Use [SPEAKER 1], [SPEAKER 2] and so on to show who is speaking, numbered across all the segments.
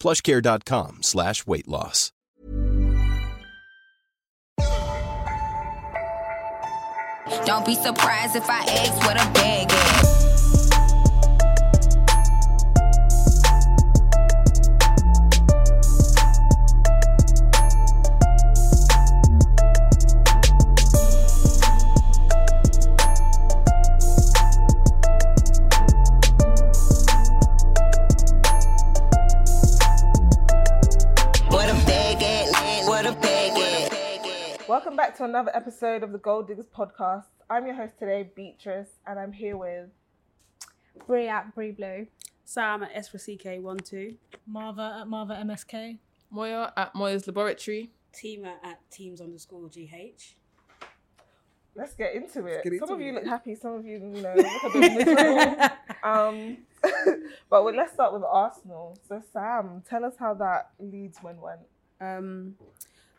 [SPEAKER 1] plushcare.com slash weight loss.
[SPEAKER 2] Don't be surprised if I ask what a bag is. What a bag is. What a bag is.
[SPEAKER 3] Welcome back to another episode of the Gold Diggers podcast. I'm your host today, Beatrice, and I'm here with.
[SPEAKER 4] Brie at Brie Blue.
[SPEAKER 5] Sam at SRCK12.
[SPEAKER 6] Marva at Marva MSK.
[SPEAKER 7] Moya at Moya's laboratory.
[SPEAKER 5] Teamer at teams underscore GH.
[SPEAKER 3] Let's get into it.
[SPEAKER 8] get
[SPEAKER 3] some
[SPEAKER 8] into
[SPEAKER 3] of you
[SPEAKER 8] it.
[SPEAKER 3] look happy, some of you, you know, look a bit miserable. um, but well, let's start with Arsenal. So, Sam, tell us how that Leeds win went.
[SPEAKER 5] Um,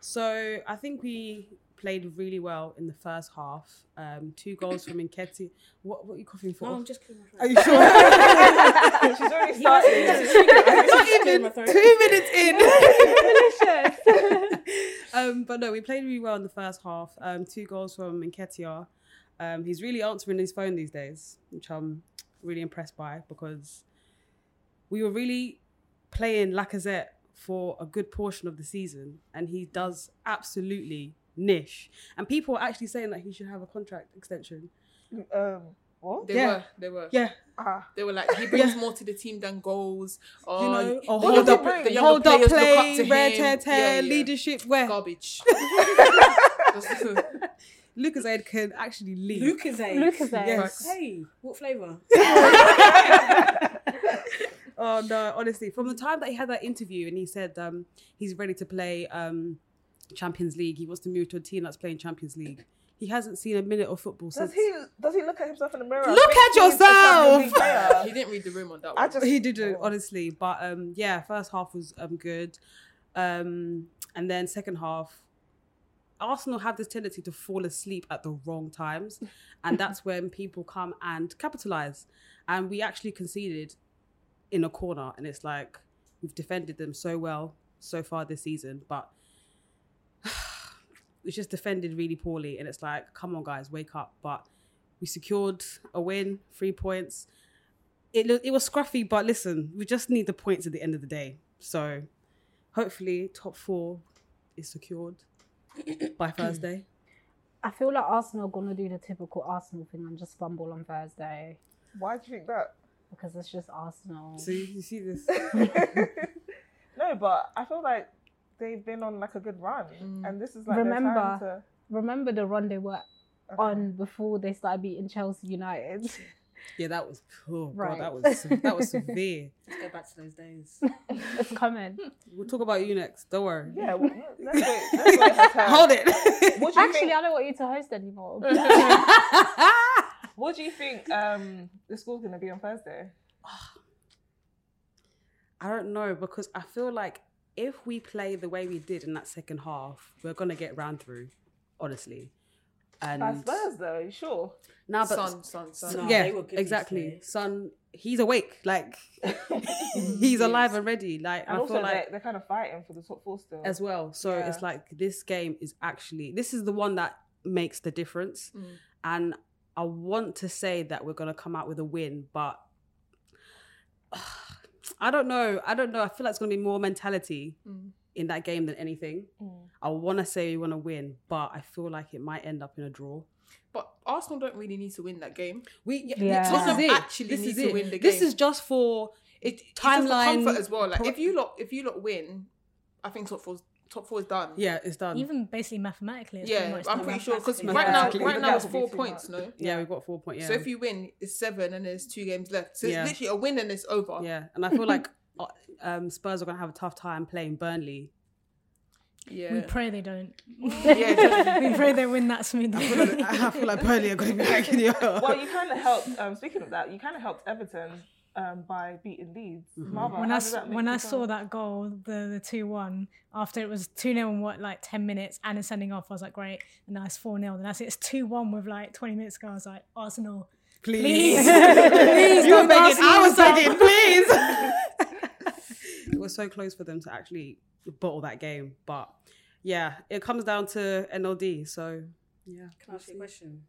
[SPEAKER 5] so I think we played really well in the first half. Um, two goals from Inketi. What, what are you coughing for?
[SPEAKER 6] No, I'm just kidding.
[SPEAKER 3] Are you sure? She's already started.
[SPEAKER 5] two minutes in. um, but no, we played really well in the first half. Um, two goals from Nketiah. Um, he's really answering his phone these days, which I'm really impressed by because we were really playing Lacazette for a good portion of the season, and he does absolutely niche. And people are actually saying that he should have a contract extension.
[SPEAKER 3] um, what?
[SPEAKER 7] They
[SPEAKER 5] Yeah.
[SPEAKER 7] were, they were.
[SPEAKER 5] Yeah,
[SPEAKER 3] Ah,
[SPEAKER 7] They were like, he brings more to the team than goals. Or,
[SPEAKER 5] you know, or
[SPEAKER 7] the
[SPEAKER 5] hold
[SPEAKER 7] younger-
[SPEAKER 5] up,
[SPEAKER 3] bring?
[SPEAKER 7] the younger
[SPEAKER 5] hold up,
[SPEAKER 7] players look up
[SPEAKER 5] play,
[SPEAKER 7] to
[SPEAKER 5] rare
[SPEAKER 7] him.
[SPEAKER 5] tear, tear,
[SPEAKER 7] Yeah, yeah.
[SPEAKER 5] leadership, where
[SPEAKER 7] Garbage.
[SPEAKER 5] Lucas Ed can actually leave.
[SPEAKER 4] Lucas.
[SPEAKER 5] Yes.
[SPEAKER 6] Hey, what flavour?
[SPEAKER 5] Oh no, honestly, from the time that he had that interview and he said um, he's ready to play um, Champions League, he wants to move to a team that's playing Champions League. He hasn't seen a minute of football
[SPEAKER 3] does
[SPEAKER 5] since.
[SPEAKER 3] he does he look at himself in the mirror?
[SPEAKER 5] Look at
[SPEAKER 3] He's a Champions League
[SPEAKER 5] yourself!
[SPEAKER 3] player.
[SPEAKER 7] he didn't read the room on that one.
[SPEAKER 3] I just Oh.
[SPEAKER 5] he did it honestly, but um, yeah, first half was um, good, um, and then second half, Arsenal have this tendency to fall asleep at the wrong times, and that's when people come and capitalize, and we actually conceded in a corner, and it's like we've defended them so well so far this season, but we just defended really poorly, and it's like, come on, guys, wake up! But we secured a win, three points it lo- it was scruffy, but listen, we just need the points at the end of the day. So hopefully, top four is secured by Thursday.
[SPEAKER 4] I feel like Arsenal gonna do the typical Arsenal thing and just fumble on Thursday
[SPEAKER 3] Why do you think that?
[SPEAKER 4] because it's just Arsenal.
[SPEAKER 5] So you, you see this?
[SPEAKER 3] No, but I feel like they've been on like a good run,
[SPEAKER 5] Mm.
[SPEAKER 3] and this is like
[SPEAKER 4] Remember-
[SPEAKER 3] their time to.
[SPEAKER 4] Remember the run they were on before they started beating Chelsea United.
[SPEAKER 5] Yeah, that was oh
[SPEAKER 4] Right.
[SPEAKER 5] god, that was se- that was severe.
[SPEAKER 6] Let's go back to those days.
[SPEAKER 4] it's coming.
[SPEAKER 5] We'll talk about you next. Don't worry.
[SPEAKER 3] Yeah, well, let's wait. Let's wait her turn.
[SPEAKER 5] Hold it.
[SPEAKER 3] What do you
[SPEAKER 4] Actually,
[SPEAKER 3] think?
[SPEAKER 4] I don't want you to host anymore.
[SPEAKER 3] What do you think? Um, the school's gonna be on Thursday.
[SPEAKER 5] I don't know because I feel like if we play the way we did in that second half, we're gonna get round through. Honestly, and
[SPEAKER 3] I Spurs though, you sure?
[SPEAKER 5] now, but
[SPEAKER 7] son, son, son.
[SPEAKER 6] No,
[SPEAKER 5] yeah,
[SPEAKER 6] they were good
[SPEAKER 5] exactly.
[SPEAKER 6] yesterday.
[SPEAKER 5] Son, he's awake. Like he's alive and ready. Like
[SPEAKER 3] And
[SPEAKER 5] I
[SPEAKER 3] also,
[SPEAKER 5] feel
[SPEAKER 3] they're,
[SPEAKER 5] like
[SPEAKER 3] they're kind of fighting for the top four still.
[SPEAKER 5] as well. So it's like this game is actually this is the one that makes the difference.
[SPEAKER 8] Mm.
[SPEAKER 3] Mm.
[SPEAKER 5] And I want to say that we're gonna come out with a win, but I don't know. I don't know. I feel like it's gonna be more mentality. in that game than anything.
[SPEAKER 6] Mm.
[SPEAKER 5] I want to say we want to win, but I feel like it might end up in a draw.
[SPEAKER 7] But Arsenal don't really need to win that game.
[SPEAKER 5] We yeah,
[SPEAKER 4] Yeah.
[SPEAKER 5] this
[SPEAKER 4] Tottenham
[SPEAKER 5] is it.
[SPEAKER 7] actually
[SPEAKER 5] this
[SPEAKER 7] need
[SPEAKER 5] is
[SPEAKER 7] to
[SPEAKER 5] it.
[SPEAKER 7] win the
[SPEAKER 5] This
[SPEAKER 7] game.
[SPEAKER 5] is just for it
[SPEAKER 7] It's just for
[SPEAKER 5] timeline
[SPEAKER 7] comfort as well. Like
[SPEAKER 5] pro-
[SPEAKER 7] if you lot, if you lot win, I think top four, top four is done.
[SPEAKER 5] yeah, it's done.
[SPEAKER 6] Even basically mathematically, it's
[SPEAKER 7] yeah.
[SPEAKER 6] much
[SPEAKER 7] I'm
[SPEAKER 6] done.
[SPEAKER 7] pretty sure because
[SPEAKER 5] Mathematically,
[SPEAKER 7] right now, right
[SPEAKER 5] mathematically, but
[SPEAKER 7] now
[SPEAKER 3] that
[SPEAKER 7] it's
[SPEAKER 3] would be
[SPEAKER 7] four
[SPEAKER 3] too
[SPEAKER 7] points. No.
[SPEAKER 5] yeah, we've got four points. Yeah.
[SPEAKER 7] So if you win, it's seven, and there's two games left. So
[SPEAKER 5] Yeah.
[SPEAKER 7] it's literally a win and it's over.
[SPEAKER 5] yeah, and I feel like uh, um, Spurs are gonna have a tough time playing Burnley.
[SPEAKER 7] Yeah.
[SPEAKER 6] We pray they don't.
[SPEAKER 7] yeah just-
[SPEAKER 6] we pray they win that smoothly.
[SPEAKER 5] I feel like Burnley are gonna be like,
[SPEAKER 3] Well, you kind of helped. Um, speaking of that, you kind of helped Everton um, by beating Leeds.
[SPEAKER 5] Mm-hmm.
[SPEAKER 3] Marva,
[SPEAKER 6] when
[SPEAKER 3] how
[SPEAKER 6] I,
[SPEAKER 3] did
[SPEAKER 6] s-
[SPEAKER 3] that make
[SPEAKER 6] when
[SPEAKER 3] you
[SPEAKER 6] I
[SPEAKER 3] feel?
[SPEAKER 6] saw that goal, the the two one after it was two 0 in what like ten minutes and a sending off, I was like, great, and now it's four 0 Then I see it's two one with like twenty minutes ago. I was like, Arsenal, please, please, you were begging, I was begging, please.
[SPEAKER 5] it was so close for them to actually bottle that game. But yeah, it comes down to NLD. So yeah,
[SPEAKER 8] Can I ask you a question?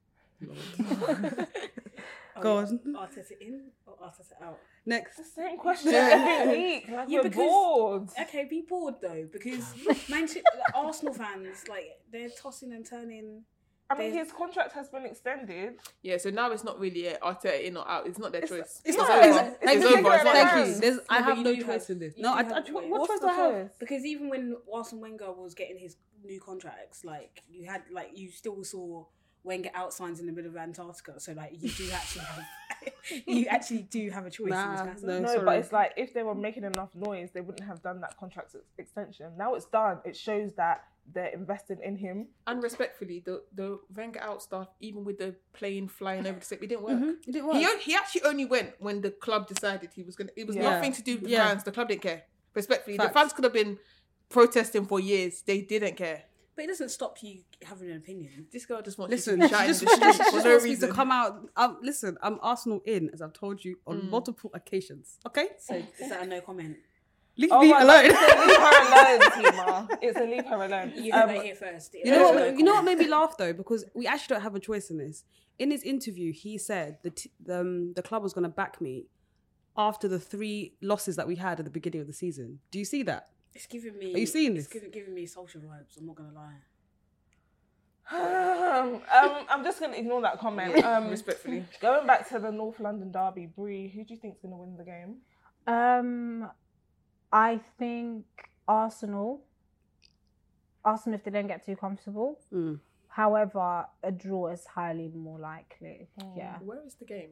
[SPEAKER 8] Oh,
[SPEAKER 5] go on.
[SPEAKER 8] Arteta in or Arteta out?
[SPEAKER 5] Next.
[SPEAKER 3] same question every week. Like
[SPEAKER 8] Yeah,
[SPEAKER 3] we're
[SPEAKER 8] because-
[SPEAKER 3] bored.
[SPEAKER 8] Okay, be bored though, because Manchester like, Arsenal fans like they're tossing and turning.
[SPEAKER 3] I mean,
[SPEAKER 8] there's-
[SPEAKER 3] his contract has been extended.
[SPEAKER 7] yeah. So now it's not really a Arteta in or out. It's not their choice.
[SPEAKER 5] It's
[SPEAKER 7] not
[SPEAKER 5] not-
[SPEAKER 7] over.
[SPEAKER 5] it's-
[SPEAKER 7] It's
[SPEAKER 5] it's
[SPEAKER 7] over.
[SPEAKER 3] figure
[SPEAKER 7] It's
[SPEAKER 3] it
[SPEAKER 7] not
[SPEAKER 3] out.
[SPEAKER 7] their
[SPEAKER 5] Thank
[SPEAKER 7] choice.
[SPEAKER 5] you. There's, I
[SPEAKER 8] No,
[SPEAKER 5] have
[SPEAKER 8] but you
[SPEAKER 5] no
[SPEAKER 8] do
[SPEAKER 5] choice
[SPEAKER 8] have-
[SPEAKER 5] in this.
[SPEAKER 8] you
[SPEAKER 5] No,
[SPEAKER 8] do
[SPEAKER 5] I,
[SPEAKER 8] have
[SPEAKER 5] I-
[SPEAKER 8] choice.
[SPEAKER 5] what
[SPEAKER 8] What's
[SPEAKER 5] choice do I have?
[SPEAKER 8] Because even when Arsenal Wenger was getting his new contracts, like you had, like you still saw Wenger out signs in the middle of Antarctica. So like you do actually have, you actually do have a choice.
[SPEAKER 5] Nah,
[SPEAKER 8] in this matter.
[SPEAKER 5] no.
[SPEAKER 3] No, but
[SPEAKER 5] sorry.
[SPEAKER 3] it's like if they were making enough noise, they wouldn't have done that contract ex- extension. Now it's done. It shows that they're invested in him.
[SPEAKER 7] And respectfully, the the Wenger out stuff, even with the plane flying over the set, it didn't work.
[SPEAKER 5] Mm-hmm. It didn't work.
[SPEAKER 7] He, on- he actually only went when the club decided he was gonna. It was
[SPEAKER 5] Yeah.
[SPEAKER 7] nothing to do with the
[SPEAKER 5] Yeah.
[SPEAKER 7] fans. The club didn't care. Respectfully,
[SPEAKER 5] Facts.
[SPEAKER 7] the fans could have been protesting for years. They didn't care.
[SPEAKER 8] But it doesn't stop you having an opinion.
[SPEAKER 7] This girl just wants
[SPEAKER 5] Listen,
[SPEAKER 7] you to
[SPEAKER 5] she
[SPEAKER 7] shine
[SPEAKER 5] just,
[SPEAKER 7] in
[SPEAKER 5] she
[SPEAKER 7] the
[SPEAKER 5] just,
[SPEAKER 7] street
[SPEAKER 5] she
[SPEAKER 7] for
[SPEAKER 5] just
[SPEAKER 7] no
[SPEAKER 5] wants me
[SPEAKER 7] reason.
[SPEAKER 5] to come out. Um, listen, I'm Arsenal in, as I've told you on multiple occasions. Okay,
[SPEAKER 8] So is that a no comment?
[SPEAKER 5] leave
[SPEAKER 3] Oh
[SPEAKER 5] me
[SPEAKER 3] my
[SPEAKER 5] alone.
[SPEAKER 3] God, leave her alone, Tima. It's a leave her alone.
[SPEAKER 8] You
[SPEAKER 3] Um,
[SPEAKER 8] heard it here first.
[SPEAKER 5] You know what? You know what made me laugh though, because we actually don't have a choice in this. In his interview, he said the t- the, um, the club was going to back me after the three losses that we had at the beginning of the season. Do you see that?
[SPEAKER 8] It's giving me.
[SPEAKER 5] Are you seeing
[SPEAKER 8] It's
[SPEAKER 5] this?
[SPEAKER 8] giving, giving me social vibes. I'm not gonna lie.
[SPEAKER 3] um, um, I'm just gonna ignore that comment. Um,
[SPEAKER 7] Respectfully,
[SPEAKER 3] going back to the North London derby, Bree, who do you think's gonna win the game?
[SPEAKER 4] Um, I think Arsenal. Arsenal, if they don't get too comfortable.
[SPEAKER 5] Mm.
[SPEAKER 4] However, a draw is highly more likely.
[SPEAKER 3] Hmm.
[SPEAKER 4] Yeah.
[SPEAKER 7] where is the game?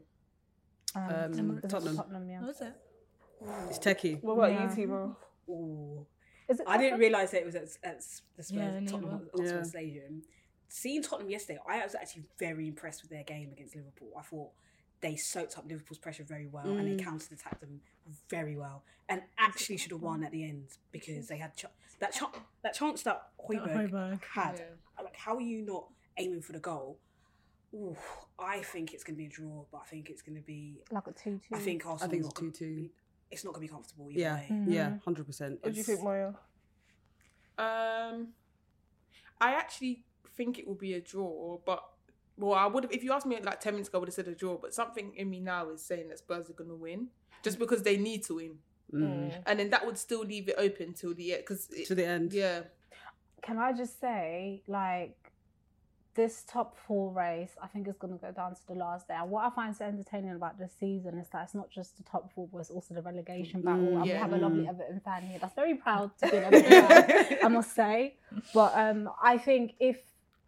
[SPEAKER 4] Um,
[SPEAKER 5] Um,
[SPEAKER 4] is it
[SPEAKER 5] Tottenham.
[SPEAKER 4] Tottenham, yeah.
[SPEAKER 6] What was it?
[SPEAKER 5] It's techie.
[SPEAKER 3] What about
[SPEAKER 4] Yeah.
[SPEAKER 3] you, Tima?
[SPEAKER 8] Ooh.
[SPEAKER 4] Is it
[SPEAKER 8] I didn't
[SPEAKER 4] Tottenham?
[SPEAKER 8] realise that it was at, at the Spurs,
[SPEAKER 6] Yeah, neither.
[SPEAKER 8] Tottenham Hotspur
[SPEAKER 5] Yeah.
[SPEAKER 8] Stadium. Seeing Tottenham yesterday, I was actually very impressed with their game against Liverpool. I thought they soaked up Liverpool's pressure very well
[SPEAKER 5] Mm.
[SPEAKER 8] and they counter attacked them very well, and actually should have won at the end because they had ch- that ch- that chance that Hoiberg,
[SPEAKER 6] Højbjerg.
[SPEAKER 8] had. Like, how are you not aiming for the goal? Ooh, I think it's going to be a draw, but I think it's going to be.
[SPEAKER 4] Like a 2 2.
[SPEAKER 8] I think
[SPEAKER 5] I
[SPEAKER 8] Arsenal.
[SPEAKER 5] think
[SPEAKER 8] not
[SPEAKER 5] it's
[SPEAKER 8] gonna-
[SPEAKER 5] two two.
[SPEAKER 8] It's not going to be comfortable. Either
[SPEAKER 5] Yeah,
[SPEAKER 8] way.
[SPEAKER 4] Mm.
[SPEAKER 5] yeah,
[SPEAKER 4] Mm-hmm.
[SPEAKER 5] hundred percent.
[SPEAKER 3] What do you think, Moya?
[SPEAKER 7] Um, I actually think it will be a draw, but well, I would have. If you asked me like ten minutes ago, I would have said a draw. But something in me now is saying that Spurs are going to win, just because they need to win,
[SPEAKER 3] Mm.
[SPEAKER 7] and then that would still leave it open till the end. Because
[SPEAKER 5] Mm. To the end.
[SPEAKER 7] yeah,
[SPEAKER 4] Can I just say, like, this top four race, I think is going to go down to the last day. And what I find so entertaining about this season is that it's not just the top four, but it's also the relegation battle. and we
[SPEAKER 7] yeah.
[SPEAKER 4] have a lovely Everton fan here that's very proud to be an Everton fan, I must say. But um, I think if,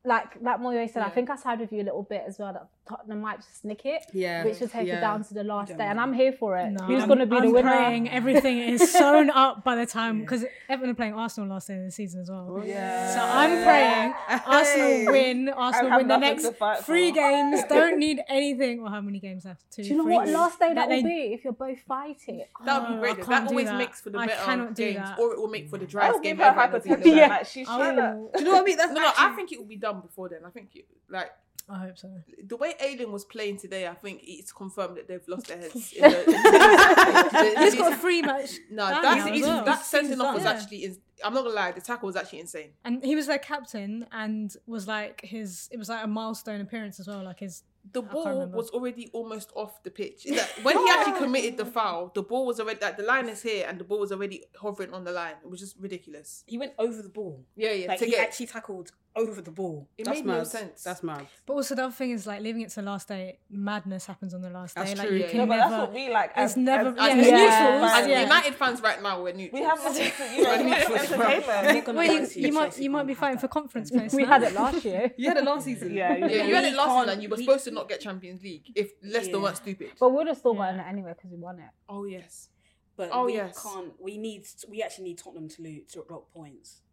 [SPEAKER 4] like, like Moyo said, I
[SPEAKER 7] Yeah.
[SPEAKER 4] think I side with you a little bit as well that Tottenham might just nick it,
[SPEAKER 5] Yeah,
[SPEAKER 4] which will take
[SPEAKER 5] yeah.
[SPEAKER 4] it down to the last
[SPEAKER 8] Don't
[SPEAKER 4] day. And
[SPEAKER 8] know.
[SPEAKER 4] I'm here for it.
[SPEAKER 6] No,
[SPEAKER 4] Who's
[SPEAKER 6] I'm-
[SPEAKER 4] going to be the
[SPEAKER 6] I'm
[SPEAKER 4] winner?
[SPEAKER 6] Praying everything is sewn up by the time because Everton are playing Arsenal last day of the season as well.
[SPEAKER 5] Yeah.
[SPEAKER 6] So I'm praying Arsenal win. Arsenal
[SPEAKER 3] have
[SPEAKER 6] win the
[SPEAKER 3] nothing
[SPEAKER 6] next
[SPEAKER 3] to fight
[SPEAKER 6] three
[SPEAKER 3] for.
[SPEAKER 6] games. Don't need anything. Or how many games left? Two.
[SPEAKER 4] Do you know what
[SPEAKER 6] three?
[SPEAKER 4] last day that,
[SPEAKER 6] they-
[SPEAKER 4] will be if you're both fighting?
[SPEAKER 7] that would
[SPEAKER 6] No,
[SPEAKER 7] be
[SPEAKER 6] I
[SPEAKER 7] great. That
[SPEAKER 6] can't do
[SPEAKER 7] always
[SPEAKER 6] that.
[SPEAKER 7] makes for the
[SPEAKER 6] I
[SPEAKER 7] better
[SPEAKER 6] cannot do
[SPEAKER 7] games,
[SPEAKER 6] that.
[SPEAKER 7] or it will make for the
[SPEAKER 3] I
[SPEAKER 7] driest
[SPEAKER 3] will give
[SPEAKER 7] game
[SPEAKER 3] her
[SPEAKER 7] ever. and it'll be
[SPEAKER 3] hypothetical.
[SPEAKER 7] the
[SPEAKER 4] Yeah.
[SPEAKER 3] Like she's
[SPEAKER 6] I
[SPEAKER 3] trying to.
[SPEAKER 6] will-
[SPEAKER 5] Do you know what I mean? That's
[SPEAKER 7] No, no, I
[SPEAKER 5] actually-
[SPEAKER 7] think it will be done before then. I think you like.
[SPEAKER 6] I hope so.
[SPEAKER 7] the way Aileen was playing today, I think it's confirmed that they've lost their heads. in the- in the-
[SPEAKER 6] He's got a free match.
[SPEAKER 7] no,
[SPEAKER 6] down
[SPEAKER 7] that's
[SPEAKER 6] now
[SPEAKER 7] it.
[SPEAKER 6] as well.
[SPEAKER 7] That
[SPEAKER 6] He's
[SPEAKER 7] sending off was
[SPEAKER 6] done.
[SPEAKER 7] actually. In, I'm not gonna lie, the tackle was actually insane.
[SPEAKER 6] And he was their captain and was like his, it was like a milestone appearance as well, like his
[SPEAKER 7] the
[SPEAKER 6] can't
[SPEAKER 7] ball
[SPEAKER 6] remember.
[SPEAKER 7] was already almost off the pitch. It's like, when he actually committed the foul, the ball was already like the line is here and the ball was already hovering on the line. It was just ridiculous.
[SPEAKER 8] He went over the ball.
[SPEAKER 7] Yeah, yeah.
[SPEAKER 8] Like
[SPEAKER 7] to
[SPEAKER 8] he
[SPEAKER 7] get
[SPEAKER 8] actually tackled over the ball.
[SPEAKER 7] it
[SPEAKER 5] That's
[SPEAKER 7] made
[SPEAKER 5] mad.
[SPEAKER 7] no sense.
[SPEAKER 5] That's mad.
[SPEAKER 6] But also the other thing is like leaving it to the last day. Madness happens on the last
[SPEAKER 5] That's
[SPEAKER 6] day. Like
[SPEAKER 5] true,
[SPEAKER 6] you
[SPEAKER 5] yeah.
[SPEAKER 6] can
[SPEAKER 3] No, but
[SPEAKER 6] never.
[SPEAKER 3] that's what we like.
[SPEAKER 6] it's
[SPEAKER 3] as-
[SPEAKER 6] never-
[SPEAKER 3] as-
[SPEAKER 6] yeah,
[SPEAKER 3] as
[SPEAKER 6] it's
[SPEAKER 3] United
[SPEAKER 6] neutrals,
[SPEAKER 3] fans.
[SPEAKER 7] And
[SPEAKER 6] yeah.
[SPEAKER 7] United fans right now we're neutral.
[SPEAKER 3] We have nothing to, you know,
[SPEAKER 7] We're neutral.
[SPEAKER 3] entertainment.
[SPEAKER 8] Gonna
[SPEAKER 6] Well,
[SPEAKER 8] be
[SPEAKER 6] you,
[SPEAKER 8] honest with
[SPEAKER 6] you might
[SPEAKER 8] Chelsea
[SPEAKER 6] you might be
[SPEAKER 8] won't have
[SPEAKER 6] fighting for
[SPEAKER 8] that.
[SPEAKER 6] conference place.
[SPEAKER 4] we
[SPEAKER 6] now.
[SPEAKER 4] had it last year.
[SPEAKER 5] You had it last season.
[SPEAKER 3] Yeah, you
[SPEAKER 7] Yeah,
[SPEAKER 3] did.
[SPEAKER 7] you had it last
[SPEAKER 8] can't-
[SPEAKER 7] season and you were
[SPEAKER 8] we-
[SPEAKER 7] supposed to not get Champions League if Leicester
[SPEAKER 8] Yeah.
[SPEAKER 7] weren't stupid.
[SPEAKER 4] But we would have still gotten it anyway because we won it.
[SPEAKER 7] oh yes.
[SPEAKER 8] But
[SPEAKER 7] Oh,
[SPEAKER 8] we
[SPEAKER 7] yes.
[SPEAKER 8] can't. We need. We actually need Tottenham to lose to drop points.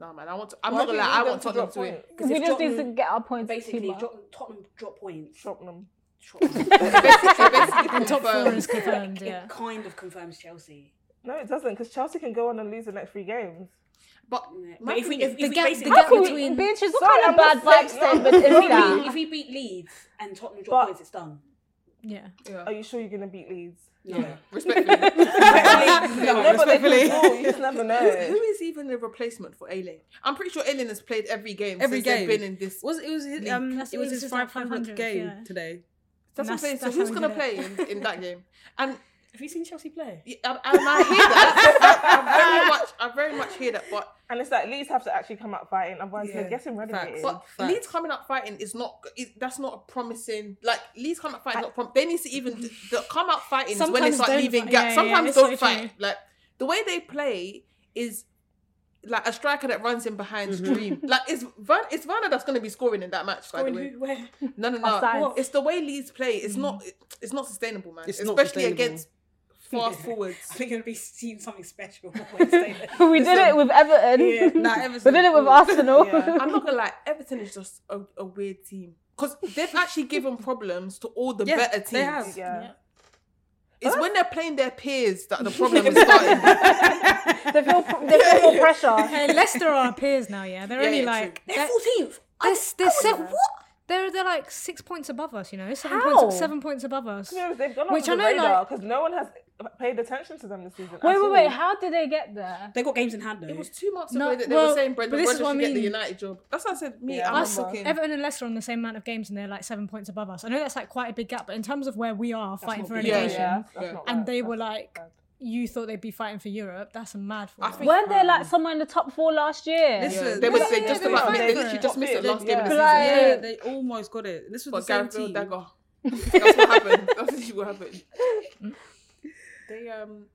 [SPEAKER 7] No man, I want to, I'm
[SPEAKER 3] Why
[SPEAKER 7] not
[SPEAKER 3] do
[SPEAKER 7] gonna
[SPEAKER 3] you
[SPEAKER 7] lie,
[SPEAKER 3] need
[SPEAKER 7] I want
[SPEAKER 3] them
[SPEAKER 7] Tottenham
[SPEAKER 3] drop
[SPEAKER 7] to win.
[SPEAKER 3] points?
[SPEAKER 8] Because
[SPEAKER 4] we
[SPEAKER 8] if
[SPEAKER 4] just need to
[SPEAKER 8] Tottenham-
[SPEAKER 4] get our points
[SPEAKER 8] Basically,
[SPEAKER 4] too much.
[SPEAKER 8] drop, Tottenham drop points.
[SPEAKER 3] Drop them.
[SPEAKER 8] Drop points.
[SPEAKER 7] Basically, basically
[SPEAKER 6] Top four
[SPEAKER 7] confirmed.
[SPEAKER 6] is confirmed. Yeah.
[SPEAKER 8] It kind of confirms Chelsea.
[SPEAKER 3] No, it doesn't, because Chelsea can go on and lose the next three games.
[SPEAKER 7] But,
[SPEAKER 8] But if we, if, if
[SPEAKER 6] The
[SPEAKER 8] we
[SPEAKER 6] gap- the
[SPEAKER 8] basically,
[SPEAKER 6] gap
[SPEAKER 8] if we-
[SPEAKER 6] between-
[SPEAKER 4] Beatrice, what
[SPEAKER 3] Sorry,
[SPEAKER 4] kind of
[SPEAKER 3] I'm
[SPEAKER 4] bad vibe
[SPEAKER 3] not saying-
[SPEAKER 4] statement is
[SPEAKER 8] if we,
[SPEAKER 4] that?
[SPEAKER 8] if we beat Leeds and Tottenham drop
[SPEAKER 3] But-
[SPEAKER 8] points, it's done.
[SPEAKER 6] Yeah.
[SPEAKER 3] Are you sure you're going to beat Leeds?
[SPEAKER 8] No.
[SPEAKER 7] respectfully.
[SPEAKER 3] No, but they could draw, You just never
[SPEAKER 7] Who
[SPEAKER 3] know.
[SPEAKER 7] who is even the replacement for Ailing? I'm pretty sure Ailing has played every game
[SPEAKER 5] Every
[SPEAKER 7] since they've
[SPEAKER 5] game.
[SPEAKER 7] been in this.
[SPEAKER 5] Was it was his, um
[SPEAKER 6] That's-
[SPEAKER 5] it was
[SPEAKER 6] it was
[SPEAKER 5] his
[SPEAKER 6] just like
[SPEAKER 5] five hundredth
[SPEAKER 6] 500th,
[SPEAKER 5] game
[SPEAKER 6] yeah.
[SPEAKER 5] today.
[SPEAKER 7] That's, what I'm
[SPEAKER 6] that's-
[SPEAKER 7] saying. So
[SPEAKER 6] that's
[SPEAKER 7] who's
[SPEAKER 6] how we
[SPEAKER 7] gonna
[SPEAKER 6] did
[SPEAKER 7] play in, in that game? And
[SPEAKER 8] Have you seen Chelsea play?
[SPEAKER 7] yeah, I, I, I hear that. I, I very much, I very much hear that. But
[SPEAKER 3] And it's like Leeds have to actually come out fighting, otherwise
[SPEAKER 5] Yeah.
[SPEAKER 3] they're getting relegated.
[SPEAKER 7] but
[SPEAKER 5] Facts.
[SPEAKER 7] Leeds coming out fighting is not. It, that's not a promising. Like Leeds coming out fighting. is Not prom- they need to even the, the come out fighting is when they
[SPEAKER 6] Sometimes
[SPEAKER 7] start
[SPEAKER 6] don't
[SPEAKER 7] leaving
[SPEAKER 6] fight.
[SPEAKER 7] gaps.
[SPEAKER 6] Yeah, yeah,
[SPEAKER 7] Sometimes
[SPEAKER 6] it's so
[SPEAKER 7] don't fight. Like the way they play is. Like a striker that runs in behind stream. Like it's Van, it's Werner that's going to be scoring in that match. by the way,
[SPEAKER 8] Who, where?
[SPEAKER 7] No, no,
[SPEAKER 4] Offsides.
[SPEAKER 7] no. It's the way Leeds play. It's
[SPEAKER 4] Mm.
[SPEAKER 7] not. It's not sustainable, man.
[SPEAKER 5] It's not
[SPEAKER 7] Especially
[SPEAKER 5] sustainable.
[SPEAKER 7] against fast
[SPEAKER 8] I
[SPEAKER 7] forwards.
[SPEAKER 8] think you'll be seeing something special. Wednesday.
[SPEAKER 4] we did it with Everton.
[SPEAKER 5] Nah,
[SPEAKER 4] we
[SPEAKER 5] Everton.
[SPEAKER 4] did it with Arsenal.
[SPEAKER 7] I'm not gonna lie. Everton is just a, a weird team because they've actually given problems to all the
[SPEAKER 5] Yeah,
[SPEAKER 7] better teams.
[SPEAKER 5] they have.
[SPEAKER 3] yeah.
[SPEAKER 7] It's when they're playing their peers that the problem is starting.
[SPEAKER 4] they feel they feel more pressure.
[SPEAKER 6] Hey, Leicester are our peers now. Yeah. They're
[SPEAKER 7] Yeah,
[SPEAKER 6] only
[SPEAKER 7] yeah,
[SPEAKER 6] like
[SPEAKER 8] They're fourteenth.
[SPEAKER 6] they're, they're seven, They're they're like six points above us. You know, seven
[SPEAKER 4] How?
[SPEAKER 6] points seven points above us.
[SPEAKER 3] Yeah, They've gone
[SPEAKER 6] Which
[SPEAKER 3] off the
[SPEAKER 6] I know,
[SPEAKER 3] radar
[SPEAKER 6] like-
[SPEAKER 3] because no one has paid attention to them this season.
[SPEAKER 4] Wait,
[SPEAKER 3] at
[SPEAKER 4] wait,
[SPEAKER 3] all.
[SPEAKER 4] wait. How did they get there?
[SPEAKER 8] They got games in hand though.
[SPEAKER 7] It was two months
[SPEAKER 6] No,
[SPEAKER 7] ago that they
[SPEAKER 6] well,
[SPEAKER 7] were saying
[SPEAKER 6] but
[SPEAKER 7] Brendan
[SPEAKER 6] this is
[SPEAKER 7] Rodgers
[SPEAKER 6] what I
[SPEAKER 7] should get the
[SPEAKER 6] mean.
[SPEAKER 7] United job. That's what I said. Me,
[SPEAKER 3] Yeah,
[SPEAKER 7] I'm
[SPEAKER 3] I
[SPEAKER 7] not
[SPEAKER 6] Us,
[SPEAKER 7] looking.
[SPEAKER 6] Everton and Leicester are on the same amount of games, and they're like seven points above us. I know that's like quite a big gap, but in terms of where we are fighting for
[SPEAKER 8] not big.
[SPEAKER 3] Yeah,
[SPEAKER 6] relegation,
[SPEAKER 3] yeah, that's
[SPEAKER 7] Yeah.
[SPEAKER 3] not
[SPEAKER 6] and
[SPEAKER 3] right.
[SPEAKER 6] they were
[SPEAKER 3] That's-
[SPEAKER 6] like, you thought they'd be fighting for Europe. That's a mad.
[SPEAKER 7] I
[SPEAKER 6] fall.
[SPEAKER 7] think-
[SPEAKER 4] Weren't they like somewhere in the top four last year?
[SPEAKER 5] Listen,
[SPEAKER 7] Yeah, they
[SPEAKER 5] this-
[SPEAKER 7] were
[SPEAKER 6] Yeah,
[SPEAKER 7] they just
[SPEAKER 6] they were
[SPEAKER 7] about.
[SPEAKER 6] fine
[SPEAKER 7] They
[SPEAKER 6] for
[SPEAKER 7] literally
[SPEAKER 6] it.
[SPEAKER 7] just missed the last game of the
[SPEAKER 4] yeah.
[SPEAKER 7] season.
[SPEAKER 4] Like-
[SPEAKER 5] yeah, they almost got it. This was
[SPEAKER 7] But
[SPEAKER 5] the same
[SPEAKER 7] Gabriel
[SPEAKER 5] team.
[SPEAKER 7] Dagger. That's what happened. That's literally what happened. They um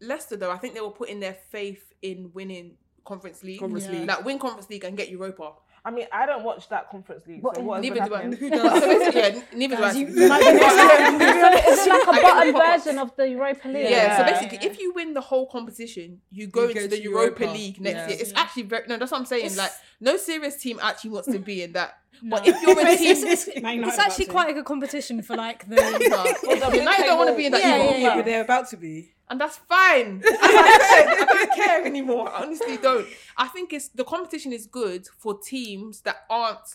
[SPEAKER 7] Leicester though, I think they were putting their faith in winning Conference League.
[SPEAKER 5] Conference
[SPEAKER 6] Yeah. League.
[SPEAKER 7] Like win Conference League and get Europa.
[SPEAKER 3] I mean, I don't watch that conference league. So what has
[SPEAKER 7] Neither
[SPEAKER 3] been
[SPEAKER 7] do I.
[SPEAKER 3] happening?
[SPEAKER 7] But so basically, yeah, neither do I.
[SPEAKER 4] so is it like a
[SPEAKER 7] I
[SPEAKER 4] bottom
[SPEAKER 7] didn't focus.
[SPEAKER 4] version of the Europa League?
[SPEAKER 7] Yeah, so
[SPEAKER 3] Yeah.
[SPEAKER 7] basically, if you win the whole competition, you go
[SPEAKER 5] You
[SPEAKER 7] into
[SPEAKER 5] go
[SPEAKER 7] the
[SPEAKER 5] to
[SPEAKER 7] Europa,
[SPEAKER 5] Europa.
[SPEAKER 7] League next
[SPEAKER 5] Yeah.
[SPEAKER 7] year. It's actually very no. That's what I'm saying.
[SPEAKER 6] It's-
[SPEAKER 7] Like, no serious team actually wants to be in that. But if you're a
[SPEAKER 8] It's,
[SPEAKER 7] team,
[SPEAKER 8] it's- it's- Man
[SPEAKER 6] it's
[SPEAKER 8] United
[SPEAKER 6] actually
[SPEAKER 8] about to.
[SPEAKER 6] quite a good competition for like the.
[SPEAKER 7] no, United don't want to be in that.
[SPEAKER 6] Yeah,
[SPEAKER 7] either.
[SPEAKER 6] yeah, yeah.
[SPEAKER 8] But they're about to be.
[SPEAKER 7] and that's fine. As I said, I don't care anymore. I honestly don't. I think it's the competition is good for teams that aren't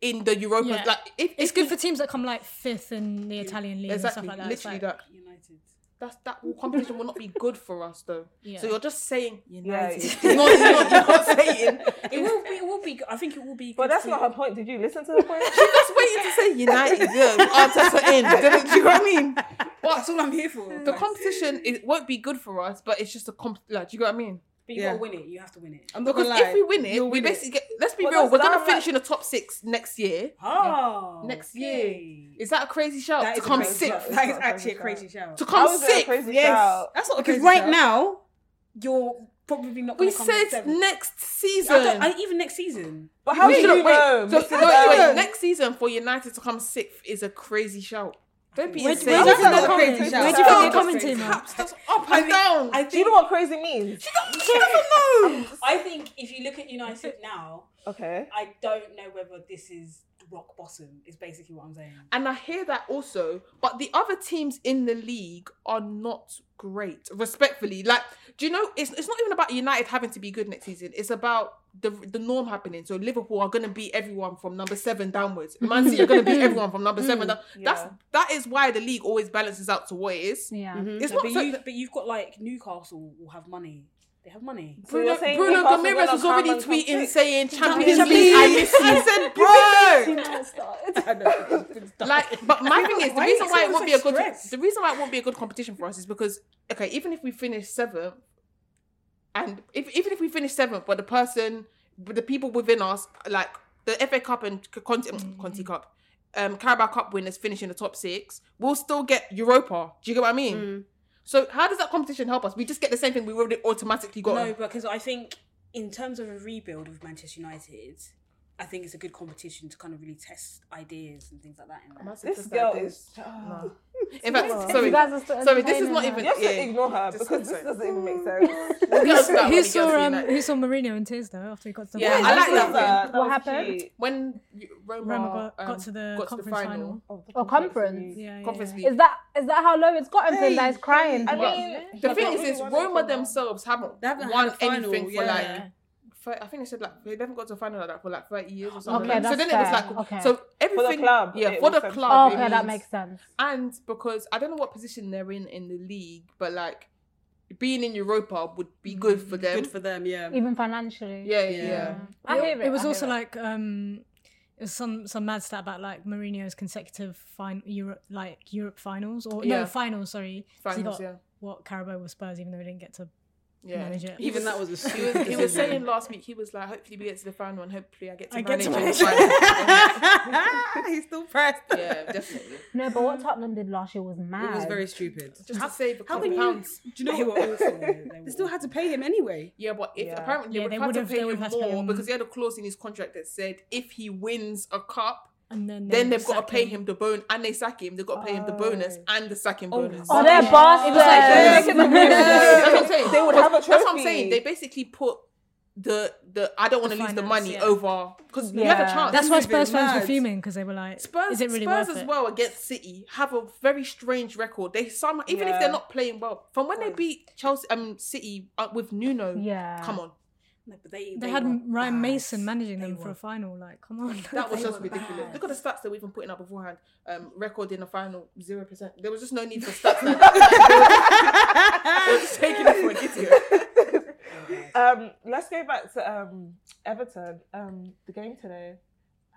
[SPEAKER 7] in the Europa.
[SPEAKER 6] Yeah.
[SPEAKER 7] Like if,
[SPEAKER 6] It's
[SPEAKER 7] if
[SPEAKER 6] good
[SPEAKER 7] you-
[SPEAKER 6] for teams that come like fifth in the Italian league
[SPEAKER 7] exactly,
[SPEAKER 6] and stuff like that. It's
[SPEAKER 7] literally
[SPEAKER 6] like-
[SPEAKER 7] that.
[SPEAKER 8] United.
[SPEAKER 7] That's that will- competition will not be good for us though.
[SPEAKER 6] Yeah.
[SPEAKER 7] So you're just saying
[SPEAKER 3] Yeah,
[SPEAKER 7] United. You're, not, you're, not, you're not saying.
[SPEAKER 8] It will be. It will be. good. I think it will be.
[SPEAKER 3] But
[SPEAKER 8] good
[SPEAKER 3] that's
[SPEAKER 8] to-
[SPEAKER 3] not her point. Did you listen to the point?
[SPEAKER 7] You're just waiting to say United. Yeah, Arteta in. Do you know what I mean?
[SPEAKER 8] That's all I'm here for.
[SPEAKER 7] The competition it won't be good for us, but it's just a comp. Like, do you know what I mean?
[SPEAKER 8] But you
[SPEAKER 5] Yeah.
[SPEAKER 8] gotta win it. You have to win it.
[SPEAKER 5] I'm not
[SPEAKER 7] Because
[SPEAKER 5] gonna lie,
[SPEAKER 7] if we win it,
[SPEAKER 5] you'll
[SPEAKER 7] we
[SPEAKER 5] win
[SPEAKER 7] basically get. Let's be
[SPEAKER 3] Well,
[SPEAKER 7] real.
[SPEAKER 3] that's
[SPEAKER 7] We're gonna
[SPEAKER 3] downright-
[SPEAKER 7] finish in the top six next year.
[SPEAKER 8] Oh,
[SPEAKER 7] Next
[SPEAKER 8] okay.
[SPEAKER 7] year. Is that a crazy shout?
[SPEAKER 8] That
[SPEAKER 7] to
[SPEAKER 8] is
[SPEAKER 7] come
[SPEAKER 8] a crazy
[SPEAKER 7] sixth.
[SPEAKER 8] shout. That is
[SPEAKER 3] That's a
[SPEAKER 8] actually a
[SPEAKER 3] crazy
[SPEAKER 8] crazy shout.
[SPEAKER 7] To
[SPEAKER 3] I
[SPEAKER 7] come
[SPEAKER 3] was doing a
[SPEAKER 7] sixth.
[SPEAKER 3] crazy
[SPEAKER 5] Yes,
[SPEAKER 3] shout.
[SPEAKER 5] that's not a
[SPEAKER 8] Because
[SPEAKER 5] crazy
[SPEAKER 8] right
[SPEAKER 5] shout.
[SPEAKER 8] now you're probably not.
[SPEAKER 7] We
[SPEAKER 8] gonna come
[SPEAKER 7] said
[SPEAKER 8] seventh.
[SPEAKER 7] next season.
[SPEAKER 8] I don't, I, even next season.
[SPEAKER 3] But how
[SPEAKER 7] We
[SPEAKER 3] do you
[SPEAKER 7] shouldn't
[SPEAKER 3] know?
[SPEAKER 7] wait. So-
[SPEAKER 3] Mrs.
[SPEAKER 7] no, wait, wait.
[SPEAKER 3] Bell?
[SPEAKER 7] Next season for United to come sixth is a crazy shout. Don't be
[SPEAKER 6] Where,
[SPEAKER 7] insane.
[SPEAKER 6] where do you think
[SPEAKER 5] That's not
[SPEAKER 6] they're coming?
[SPEAKER 5] crazy
[SPEAKER 6] Where do you
[SPEAKER 3] shout.
[SPEAKER 6] think
[SPEAKER 3] That's
[SPEAKER 6] they're coming to, man?
[SPEAKER 7] Perhaps that's up and down.
[SPEAKER 3] Do
[SPEAKER 8] I
[SPEAKER 3] you
[SPEAKER 8] think.
[SPEAKER 3] know what crazy means?
[SPEAKER 8] I think if you look at United now,
[SPEAKER 3] Okay.
[SPEAKER 8] I don't know whether this is rock bottom. Is basically what I'm saying.
[SPEAKER 7] and I hear that also, but the other teams in the league are not great. Respectfully, like, do you know? It's, it's not even about United having to be good next season. It's about the the norm happening. So Liverpool are going to beat everyone from number seven downwards. Man City are going to beat everyone from number seven. down. That's that is why the league always balances out to what it is.
[SPEAKER 4] Yeah.
[SPEAKER 7] It's
[SPEAKER 8] No,
[SPEAKER 7] not.
[SPEAKER 8] but,
[SPEAKER 7] so-
[SPEAKER 8] you, but you've got like Newcastle will have money. They have money.
[SPEAKER 3] So you're
[SPEAKER 7] Bruno,
[SPEAKER 3] saying
[SPEAKER 7] Bruno
[SPEAKER 3] Newcastle will
[SPEAKER 7] Ramirez was
[SPEAKER 3] not
[SPEAKER 7] already
[SPEAKER 3] come and come
[SPEAKER 7] tweeting
[SPEAKER 3] sixth?
[SPEAKER 7] saying Champions
[SPEAKER 3] Champions
[SPEAKER 7] League. I
[SPEAKER 3] League.
[SPEAKER 7] miss you.
[SPEAKER 3] I said, bro.
[SPEAKER 7] like, but my thing is the
[SPEAKER 8] Why
[SPEAKER 7] reason
[SPEAKER 8] is
[SPEAKER 7] why it
[SPEAKER 8] everyone
[SPEAKER 7] won't be
[SPEAKER 8] so
[SPEAKER 7] a good
[SPEAKER 8] stressed?
[SPEAKER 7] the reason why it won't be a good competition for us is because okay, even if we finish seventh, and if even if we finish seventh, but the person, but the people within us, like the FA Cup and C- Conti, mm, Conti Cup, um, Carabao Cup winners finish in the top six, we'll still get Europa. Do you get what I mean? So how does that competition help us? We just get the same thing we already automatically got.
[SPEAKER 8] No, because I think in terms of a rebuild with Manchester United, I think it's a good competition to kind of really test ideas and things like that. In there.
[SPEAKER 3] This girl is.
[SPEAKER 6] oh.
[SPEAKER 3] No.
[SPEAKER 7] In fact,
[SPEAKER 3] Wow.
[SPEAKER 7] sorry,
[SPEAKER 4] You guys are still
[SPEAKER 7] sorry, this is
[SPEAKER 4] entertaining
[SPEAKER 7] not
[SPEAKER 4] her.
[SPEAKER 7] even.
[SPEAKER 3] You have
[SPEAKER 7] yeah.
[SPEAKER 3] to ignore her
[SPEAKER 7] Just
[SPEAKER 3] because this
[SPEAKER 7] sorry.
[SPEAKER 3] doesn't even make sense.
[SPEAKER 7] Who
[SPEAKER 6] Who,
[SPEAKER 7] cares about
[SPEAKER 6] who
[SPEAKER 7] what he
[SPEAKER 6] saw
[SPEAKER 7] gets in
[SPEAKER 6] um,
[SPEAKER 7] it?
[SPEAKER 6] who saw Mourinho and tears though after he got to the uh,
[SPEAKER 7] Yeah,
[SPEAKER 6] final?
[SPEAKER 7] I like that
[SPEAKER 3] That
[SPEAKER 4] What
[SPEAKER 3] was
[SPEAKER 4] happened?
[SPEAKER 3] cute.
[SPEAKER 7] when you- Roma,
[SPEAKER 6] Roma got,
[SPEAKER 7] um,
[SPEAKER 6] got to the conference final.
[SPEAKER 3] Oh, the
[SPEAKER 4] Or
[SPEAKER 3] conference
[SPEAKER 4] conference.
[SPEAKER 3] league.
[SPEAKER 6] Yeah, yeah,
[SPEAKER 7] Conference
[SPEAKER 6] yeah.
[SPEAKER 7] League.
[SPEAKER 4] Is that is that how low it's gotten for him that he's crying?
[SPEAKER 3] I
[SPEAKER 7] Well,
[SPEAKER 3] mean,
[SPEAKER 7] the
[SPEAKER 3] I've
[SPEAKER 7] thing
[SPEAKER 3] not
[SPEAKER 7] is,
[SPEAKER 3] really
[SPEAKER 7] is
[SPEAKER 3] wanted
[SPEAKER 7] Roma
[SPEAKER 3] to know.
[SPEAKER 7] themselves haven't,
[SPEAKER 5] They haven't
[SPEAKER 7] won
[SPEAKER 5] had a final,
[SPEAKER 7] anything for
[SPEAKER 5] yeah.
[SPEAKER 7] like. For, I think they said like they haven't got to a final like that for like thirty years or something.
[SPEAKER 4] Okay,
[SPEAKER 7] so
[SPEAKER 4] that's
[SPEAKER 7] then it was
[SPEAKER 4] fair.
[SPEAKER 7] like
[SPEAKER 4] Okay.
[SPEAKER 7] so everything
[SPEAKER 3] club,
[SPEAKER 7] yeah
[SPEAKER 3] it
[SPEAKER 7] for
[SPEAKER 3] makes
[SPEAKER 7] the
[SPEAKER 3] sense.
[SPEAKER 4] Oh,
[SPEAKER 7] club. it
[SPEAKER 4] okay, that
[SPEAKER 7] means-
[SPEAKER 4] makes sense.
[SPEAKER 7] And because I don't know what position they're in in the league, but like being in Europa would be good for them.
[SPEAKER 5] Mm, Good for them, yeah.
[SPEAKER 4] Even financially.
[SPEAKER 7] yeah, yeah, yeah.
[SPEAKER 4] I hear it.
[SPEAKER 6] It was
[SPEAKER 4] I hear
[SPEAKER 6] also
[SPEAKER 4] it.
[SPEAKER 6] like um, it was some some mad stat about like Mourinho's consecutive fin- Europe like Europe finals or
[SPEAKER 7] Yeah.
[SPEAKER 6] no finals. Sorry, 'cause he
[SPEAKER 7] Finals,
[SPEAKER 6] got
[SPEAKER 7] yeah.
[SPEAKER 6] what Carabao was Spurs, even though we didn't get to
[SPEAKER 7] Yeah.
[SPEAKER 6] manage it.
[SPEAKER 5] Even that was
[SPEAKER 7] He
[SPEAKER 5] a
[SPEAKER 7] was,
[SPEAKER 5] stupid
[SPEAKER 7] he was
[SPEAKER 5] decision.
[SPEAKER 7] saying last week he was like, hopefully we get to the final and hopefully I get to
[SPEAKER 6] I get
[SPEAKER 7] manage.
[SPEAKER 6] to
[SPEAKER 7] it." oh
[SPEAKER 5] He's still pressed.
[SPEAKER 7] yeah, definitely.
[SPEAKER 4] No, but what Tottenham did last year was mad.
[SPEAKER 5] It was very stupid.
[SPEAKER 7] Just to save a
[SPEAKER 5] How
[SPEAKER 7] couple
[SPEAKER 5] can you?
[SPEAKER 7] pounds.
[SPEAKER 5] Do you know
[SPEAKER 8] They were
[SPEAKER 5] what?
[SPEAKER 8] awful. They
[SPEAKER 5] They
[SPEAKER 8] were
[SPEAKER 5] still had to pay him anyway.
[SPEAKER 7] Yeah, but if
[SPEAKER 3] Yeah.
[SPEAKER 7] apparently they
[SPEAKER 6] Yeah, they
[SPEAKER 7] would have
[SPEAKER 6] would've-
[SPEAKER 7] to pay
[SPEAKER 6] they
[SPEAKER 7] him
[SPEAKER 6] would've had to pay
[SPEAKER 7] more
[SPEAKER 6] him-
[SPEAKER 7] because he had a clause in his contract that said if he wins a cup,
[SPEAKER 6] and then
[SPEAKER 7] then they've got
[SPEAKER 6] sacked
[SPEAKER 7] to pay him the bon and they sack him. They've got to pay him the bonus and the sacking bonus.
[SPEAKER 4] Oh, they're bastards.
[SPEAKER 3] They're making them really
[SPEAKER 7] That's what I'm
[SPEAKER 3] good.
[SPEAKER 7] saying.
[SPEAKER 3] They would have a
[SPEAKER 7] That's what I'm
[SPEAKER 3] trophy.
[SPEAKER 7] saying. They basically put the the I don't want to lose the
[SPEAKER 6] finance,
[SPEAKER 7] money
[SPEAKER 6] yeah.
[SPEAKER 7] over because you have a
[SPEAKER 4] Yeah.
[SPEAKER 7] chance.
[SPEAKER 6] That's why
[SPEAKER 5] It's been
[SPEAKER 6] Spurs fans were
[SPEAKER 5] mad.
[SPEAKER 6] fuming because they were like,
[SPEAKER 7] Spurs,
[SPEAKER 6] "Is it really
[SPEAKER 7] Spurs
[SPEAKER 6] worth
[SPEAKER 7] as
[SPEAKER 6] it?"
[SPEAKER 7] well against City have a very strange record. They some even if they're not playing well from when they beat Chelsea, um, City uh, with Nuno.
[SPEAKER 4] Yeah.
[SPEAKER 7] come on,
[SPEAKER 8] No, but they,
[SPEAKER 6] They had
[SPEAKER 8] were
[SPEAKER 6] Ryan
[SPEAKER 8] bad.
[SPEAKER 6] Mason managing
[SPEAKER 8] They
[SPEAKER 6] them for
[SPEAKER 8] were
[SPEAKER 6] a final. Like, come on,
[SPEAKER 7] that was
[SPEAKER 8] They
[SPEAKER 7] just
[SPEAKER 8] were
[SPEAKER 7] ridiculous.
[SPEAKER 8] bad.
[SPEAKER 7] Look at the stats that we've been putting up beforehand. Um, record in the final zero percent. There was just no need for stats. Like that. they were just taking it for an idiot.
[SPEAKER 3] Um, let's go back to um, Everton. Um, the game today.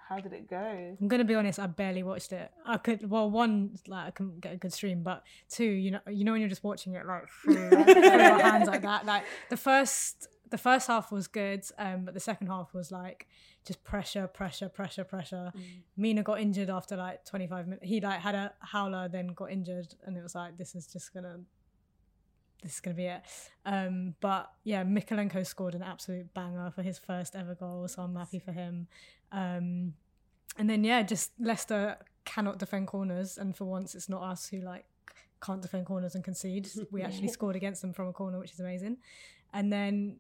[SPEAKER 3] How did it go?
[SPEAKER 6] I'm gonna be honest. I barely watched it. I could, well, one, like, I couldn't get a good stream, but two, you know, you know, when you're just watching it like through, through your hands like that. Like the first, the first half was good, um, but the second half was like just pressure, pressure, pressure, pressure. Mina got injured after like 25 minutes. He like had a howler, then got injured, and it was like this is just gonna. This is gonna be it, um, but yeah, Mikolenko scored an absolute banger for his first ever goal, so I'm happy for him. Um, and then yeah, just Leicester cannot defend corners, and for once, it's not us who like can't defend corners and concede. We actually scored against them from a corner, which is amazing. And then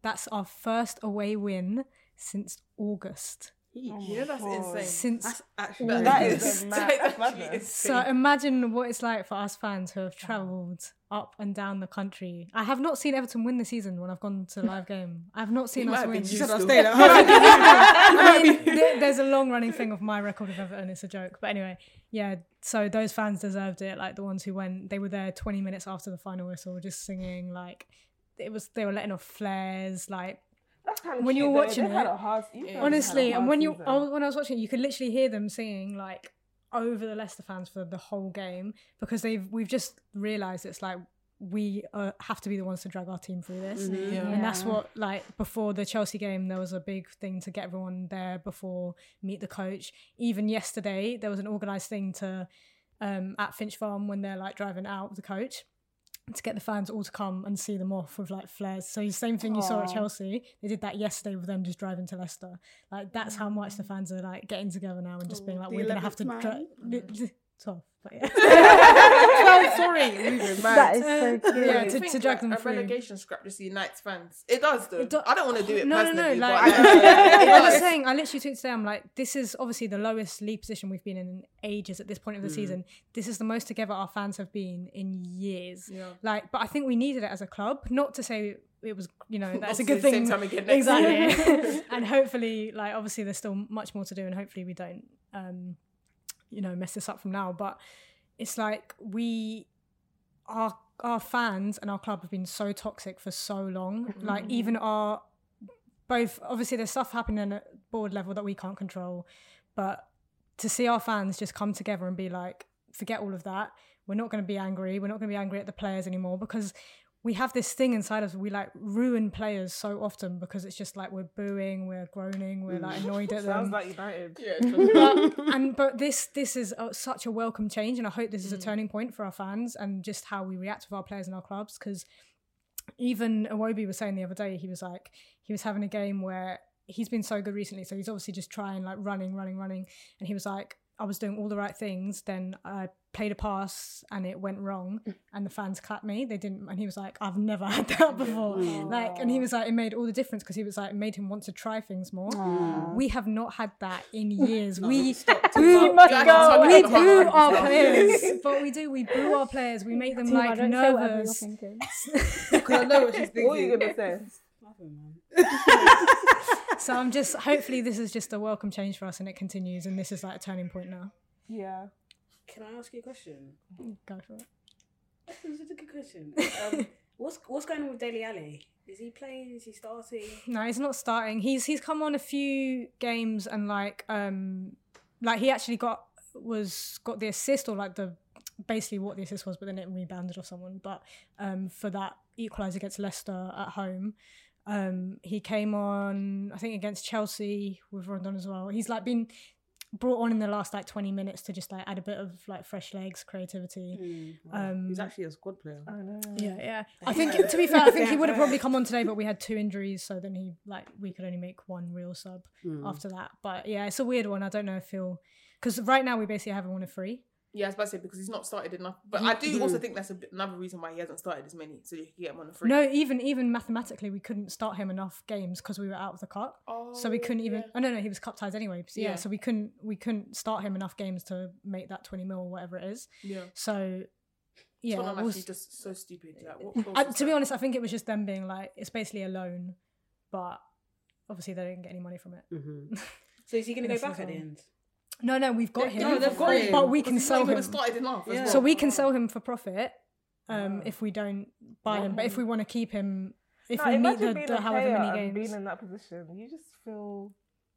[SPEAKER 6] that's our first away win since August.
[SPEAKER 3] Oh
[SPEAKER 7] You know that's insane.
[SPEAKER 6] Since
[SPEAKER 5] That's actually
[SPEAKER 3] That is a mad- that's
[SPEAKER 7] Actually,
[SPEAKER 3] madness.
[SPEAKER 7] it's
[SPEAKER 6] so imagine what it's like for us fans who have travelled up and down the country. I have not seen Everton win this season when I've gone to a live game. I've not seen us win.
[SPEAKER 5] Should I
[SPEAKER 7] still.
[SPEAKER 5] stay at home?
[SPEAKER 6] I mean, th- there's a long running thing of my record of Everton. It's a joke, but anyway, yeah. So those fans deserved it. Like the ones who went, they were there 20 minutes after the final whistle, just singing. Like it was, they were letting off flares. Like
[SPEAKER 3] That's kind of
[SPEAKER 6] When
[SPEAKER 3] cute,
[SPEAKER 6] you're
[SPEAKER 3] though.
[SPEAKER 6] watching
[SPEAKER 3] They've had
[SPEAKER 6] it,
[SPEAKER 3] a hard, you guys
[SPEAKER 6] honestly,
[SPEAKER 3] had a
[SPEAKER 6] and
[SPEAKER 3] hard
[SPEAKER 6] when you,
[SPEAKER 3] season.
[SPEAKER 6] I was, when I was watching, it, you could literally hear them singing like over the Leicester fans for the whole game because they've we've just realised it's like we uh, have to be the ones to drag our team through this. And that's what, like, before the Chelsea game, there was a big thing to get everyone there before meet the coach. Even yesterday, there was an organised thing to um, at Finch Farm when they're like driving out with the coach to get the fans all to come and see them off with like flares. So the same thing you saw at Chelsea, they did that yesterday with them just driving to Leicester. Like that's how much the fans are like getting together now and just being like, we're gonna have to dri- twelve, but yeah,
[SPEAKER 5] Sorry, we've been mad.
[SPEAKER 4] That is so cute.
[SPEAKER 6] yeah,
[SPEAKER 7] I
[SPEAKER 6] to,
[SPEAKER 7] think,
[SPEAKER 6] to drag
[SPEAKER 7] like,
[SPEAKER 6] them
[SPEAKER 7] a
[SPEAKER 6] through.
[SPEAKER 7] relegation scrap just the United fans. It does though.
[SPEAKER 6] It do-
[SPEAKER 7] I don't want to do it
[SPEAKER 6] No, no,
[SPEAKER 7] personally.
[SPEAKER 6] no.
[SPEAKER 7] but uh,
[SPEAKER 6] Like,
[SPEAKER 7] it
[SPEAKER 6] I'm
[SPEAKER 7] does.
[SPEAKER 6] just saying, I literally tweeted today. I'm like, this is obviously the lowest league position we've been in in ages at this point of
[SPEAKER 7] Mm.
[SPEAKER 6] the season. This is the most together our fans have been in years. Like, but I think we needed it as a club. Not to say it was, you know, that's a
[SPEAKER 7] Obviously,
[SPEAKER 6] good thing.
[SPEAKER 7] same time again next
[SPEAKER 6] exactly. and hopefully, like, obviously, there's still much more to do, and hopefully, we don't, um, you know, mess this up from now. But it's like we our our fans and our club have been so toxic for so long. Like even our both obviously there's stuff happening at board level that we can't control, but to see our fans just come together and be like, forget all of that. We're not going to be angry. We're not going to be angry at the players anymore because we have this thing inside us. We like ruin players so often because it's just like we're booing, we're groaning, we're like annoyed at them
[SPEAKER 3] Sounds like United.
[SPEAKER 6] but, and but this this is uh such a welcome change, and I hope this is a
[SPEAKER 3] Mm.
[SPEAKER 6] turning point for our fans and just how we react with our players and our clubs. Because even Awobi was saying the other day, he was like he was having a game where he's been so good recently, so he's obviously just trying like running, running, running, and he was like. I was doing all the right things, then I played a pass and it went wrong, and the fans clapped me. They didn't, and he was like, "I've never had that before." Like, and he was like, "It made all the difference because he was like, it made him want to try things more." We have not had that in years. we boo,
[SPEAKER 7] must Don't go. talk
[SPEAKER 6] we
[SPEAKER 7] about the
[SPEAKER 6] boo
[SPEAKER 7] heart.
[SPEAKER 6] our players, but we do. We boo our players. We make them
[SPEAKER 4] Team, I
[SPEAKER 6] like
[SPEAKER 4] don't say whatever you're
[SPEAKER 6] nervous.
[SPEAKER 4] thinking.
[SPEAKER 5] Because I know what she's
[SPEAKER 3] What are you
[SPEAKER 5] thinking.
[SPEAKER 3] gonna say?
[SPEAKER 6] So I'm just hopefully this is just a welcome change for us, and it continues. And this is like a turning point now.
[SPEAKER 3] Yeah.
[SPEAKER 8] Can I ask you a question?
[SPEAKER 6] Go for it.
[SPEAKER 8] This is a good question. Um, what's what's going on with Daily Alley? Is he playing? Is he starting?
[SPEAKER 6] No, he's not starting. He's he's come on a few games and like um like he actually got was got the assist or like the basically what the assist was, but then it rebounded off someone. But um for that equaliser against Leicester at home. Um he came on I think against Chelsea with Rondon as well. He's like been brought on in the last like 20 minutes to just like add a bit of like fresh legs creativity um
[SPEAKER 5] He's actually a squad player.
[SPEAKER 8] Mm.
[SPEAKER 6] yeah, yeah. I think to be fair, I think he would have probably come on today, but we had two injuries, so then he like we could only make one real sub after that. But yeah, it's a weird one. I don't know if he'll because right now we basically have him on a free.
[SPEAKER 7] Yeah, I was about to say because he's not started enough. But I do also think that's a bit- another reason why he hasn't started as many, so you can get him on the free.
[SPEAKER 6] No, even even mathematically, we couldn't start him enough games because we were out of the cup. so we couldn't even. Oh no, no, he was cup ties anyway. So yeah,
[SPEAKER 7] Yeah.
[SPEAKER 6] so we couldn't we couldn't start him enough games to make that twenty mil or whatever it is.
[SPEAKER 7] Yeah.
[SPEAKER 6] So yeah,
[SPEAKER 7] Yeah, I'm
[SPEAKER 6] we'll
[SPEAKER 7] actually
[SPEAKER 6] s-
[SPEAKER 7] just so stupid. Like, what
[SPEAKER 6] I,
[SPEAKER 7] clause is
[SPEAKER 6] to be
[SPEAKER 7] that?
[SPEAKER 6] honest, I think it was just them being like, it's basically a loan, but obviously they didn't get any money from it.
[SPEAKER 7] Mm-hmm.
[SPEAKER 8] So is he going to go
[SPEAKER 6] Yes,
[SPEAKER 8] back
[SPEAKER 6] he's
[SPEAKER 8] at the
[SPEAKER 6] on.
[SPEAKER 8] end?
[SPEAKER 6] No, no, we've got him.
[SPEAKER 5] no, they've got him.
[SPEAKER 6] But we
[SPEAKER 7] Because
[SPEAKER 6] can
[SPEAKER 7] he's not
[SPEAKER 6] sell
[SPEAKER 7] even
[SPEAKER 6] him.
[SPEAKER 7] started enough. as
[SPEAKER 5] Yeah.
[SPEAKER 7] well.
[SPEAKER 6] So we can sell him for profit um, if we don't buy him. But if we want to keep him, if
[SPEAKER 3] No,
[SPEAKER 6] we need
[SPEAKER 3] imagine
[SPEAKER 6] the,
[SPEAKER 3] being
[SPEAKER 6] the
[SPEAKER 3] a
[SPEAKER 6] however
[SPEAKER 3] player
[SPEAKER 6] many
[SPEAKER 3] and
[SPEAKER 6] games.
[SPEAKER 3] being in that position. You just feel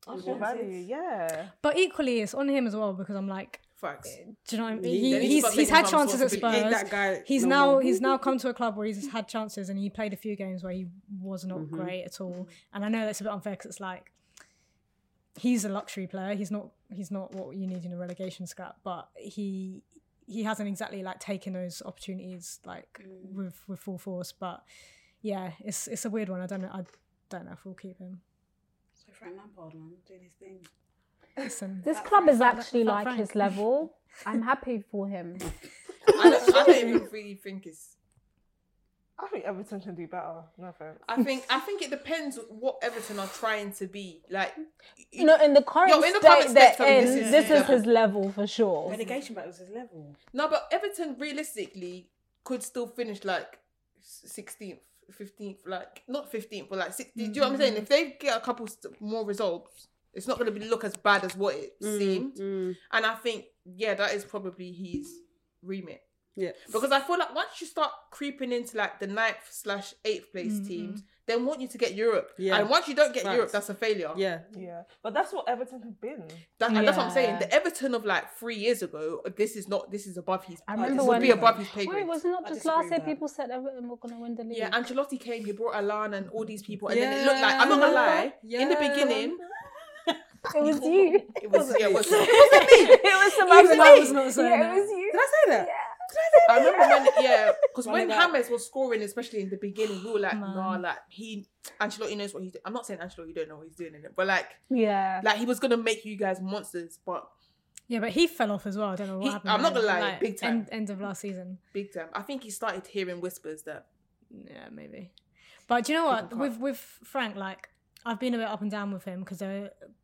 [SPEAKER 8] Oh,
[SPEAKER 3] your value. Yeah.
[SPEAKER 6] But equally, it's on him as well because I'm like,
[SPEAKER 7] Facts.
[SPEAKER 6] do you know what I mean?
[SPEAKER 5] He-
[SPEAKER 6] He,
[SPEAKER 5] then he's
[SPEAKER 6] he's
[SPEAKER 7] got
[SPEAKER 6] he's
[SPEAKER 7] taken
[SPEAKER 6] had
[SPEAKER 7] some
[SPEAKER 6] chances at Spurs.
[SPEAKER 7] responsibility.
[SPEAKER 5] Ain't that guy
[SPEAKER 6] he's
[SPEAKER 5] no
[SPEAKER 6] now
[SPEAKER 5] more.
[SPEAKER 6] he's now come to a club where he's had chances and he played a few games where he was not
[SPEAKER 5] Mm-hmm.
[SPEAKER 6] great at all. And I know that's a bit unfair because it's like he's a luxury player. He's not he's not what you need in a relegation scrap, but he he hasn't exactly like taken those opportunities like
[SPEAKER 5] Mm.
[SPEAKER 6] with with full force. But yeah, it's it's a weird one. I don't know. I don't know if we'll keep him.
[SPEAKER 8] So Frank Lampard, man, doing his thing.
[SPEAKER 6] Listen,
[SPEAKER 4] This club is actually
[SPEAKER 6] Fat
[SPEAKER 4] like
[SPEAKER 6] Frank.
[SPEAKER 4] his level. I'm happy for him.
[SPEAKER 7] I don't, I don't even really think it's.
[SPEAKER 3] I think Everton can do better. No offense.
[SPEAKER 7] I think I think it depends what Everton are trying to be. Like, you
[SPEAKER 4] No, in the current
[SPEAKER 7] Yo, in the current
[SPEAKER 4] state they're
[SPEAKER 7] state,
[SPEAKER 4] in,
[SPEAKER 7] this
[SPEAKER 4] this
[SPEAKER 7] is
[SPEAKER 4] is,
[SPEAKER 7] his
[SPEAKER 4] his level for sure.
[SPEAKER 8] Relegation battles his level.
[SPEAKER 7] no, but Everton realistically could still finish like sixteenth, fifteenth, like not fifteenth, but like 16th Do you know what I'm saying? If they get a couple st- more results, it's not going to be look as bad as what it seemed. And I think yeah, that is probably his remit.
[SPEAKER 5] Yeah.
[SPEAKER 7] Because I feel like once you start creeping into like the ninth slash eighth place teams, they want you to get Europe.
[SPEAKER 5] Yeah.
[SPEAKER 7] And once you don't get
[SPEAKER 5] Facts.
[SPEAKER 7] Europe, that's a failure.
[SPEAKER 5] Yeah.
[SPEAKER 3] Yeah. But that's what Everton have been.
[SPEAKER 7] That, and That's what I'm saying.
[SPEAKER 4] Yeah.
[SPEAKER 7] The Everton of like three years ago, this is not. This is above his.
[SPEAKER 4] I remember
[SPEAKER 7] this
[SPEAKER 4] when
[SPEAKER 7] would be above his pay
[SPEAKER 4] Wait,
[SPEAKER 7] grade.
[SPEAKER 4] wasn't
[SPEAKER 8] I
[SPEAKER 4] that just
[SPEAKER 8] disagree
[SPEAKER 4] last
[SPEAKER 8] with
[SPEAKER 4] year
[SPEAKER 8] that.
[SPEAKER 4] people said Everton were going to win the league?
[SPEAKER 7] Yeah, Ancelotti came. He brought Alan and all these people, and then it
[SPEAKER 5] Yeah.
[SPEAKER 7] looked like I'm not gonna lie. In the
[SPEAKER 5] Yeah.
[SPEAKER 7] beginning,
[SPEAKER 4] it was you.
[SPEAKER 7] it was. yeah, it was.
[SPEAKER 4] it was Samantha.
[SPEAKER 6] Even I was not saying
[SPEAKER 4] yeah,
[SPEAKER 6] that.
[SPEAKER 4] it was you.
[SPEAKER 5] Did I say that?
[SPEAKER 7] I remember when. Yeah, because when
[SPEAKER 8] they got-
[SPEAKER 7] Hammers was scoring, especially in the beginning, we were like, nah, like he Ancelotti knows what he's. doing. I'm not saying Ancelotti don't know what he's doing in it, but like,
[SPEAKER 4] Yeah.
[SPEAKER 7] like he was gonna make you guys monsters, but
[SPEAKER 6] yeah, but he fell off as well. I don't know what
[SPEAKER 7] He-
[SPEAKER 6] happened.
[SPEAKER 7] I'm not
[SPEAKER 6] there.
[SPEAKER 7] gonna lie, big time.
[SPEAKER 6] End, end of last season.
[SPEAKER 7] big time. I think he started hearing whispers that
[SPEAKER 6] Yeah, maybe. But do you know what? With with Frank, like I've been a bit up and down with him because,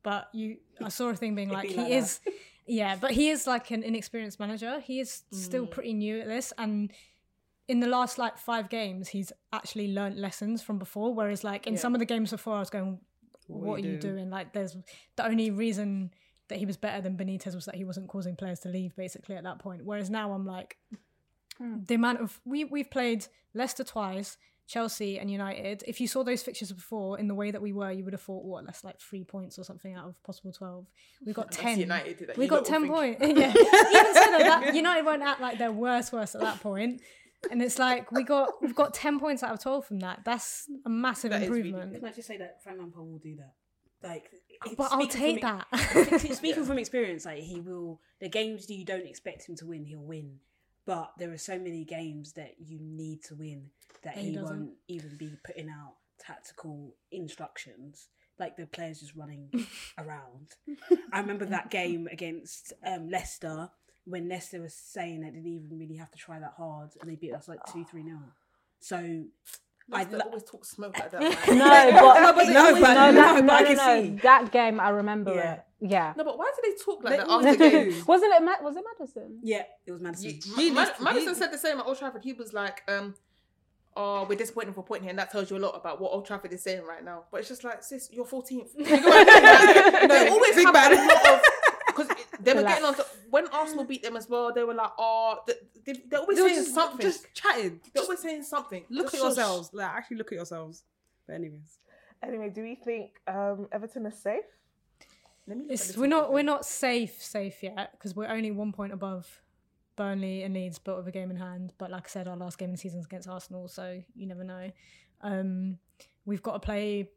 [SPEAKER 6] but you, I saw a thing being like he is, yeah, but he is like an inexperienced manager. He is
[SPEAKER 7] Mm.
[SPEAKER 6] still pretty new at this, and in the last like five games, he's actually learnt lessons from before. Whereas like in some of the games before, I was going, "What, are you doing?" Like there's the only reason that he was better than Benitez was that he wasn't causing players to leave basically at that point. Whereas now I'm like.
[SPEAKER 7] Hmm.
[SPEAKER 6] the amount of we we've played Leicester twice, Chelsea and United. If you saw those fixtures before in the way that we were, you would have thought what that's like three points or something out of possible twelve. We got ten.
[SPEAKER 7] United did that.
[SPEAKER 6] we
[SPEAKER 7] You
[SPEAKER 6] got
[SPEAKER 7] lot
[SPEAKER 6] ten
[SPEAKER 7] will think-
[SPEAKER 6] points. yeah. Even so, though, that United won't act like their worst worst at that point. And it's like we got we've got ten points out of twelve from that. That's a massive
[SPEAKER 3] That is really
[SPEAKER 6] improvement. Oh,
[SPEAKER 8] Can I just say that Frank Lampard will do that? Like, it-
[SPEAKER 6] But I'll
[SPEAKER 8] speaking
[SPEAKER 6] take
[SPEAKER 8] from
[SPEAKER 6] that.
[SPEAKER 8] ex- speaking from experience, like he will. The games that you don't expect him to win, he'll win. But there are so many games that you need to win that
[SPEAKER 6] he
[SPEAKER 8] he,
[SPEAKER 6] doesn't.
[SPEAKER 8] won't even be putting out tactical instructions. Like the players just running around. I remember that game against um, Leicester when Leicester was saying they didn't even really have to try that hard, and they beat us like two, three nil. So I
[SPEAKER 7] I
[SPEAKER 8] lo-
[SPEAKER 7] always talk smoke like that.
[SPEAKER 4] No,
[SPEAKER 7] man.
[SPEAKER 4] but no,
[SPEAKER 7] but- no, but-
[SPEAKER 4] that-
[SPEAKER 7] no, but I
[SPEAKER 4] no,
[SPEAKER 7] can
[SPEAKER 4] no,
[SPEAKER 7] see.
[SPEAKER 4] That game, I remember
[SPEAKER 7] Yeah.
[SPEAKER 4] it. Yeah.
[SPEAKER 7] No, but why do they talk like that
[SPEAKER 5] Let me-
[SPEAKER 7] after games?
[SPEAKER 4] Wasn't it? Ma- was it Madison?
[SPEAKER 8] yeah, it was Madison.
[SPEAKER 7] You-
[SPEAKER 5] really-
[SPEAKER 7] Ma- Ma- Madison
[SPEAKER 5] really-
[SPEAKER 7] said the same at Old Trafford. He was like, um, "Oh, we're disappointed for pointing here, and that tells you a lot about what Old Trafford is saying right now." But it's just like, sis, you're 14th. You know what I mean? Like, they always have a lot of because they were getting on. To, when Arsenal beat them as well, they were like, "Oh, th- they, they're always
[SPEAKER 5] They were
[SPEAKER 7] saying
[SPEAKER 5] just-
[SPEAKER 7] something.
[SPEAKER 5] Just chatting.
[SPEAKER 7] they're always saying something.
[SPEAKER 5] Look
[SPEAKER 7] Just
[SPEAKER 5] at
[SPEAKER 7] shush.
[SPEAKER 5] yourselves. Like, actually look at yourselves. But anyways.
[SPEAKER 3] Anyway, do we think um, Everton is safe?
[SPEAKER 7] Let me look at
[SPEAKER 6] It's,
[SPEAKER 7] this
[SPEAKER 6] we're not
[SPEAKER 7] again.
[SPEAKER 6] we're not safe safe yet because we're only one point above Burnley and Leeds, but with a game in hand. But like I said, our last game of the season is against Arsenal, so you never know. Um, we've got to play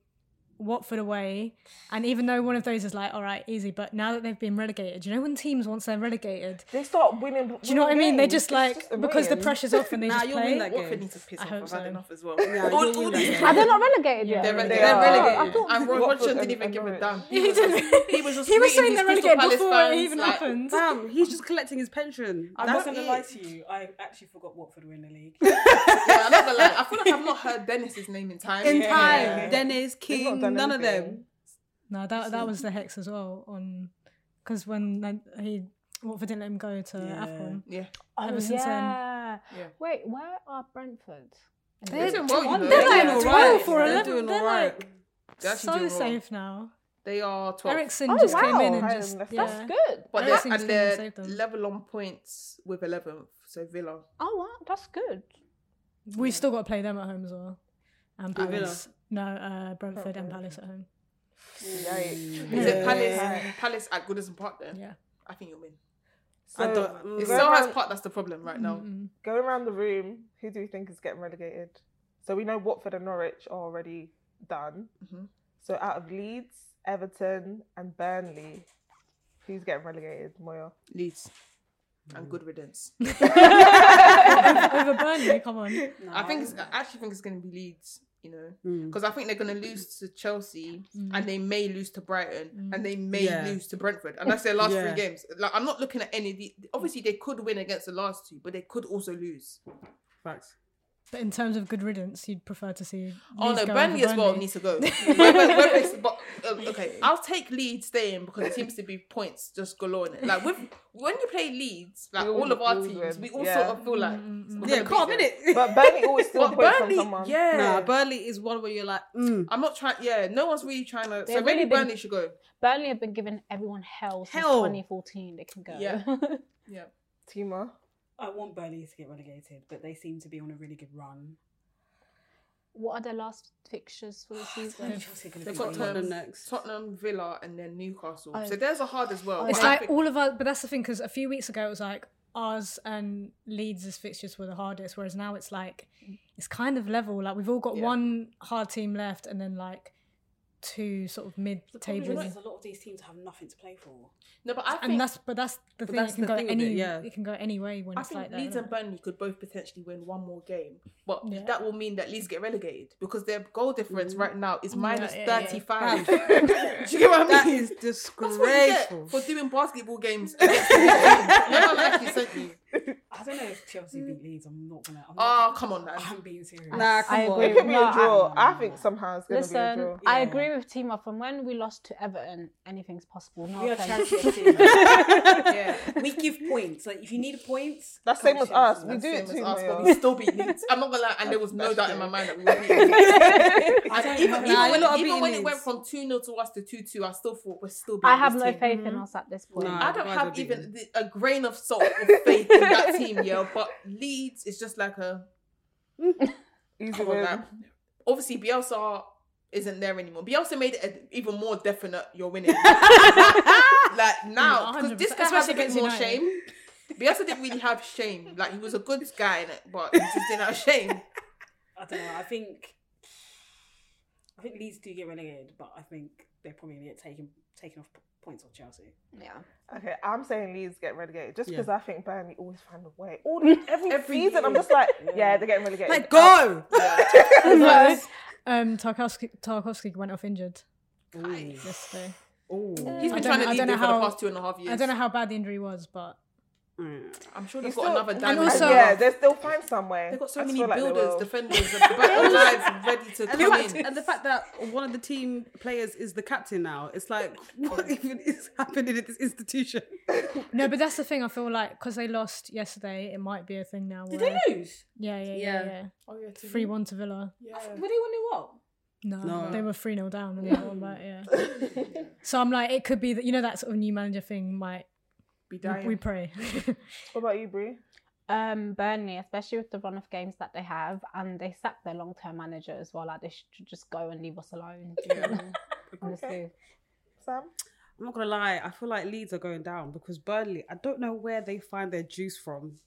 [SPEAKER 6] Watford away, and even though one of those is like all right easy, but now that they've been relegated, you know when teams once they're relegated,
[SPEAKER 3] They start winning.
[SPEAKER 6] do you know what I
[SPEAKER 3] winning
[SPEAKER 6] mean? They
[SPEAKER 3] games.
[SPEAKER 6] just
[SPEAKER 3] It's
[SPEAKER 6] like because the
[SPEAKER 3] annoying.
[SPEAKER 6] pressure's off and they
[SPEAKER 5] Nah,
[SPEAKER 6] just
[SPEAKER 5] you'll win
[SPEAKER 6] play.
[SPEAKER 5] that game.
[SPEAKER 7] Watford needs to piss
[SPEAKER 6] I
[SPEAKER 7] off.
[SPEAKER 6] hope
[SPEAKER 7] I've had
[SPEAKER 6] so.
[SPEAKER 7] enough as well. all,
[SPEAKER 5] Yeah, you'll
[SPEAKER 7] all these
[SPEAKER 5] win that
[SPEAKER 7] people-
[SPEAKER 4] Are they not relegated yet? Oh,
[SPEAKER 7] They're
[SPEAKER 3] They
[SPEAKER 7] relegated.
[SPEAKER 3] are.
[SPEAKER 5] relegated.
[SPEAKER 4] I thought-
[SPEAKER 7] And Roy
[SPEAKER 3] Watford
[SPEAKER 7] Hodgson
[SPEAKER 3] and-
[SPEAKER 7] didn't even
[SPEAKER 3] and
[SPEAKER 7] give a
[SPEAKER 3] Norwich.
[SPEAKER 7] damn.
[SPEAKER 6] He didn't-
[SPEAKER 7] He was just
[SPEAKER 6] he was saying
[SPEAKER 7] greeting
[SPEAKER 6] they're
[SPEAKER 7] his Crystal
[SPEAKER 6] relegated
[SPEAKER 7] Palace
[SPEAKER 6] before it
[SPEAKER 7] fans,
[SPEAKER 6] even
[SPEAKER 7] like,
[SPEAKER 6] happened.
[SPEAKER 5] Damn, he's just collecting his pension.
[SPEAKER 8] I'm
[SPEAKER 5] That's-
[SPEAKER 8] not gonna lie to you. I actually forgot Watford were in the league.
[SPEAKER 7] Yeah, I'm not gonna lie. I feel like I've not heard Dennis's name in time.
[SPEAKER 5] in
[SPEAKER 7] Yeah.
[SPEAKER 5] time.
[SPEAKER 7] Yeah.
[SPEAKER 5] Dennis,
[SPEAKER 3] They've not
[SPEAKER 5] King,
[SPEAKER 3] done
[SPEAKER 5] none of them.
[SPEAKER 3] anything.
[SPEAKER 6] No, that that was the hex as well on because when then he Watford didn't let him go to
[SPEAKER 8] Yeah.
[SPEAKER 6] Afcon.
[SPEAKER 7] Yeah.
[SPEAKER 4] Oh,
[SPEAKER 6] Ever since then.
[SPEAKER 4] yeah.
[SPEAKER 7] Yeah.
[SPEAKER 4] Wait, where are Brentford?
[SPEAKER 7] They're doing well, you know.
[SPEAKER 6] They're like
[SPEAKER 5] doing
[SPEAKER 6] 12
[SPEAKER 5] alright.
[SPEAKER 6] or
[SPEAKER 5] They're
[SPEAKER 6] 11.
[SPEAKER 5] doing
[SPEAKER 6] They're
[SPEAKER 5] alright.
[SPEAKER 6] like
[SPEAKER 7] They're actually
[SPEAKER 6] so
[SPEAKER 7] doing well.
[SPEAKER 6] safe now.
[SPEAKER 7] They are 12.
[SPEAKER 6] Ericsson
[SPEAKER 4] Oh,
[SPEAKER 6] just
[SPEAKER 4] wow.
[SPEAKER 6] came in and
[SPEAKER 3] Home
[SPEAKER 6] just.
[SPEAKER 3] left
[SPEAKER 6] Yeah.
[SPEAKER 4] That's good.
[SPEAKER 7] But
[SPEAKER 6] I
[SPEAKER 7] they're,
[SPEAKER 6] think
[SPEAKER 7] and
[SPEAKER 6] Spain will
[SPEAKER 7] they're
[SPEAKER 6] save them.
[SPEAKER 7] level on points with 11th, so Villa.
[SPEAKER 4] Oh, wow. That's good.
[SPEAKER 6] We've still got to play them at home as well. And
[SPEAKER 7] Oh,
[SPEAKER 5] At Villa?
[SPEAKER 6] Palace. No, uh, Brentford and Palace at home.
[SPEAKER 3] Yikes.
[SPEAKER 7] Is it Palace? Palace at Goodison Park then?
[SPEAKER 6] Yeah.
[SPEAKER 7] I think you'll win.
[SPEAKER 5] I
[SPEAKER 3] So,
[SPEAKER 5] don't- mm.
[SPEAKER 7] It's
[SPEAKER 3] Go
[SPEAKER 7] Selhurst
[SPEAKER 3] around-
[SPEAKER 7] Park that's the problem right now.
[SPEAKER 6] Mm-mm.
[SPEAKER 3] going around the room, who do we think is getting relegated? So we know Watford and Norwich are already done.
[SPEAKER 7] Mhm.
[SPEAKER 3] So out of Leeds, Everton, and Burnley, who's getting relegated? Moya.
[SPEAKER 7] Leeds.
[SPEAKER 3] Mm.
[SPEAKER 7] And good riddance.
[SPEAKER 6] Over Burnley, come on.
[SPEAKER 7] I think it's, I actually think it's going to be Leeds, you know,
[SPEAKER 5] Mm.
[SPEAKER 7] because I think they're going to lose to Chelsea
[SPEAKER 6] Mm.
[SPEAKER 7] and they may lose to Brighton and they may
[SPEAKER 5] Yeah.
[SPEAKER 7] lose to Brentford. And that's their last
[SPEAKER 5] Yeah.
[SPEAKER 7] three games. Like, I'm not looking at any of the. Obviously, they could win against the last two, but they could also lose.
[SPEAKER 5] Facts.
[SPEAKER 6] But in terms of good riddance, you'd prefer to see.
[SPEAKER 7] Oh
[SPEAKER 6] Leeds
[SPEAKER 7] no,
[SPEAKER 6] go
[SPEAKER 7] Burnley
[SPEAKER 6] over
[SPEAKER 7] as well
[SPEAKER 6] Burnley.
[SPEAKER 7] needs to go. Whether- whether it's- but, um, okay, I'll take Leeds staying because it seems to be points just galore in it. Like with when you play Leeds, like
[SPEAKER 3] We all-
[SPEAKER 7] all of our
[SPEAKER 3] we all
[SPEAKER 7] teams,
[SPEAKER 3] win.
[SPEAKER 7] we all
[SPEAKER 3] Yeah.
[SPEAKER 7] sort of feel
[SPEAKER 5] Mm,
[SPEAKER 7] like we're
[SPEAKER 5] Yeah,
[SPEAKER 7] gonna
[SPEAKER 5] can't
[SPEAKER 7] beat
[SPEAKER 5] win
[SPEAKER 7] them.
[SPEAKER 5] it.
[SPEAKER 3] But Burnley always steal
[SPEAKER 7] But
[SPEAKER 3] points
[SPEAKER 7] Burnley-
[SPEAKER 3] from someone.
[SPEAKER 7] yeah.
[SPEAKER 5] Nah, Burnley is one where you're like, mm,
[SPEAKER 7] I'm not trying. Yeah, no one's really trying to. so
[SPEAKER 4] They've
[SPEAKER 7] maybe
[SPEAKER 4] really been-
[SPEAKER 7] Burnley should go.
[SPEAKER 4] Burnley have been giving everyone hell since
[SPEAKER 5] Hell.
[SPEAKER 4] 2014. They can go.
[SPEAKER 7] Yeah. Yeah.
[SPEAKER 3] Tima.
[SPEAKER 8] I want Burnley to get relegated, but they seem to be on a really good run.
[SPEAKER 4] what are their last fixtures for the season?
[SPEAKER 8] Chelsea are gonna
[SPEAKER 5] they've
[SPEAKER 8] be
[SPEAKER 5] got
[SPEAKER 8] great.
[SPEAKER 5] Tottenham next.
[SPEAKER 7] Tottenham, Villa, and then Newcastle.
[SPEAKER 4] Oh.
[SPEAKER 7] So theirs are hard as well.
[SPEAKER 6] It's
[SPEAKER 7] I
[SPEAKER 6] like
[SPEAKER 7] think-
[SPEAKER 6] all of our, but that's the thing because a few weeks ago it was like ours and Leeds' fixtures were the hardest, whereas now it's like it's kind of level. Like we've all got
[SPEAKER 7] Yeah.
[SPEAKER 6] one hard team left, and then like two sort of
[SPEAKER 8] The problem
[SPEAKER 6] mid-table,
[SPEAKER 8] is a lot of these teams have nothing to play for.
[SPEAKER 7] no, but I
[SPEAKER 6] and
[SPEAKER 7] think
[SPEAKER 6] that's but that's the
[SPEAKER 5] But
[SPEAKER 6] thing.
[SPEAKER 5] that's
[SPEAKER 6] it can
[SPEAKER 5] the
[SPEAKER 6] go
[SPEAKER 5] thing with
[SPEAKER 6] any,
[SPEAKER 5] it, yeah.
[SPEAKER 6] it can go any way when
[SPEAKER 7] I
[SPEAKER 6] it's
[SPEAKER 7] think
[SPEAKER 6] like that.
[SPEAKER 7] Leeds
[SPEAKER 6] innit?
[SPEAKER 7] and Burnley could both potentially win one more game, but
[SPEAKER 6] Yeah.
[SPEAKER 7] that will mean that Leeds get relegated because their goal difference right now is minus
[SPEAKER 6] yeah, yeah.
[SPEAKER 7] 35. Do you get what I mean?
[SPEAKER 5] That is
[SPEAKER 7] That's what you get
[SPEAKER 5] disgraceful.
[SPEAKER 7] for doing basketball games. against the team. yeah, I actually sent you.
[SPEAKER 8] I don't know if Chelsea beat Leeds. I'm not gonna. I'm, not,
[SPEAKER 7] Oh, come on, man.
[SPEAKER 8] I'm being serious.
[SPEAKER 5] Nah, come
[SPEAKER 4] I
[SPEAKER 5] on.
[SPEAKER 4] agree.
[SPEAKER 3] It could be
[SPEAKER 4] No,
[SPEAKER 3] a
[SPEAKER 4] I-
[SPEAKER 3] draw. I, think somehow it's going to be a
[SPEAKER 4] Listen,
[SPEAKER 3] draw.
[SPEAKER 4] I agree with Tima. From when we lost to Everton, anything's possible. No
[SPEAKER 8] We are
[SPEAKER 4] offense.
[SPEAKER 8] Chelsea. team.
[SPEAKER 7] Yeah.
[SPEAKER 8] we give points. Like if you need points,
[SPEAKER 3] That's
[SPEAKER 8] come
[SPEAKER 3] same with
[SPEAKER 8] Chelsea.
[SPEAKER 3] us. We do it
[SPEAKER 7] Same as
[SPEAKER 3] too,
[SPEAKER 7] us, but
[SPEAKER 3] Moya.
[SPEAKER 7] we still beat Leeds. I'm not gonna lie, and there was no
[SPEAKER 3] That's
[SPEAKER 7] doubt
[SPEAKER 3] true.
[SPEAKER 7] in my mind that we were beating Leeds.
[SPEAKER 8] I don't
[SPEAKER 7] even
[SPEAKER 8] know.
[SPEAKER 7] even
[SPEAKER 5] Nah,
[SPEAKER 7] when,
[SPEAKER 5] you're not
[SPEAKER 7] even
[SPEAKER 5] beating
[SPEAKER 7] when it went
[SPEAKER 5] Leeds.
[SPEAKER 7] from 2 0 to us to 2 2, I still thought we're still beating
[SPEAKER 4] I have
[SPEAKER 7] this
[SPEAKER 4] no
[SPEAKER 3] Mm-hmm.
[SPEAKER 7] team.
[SPEAKER 4] faith in us at this point.
[SPEAKER 5] No.
[SPEAKER 7] I don't
[SPEAKER 5] Why
[SPEAKER 7] have
[SPEAKER 5] they
[SPEAKER 7] even
[SPEAKER 5] didn't.
[SPEAKER 7] the, a grain of salt of faith in that team team, yeah, but Leeds is just like a
[SPEAKER 3] Easy
[SPEAKER 7] Come on,
[SPEAKER 3] win.
[SPEAKER 7] man. Obviously, Bielsa isn't there anymore. Bielsa made it a, even more definite. You're winning. like now,
[SPEAKER 6] No,
[SPEAKER 7] because this
[SPEAKER 6] 100%,
[SPEAKER 7] guy has
[SPEAKER 6] especially
[SPEAKER 7] a bit
[SPEAKER 6] against
[SPEAKER 7] more
[SPEAKER 6] United.
[SPEAKER 7] shame. Bielsa didn't really have shame. Like he was a good guy in it, but he just didn't have shame.
[SPEAKER 8] I don't know. I think I think Leeds do get relegated, but I think they're probably gonna get taken taken off p- points off Chelsea.
[SPEAKER 4] Yeah.
[SPEAKER 3] Okay, I'm saying Leeds get relegated just
[SPEAKER 5] Yeah.
[SPEAKER 3] because I think Burnley always find a way. All the, every,
[SPEAKER 7] Every
[SPEAKER 3] season, I'm
[SPEAKER 7] year.
[SPEAKER 3] just like,
[SPEAKER 8] Yeah.
[SPEAKER 3] yeah, they're getting relegated.
[SPEAKER 5] Like, go!
[SPEAKER 6] No. um, Tarkovsky, Tarkovsky went off injured yesterday.
[SPEAKER 7] He's
[SPEAKER 6] I
[SPEAKER 7] been trying
[SPEAKER 6] don't
[SPEAKER 7] to
[SPEAKER 6] know- I
[SPEAKER 7] leave
[SPEAKER 6] don't
[SPEAKER 7] there
[SPEAKER 6] know
[SPEAKER 7] for the
[SPEAKER 6] how-
[SPEAKER 7] past two and a half years.
[SPEAKER 6] I don't know how bad the injury was, but
[SPEAKER 7] I'm sure
[SPEAKER 3] You
[SPEAKER 7] they've got
[SPEAKER 3] Uh, still-
[SPEAKER 7] another
[SPEAKER 3] and
[SPEAKER 7] diamond.
[SPEAKER 3] And
[SPEAKER 6] also-
[SPEAKER 3] yeah, they still find somewhere.
[SPEAKER 7] they've got
[SPEAKER 3] I
[SPEAKER 7] so
[SPEAKER 3] just
[SPEAKER 7] many
[SPEAKER 3] feel like they
[SPEAKER 7] builders,
[SPEAKER 3] will.
[SPEAKER 7] defenders, and back alive, ready to
[SPEAKER 5] And
[SPEAKER 7] come
[SPEAKER 5] the,
[SPEAKER 7] in.
[SPEAKER 5] fact, and the fact that one of the team players is the captain now, it's like, what even is happening at this institution?
[SPEAKER 6] no, but that's the thing. I feel like because they lost yesterday, it might be a thing now.
[SPEAKER 8] Did
[SPEAKER 6] where-
[SPEAKER 8] they lose?
[SPEAKER 6] Yeah, yeah,
[SPEAKER 5] Yeah.
[SPEAKER 6] yeah, yeah.
[SPEAKER 7] Oh, yeah, to
[SPEAKER 6] Three
[SPEAKER 7] win.
[SPEAKER 6] one to Villa.
[SPEAKER 7] Yeah.
[SPEAKER 8] Were they one new up?
[SPEAKER 6] No,
[SPEAKER 5] No.
[SPEAKER 6] they were three 0 down and they won back. Yeah. so I'm like, it could be that you know that sort of new manager thing might.
[SPEAKER 7] Be
[SPEAKER 6] we-
[SPEAKER 7] dying.
[SPEAKER 6] We pray.
[SPEAKER 3] What about you, Brie?
[SPEAKER 4] Um, Burnley, especially with the run of games that they have, and they sacked their long term manager as well. Like they should just go and leave us alone.
[SPEAKER 7] Yeah.
[SPEAKER 4] Honestly,
[SPEAKER 3] Okay. Sam?
[SPEAKER 5] I'm not gonna lie, I feel like Leeds are going down because Burnley, I don't know where they find their juice from,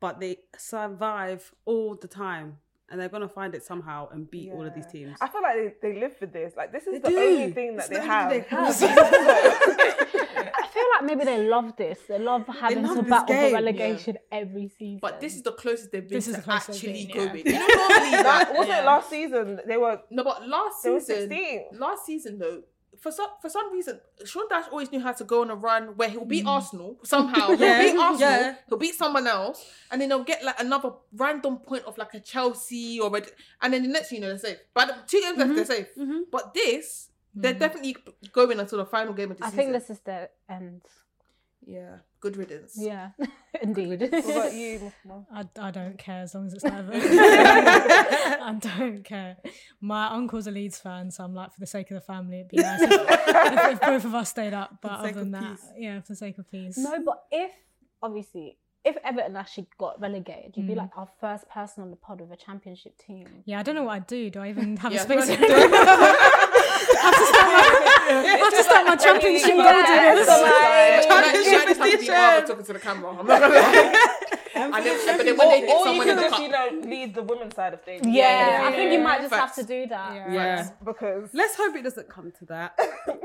[SPEAKER 5] but they survive all the time and they're gonna find it somehow and beat all of these
[SPEAKER 3] Yeah.
[SPEAKER 5] teams.
[SPEAKER 3] I feel like they, they live for this. Like, this is the
[SPEAKER 5] do.
[SPEAKER 3] only thing that
[SPEAKER 5] It's
[SPEAKER 3] they
[SPEAKER 5] the only
[SPEAKER 3] have.
[SPEAKER 5] thing they
[SPEAKER 4] I feel like maybe they love this. They love having
[SPEAKER 5] love
[SPEAKER 4] to
[SPEAKER 5] this
[SPEAKER 4] battle
[SPEAKER 5] game,
[SPEAKER 4] for
[SPEAKER 5] yeah.
[SPEAKER 4] relegation every season.
[SPEAKER 7] But this is the closest they've been
[SPEAKER 6] This
[SPEAKER 7] to
[SPEAKER 6] is the closest they've
[SPEAKER 7] actually
[SPEAKER 6] been,
[SPEAKER 7] going.
[SPEAKER 6] yeah.
[SPEAKER 7] You know, normally
[SPEAKER 3] Like,
[SPEAKER 7] that
[SPEAKER 3] wasn't it last season? They were.
[SPEAKER 7] No, but last
[SPEAKER 3] They were
[SPEAKER 7] season,
[SPEAKER 3] 16.
[SPEAKER 7] last season though, for some for some reason, Sean Dash always knew how to go on a run where he'll
[SPEAKER 6] Mm.
[SPEAKER 7] beat Arsenal somehow.
[SPEAKER 5] Yeah,
[SPEAKER 7] He'll beat Arsenal,
[SPEAKER 5] yeah.
[SPEAKER 7] he'll beat someone else, and then they'll get like another random point of like a Chelsea or a, and then the next thing you know they're safe. But two games left,
[SPEAKER 6] Mm-hmm.
[SPEAKER 7] they're safe. But this, they're definitely going until the final game of the
[SPEAKER 4] I
[SPEAKER 7] season.
[SPEAKER 4] think this is the end.
[SPEAKER 7] yeah, good riddance.
[SPEAKER 4] Yeah, indeed.
[SPEAKER 3] What about you, Mokmo?
[SPEAKER 6] I, I don't care as long as it's not Everton. I don't care. My uncle's a Leeds fan, so I'm like, for the sake of the family, it'd be nice if, if- if both of us stayed up. But other
[SPEAKER 5] sake
[SPEAKER 6] than
[SPEAKER 5] of
[SPEAKER 6] that,
[SPEAKER 5] peace.
[SPEAKER 6] yeah, for the sake of peace.
[SPEAKER 4] No, but if obviously if Everton actually got relegated, you'd be
[SPEAKER 5] Mm.
[SPEAKER 4] like our first person on the pod with a championship team.
[SPEAKER 6] Yeah, I don't know what I do. Do I even have
[SPEAKER 7] Yeah,
[SPEAKER 6] a space?
[SPEAKER 7] no,
[SPEAKER 6] I have to start my, I have to start my championship goal
[SPEAKER 3] So,
[SPEAKER 6] doing.
[SPEAKER 3] like,
[SPEAKER 7] Like, Shaq just had to be Arthur talking to the camera. I'm not gonna lie. and then, but then when they get
[SPEAKER 3] or, or you
[SPEAKER 7] someone in
[SPEAKER 3] could
[SPEAKER 7] the
[SPEAKER 3] just,
[SPEAKER 7] cup,
[SPEAKER 3] you know, lead the women's side of things.
[SPEAKER 4] Yeah, I think you
[SPEAKER 7] yeah.
[SPEAKER 4] might just
[SPEAKER 7] Facts.
[SPEAKER 4] have to do that.
[SPEAKER 5] yeah.
[SPEAKER 3] Because
[SPEAKER 5] Let's hope it doesn't come to that.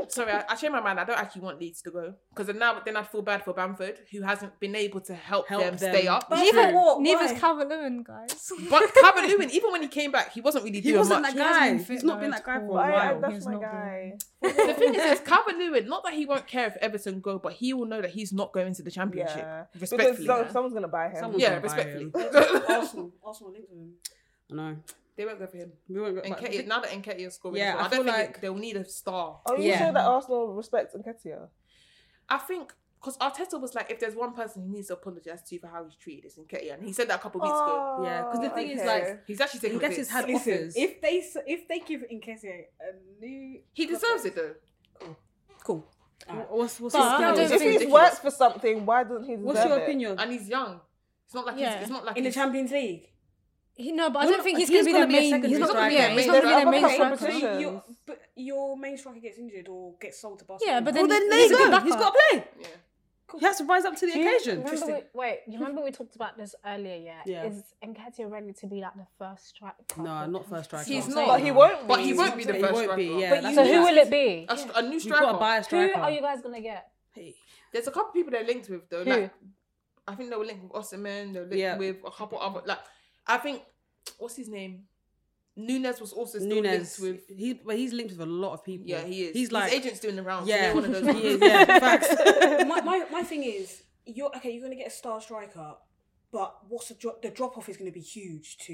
[SPEAKER 7] Sorry, I, I changed my mind. I don't actually want Leeds to go because then now then I'd feel bad for Bamford who hasn't been able to help,
[SPEAKER 5] Help
[SPEAKER 7] them,
[SPEAKER 5] them.
[SPEAKER 7] stay up. But,
[SPEAKER 6] Neither,
[SPEAKER 8] walk,
[SPEAKER 6] neither's
[SPEAKER 8] why?
[SPEAKER 6] Calvert-Lewin, guys.
[SPEAKER 7] Calvert-Lewin, even when he came back, he wasn't really
[SPEAKER 5] He
[SPEAKER 7] doing
[SPEAKER 5] wasn't
[SPEAKER 7] much.
[SPEAKER 5] that guy.
[SPEAKER 6] hasn't
[SPEAKER 5] He's
[SPEAKER 6] fit
[SPEAKER 5] not
[SPEAKER 6] though
[SPEAKER 5] been that
[SPEAKER 6] at
[SPEAKER 5] guy
[SPEAKER 6] all.
[SPEAKER 5] for
[SPEAKER 3] I,
[SPEAKER 5] a
[SPEAKER 3] I-
[SPEAKER 5] while.
[SPEAKER 3] that's
[SPEAKER 6] He's
[SPEAKER 3] my
[SPEAKER 6] not
[SPEAKER 3] guy.
[SPEAKER 7] the thing is, is Calvert-Lewin, not that he won't care if Everton go, but he will know that he's not going to the championship.
[SPEAKER 3] Yeah. Because
[SPEAKER 7] Respectfully.
[SPEAKER 3] so, someone's going to buy him.
[SPEAKER 5] Someone's
[SPEAKER 7] yeah,
[SPEAKER 5] gonna buy
[SPEAKER 7] respectfully.
[SPEAKER 5] him.
[SPEAKER 8] Arsenal, Arsenal linked with him.
[SPEAKER 5] I know.
[SPEAKER 7] they won't go for him.
[SPEAKER 5] We won't go
[SPEAKER 7] And
[SPEAKER 5] but I
[SPEAKER 7] Ketia,
[SPEAKER 5] think-
[SPEAKER 7] now that Nketiah's scoring,
[SPEAKER 5] Yeah,
[SPEAKER 7] yeah, I,
[SPEAKER 5] I
[SPEAKER 7] don't
[SPEAKER 5] feel
[SPEAKER 7] think
[SPEAKER 5] like-
[SPEAKER 7] it, they'll need a star.
[SPEAKER 3] Are you
[SPEAKER 5] Yeah.
[SPEAKER 3] sure that Arsenal respects Nketiah?
[SPEAKER 7] I think because Arteta was like, if there's one person he needs to apologise to for how he's treated, it's Nketiah. And he said that a couple of weeks ago.
[SPEAKER 5] Yeah, 'cause the thing is,
[SPEAKER 3] okay.
[SPEAKER 5] like,
[SPEAKER 7] He's actually taking a
[SPEAKER 5] Nketiah's
[SPEAKER 7] piss.
[SPEAKER 5] had
[SPEAKER 8] Listen,
[SPEAKER 5] offers.
[SPEAKER 8] if they s- if they give Nketiah a new,
[SPEAKER 7] He deserves it though.
[SPEAKER 5] cool.
[SPEAKER 8] Alright.
[SPEAKER 5] What's, what's
[SPEAKER 6] But
[SPEAKER 5] your
[SPEAKER 6] I
[SPEAKER 5] scale?
[SPEAKER 6] don't
[SPEAKER 3] if
[SPEAKER 6] think-
[SPEAKER 3] he's worked for something, why doesn't he deserve
[SPEAKER 5] What's your
[SPEAKER 3] it?
[SPEAKER 5] opinion?
[SPEAKER 7] and he's young. It's not like
[SPEAKER 6] Yeah.
[SPEAKER 7] he's, it's not like
[SPEAKER 8] in the
[SPEAKER 7] he's-
[SPEAKER 8] Champions League.
[SPEAKER 6] He, no, but I
[SPEAKER 5] Well,
[SPEAKER 6] don't think he's,
[SPEAKER 5] he's
[SPEAKER 6] going to be
[SPEAKER 5] gonna
[SPEAKER 6] their
[SPEAKER 5] be a
[SPEAKER 6] main. He's
[SPEAKER 5] secondary
[SPEAKER 6] not going to
[SPEAKER 5] striker.
[SPEAKER 6] be. Yeah, he's
[SPEAKER 7] There's
[SPEAKER 6] not going to be
[SPEAKER 3] other
[SPEAKER 6] their main
[SPEAKER 3] competition.
[SPEAKER 8] But
[SPEAKER 6] striker.
[SPEAKER 3] Yes.
[SPEAKER 8] your, but your main striker gets injured or gets sold to Barcelona.
[SPEAKER 6] Yeah, but
[SPEAKER 5] Well,
[SPEAKER 6] then
[SPEAKER 5] Oh, then there you
[SPEAKER 6] he's a good
[SPEAKER 5] go. He's got
[SPEAKER 6] backup.
[SPEAKER 5] to play.
[SPEAKER 7] Yeah.
[SPEAKER 5] He has to rise up to the
[SPEAKER 4] Do you
[SPEAKER 5] occasion.
[SPEAKER 4] Remember we, wait, you remember we talked about this earlier? Yeah.
[SPEAKER 5] Yeah.
[SPEAKER 4] Is Nketiah ready to be like the first striker?
[SPEAKER 5] No, not first striker.
[SPEAKER 7] He's not.
[SPEAKER 5] I'm saying.
[SPEAKER 3] But he won't
[SPEAKER 7] But he
[SPEAKER 3] be.
[SPEAKER 7] won't be the
[SPEAKER 5] He
[SPEAKER 7] first
[SPEAKER 5] won't
[SPEAKER 7] striker.
[SPEAKER 5] be, yeah.
[SPEAKER 8] But
[SPEAKER 5] that's
[SPEAKER 8] you-
[SPEAKER 4] So
[SPEAKER 5] what
[SPEAKER 4] who
[SPEAKER 5] I'm
[SPEAKER 4] will
[SPEAKER 5] saying.
[SPEAKER 4] it be?
[SPEAKER 7] A, st- a new
[SPEAKER 5] You've got
[SPEAKER 7] striker.
[SPEAKER 5] to buy a
[SPEAKER 4] Who
[SPEAKER 5] striker.
[SPEAKER 4] are you guys gonna get?
[SPEAKER 7] There's a couple people they're linked with though.
[SPEAKER 4] Who?
[SPEAKER 7] Like I think they were linked with Osimhen. They were linked
[SPEAKER 5] Yeah.
[SPEAKER 7] with a couple other. Like I think what's his name? Nunes was also still
[SPEAKER 5] Nunes.
[SPEAKER 7] linked with.
[SPEAKER 5] He, but he's linked with a lot of people.
[SPEAKER 7] Yeah, he is.
[SPEAKER 5] He's like,
[SPEAKER 7] his agent's doing the rounds.
[SPEAKER 5] yeah,
[SPEAKER 7] Yeah, one of those.
[SPEAKER 5] he is. Yeah, facts.
[SPEAKER 8] my, my, my thing is, you're okay. You're gonna get a star striker, but what's the drop? The drop off is gonna be huge to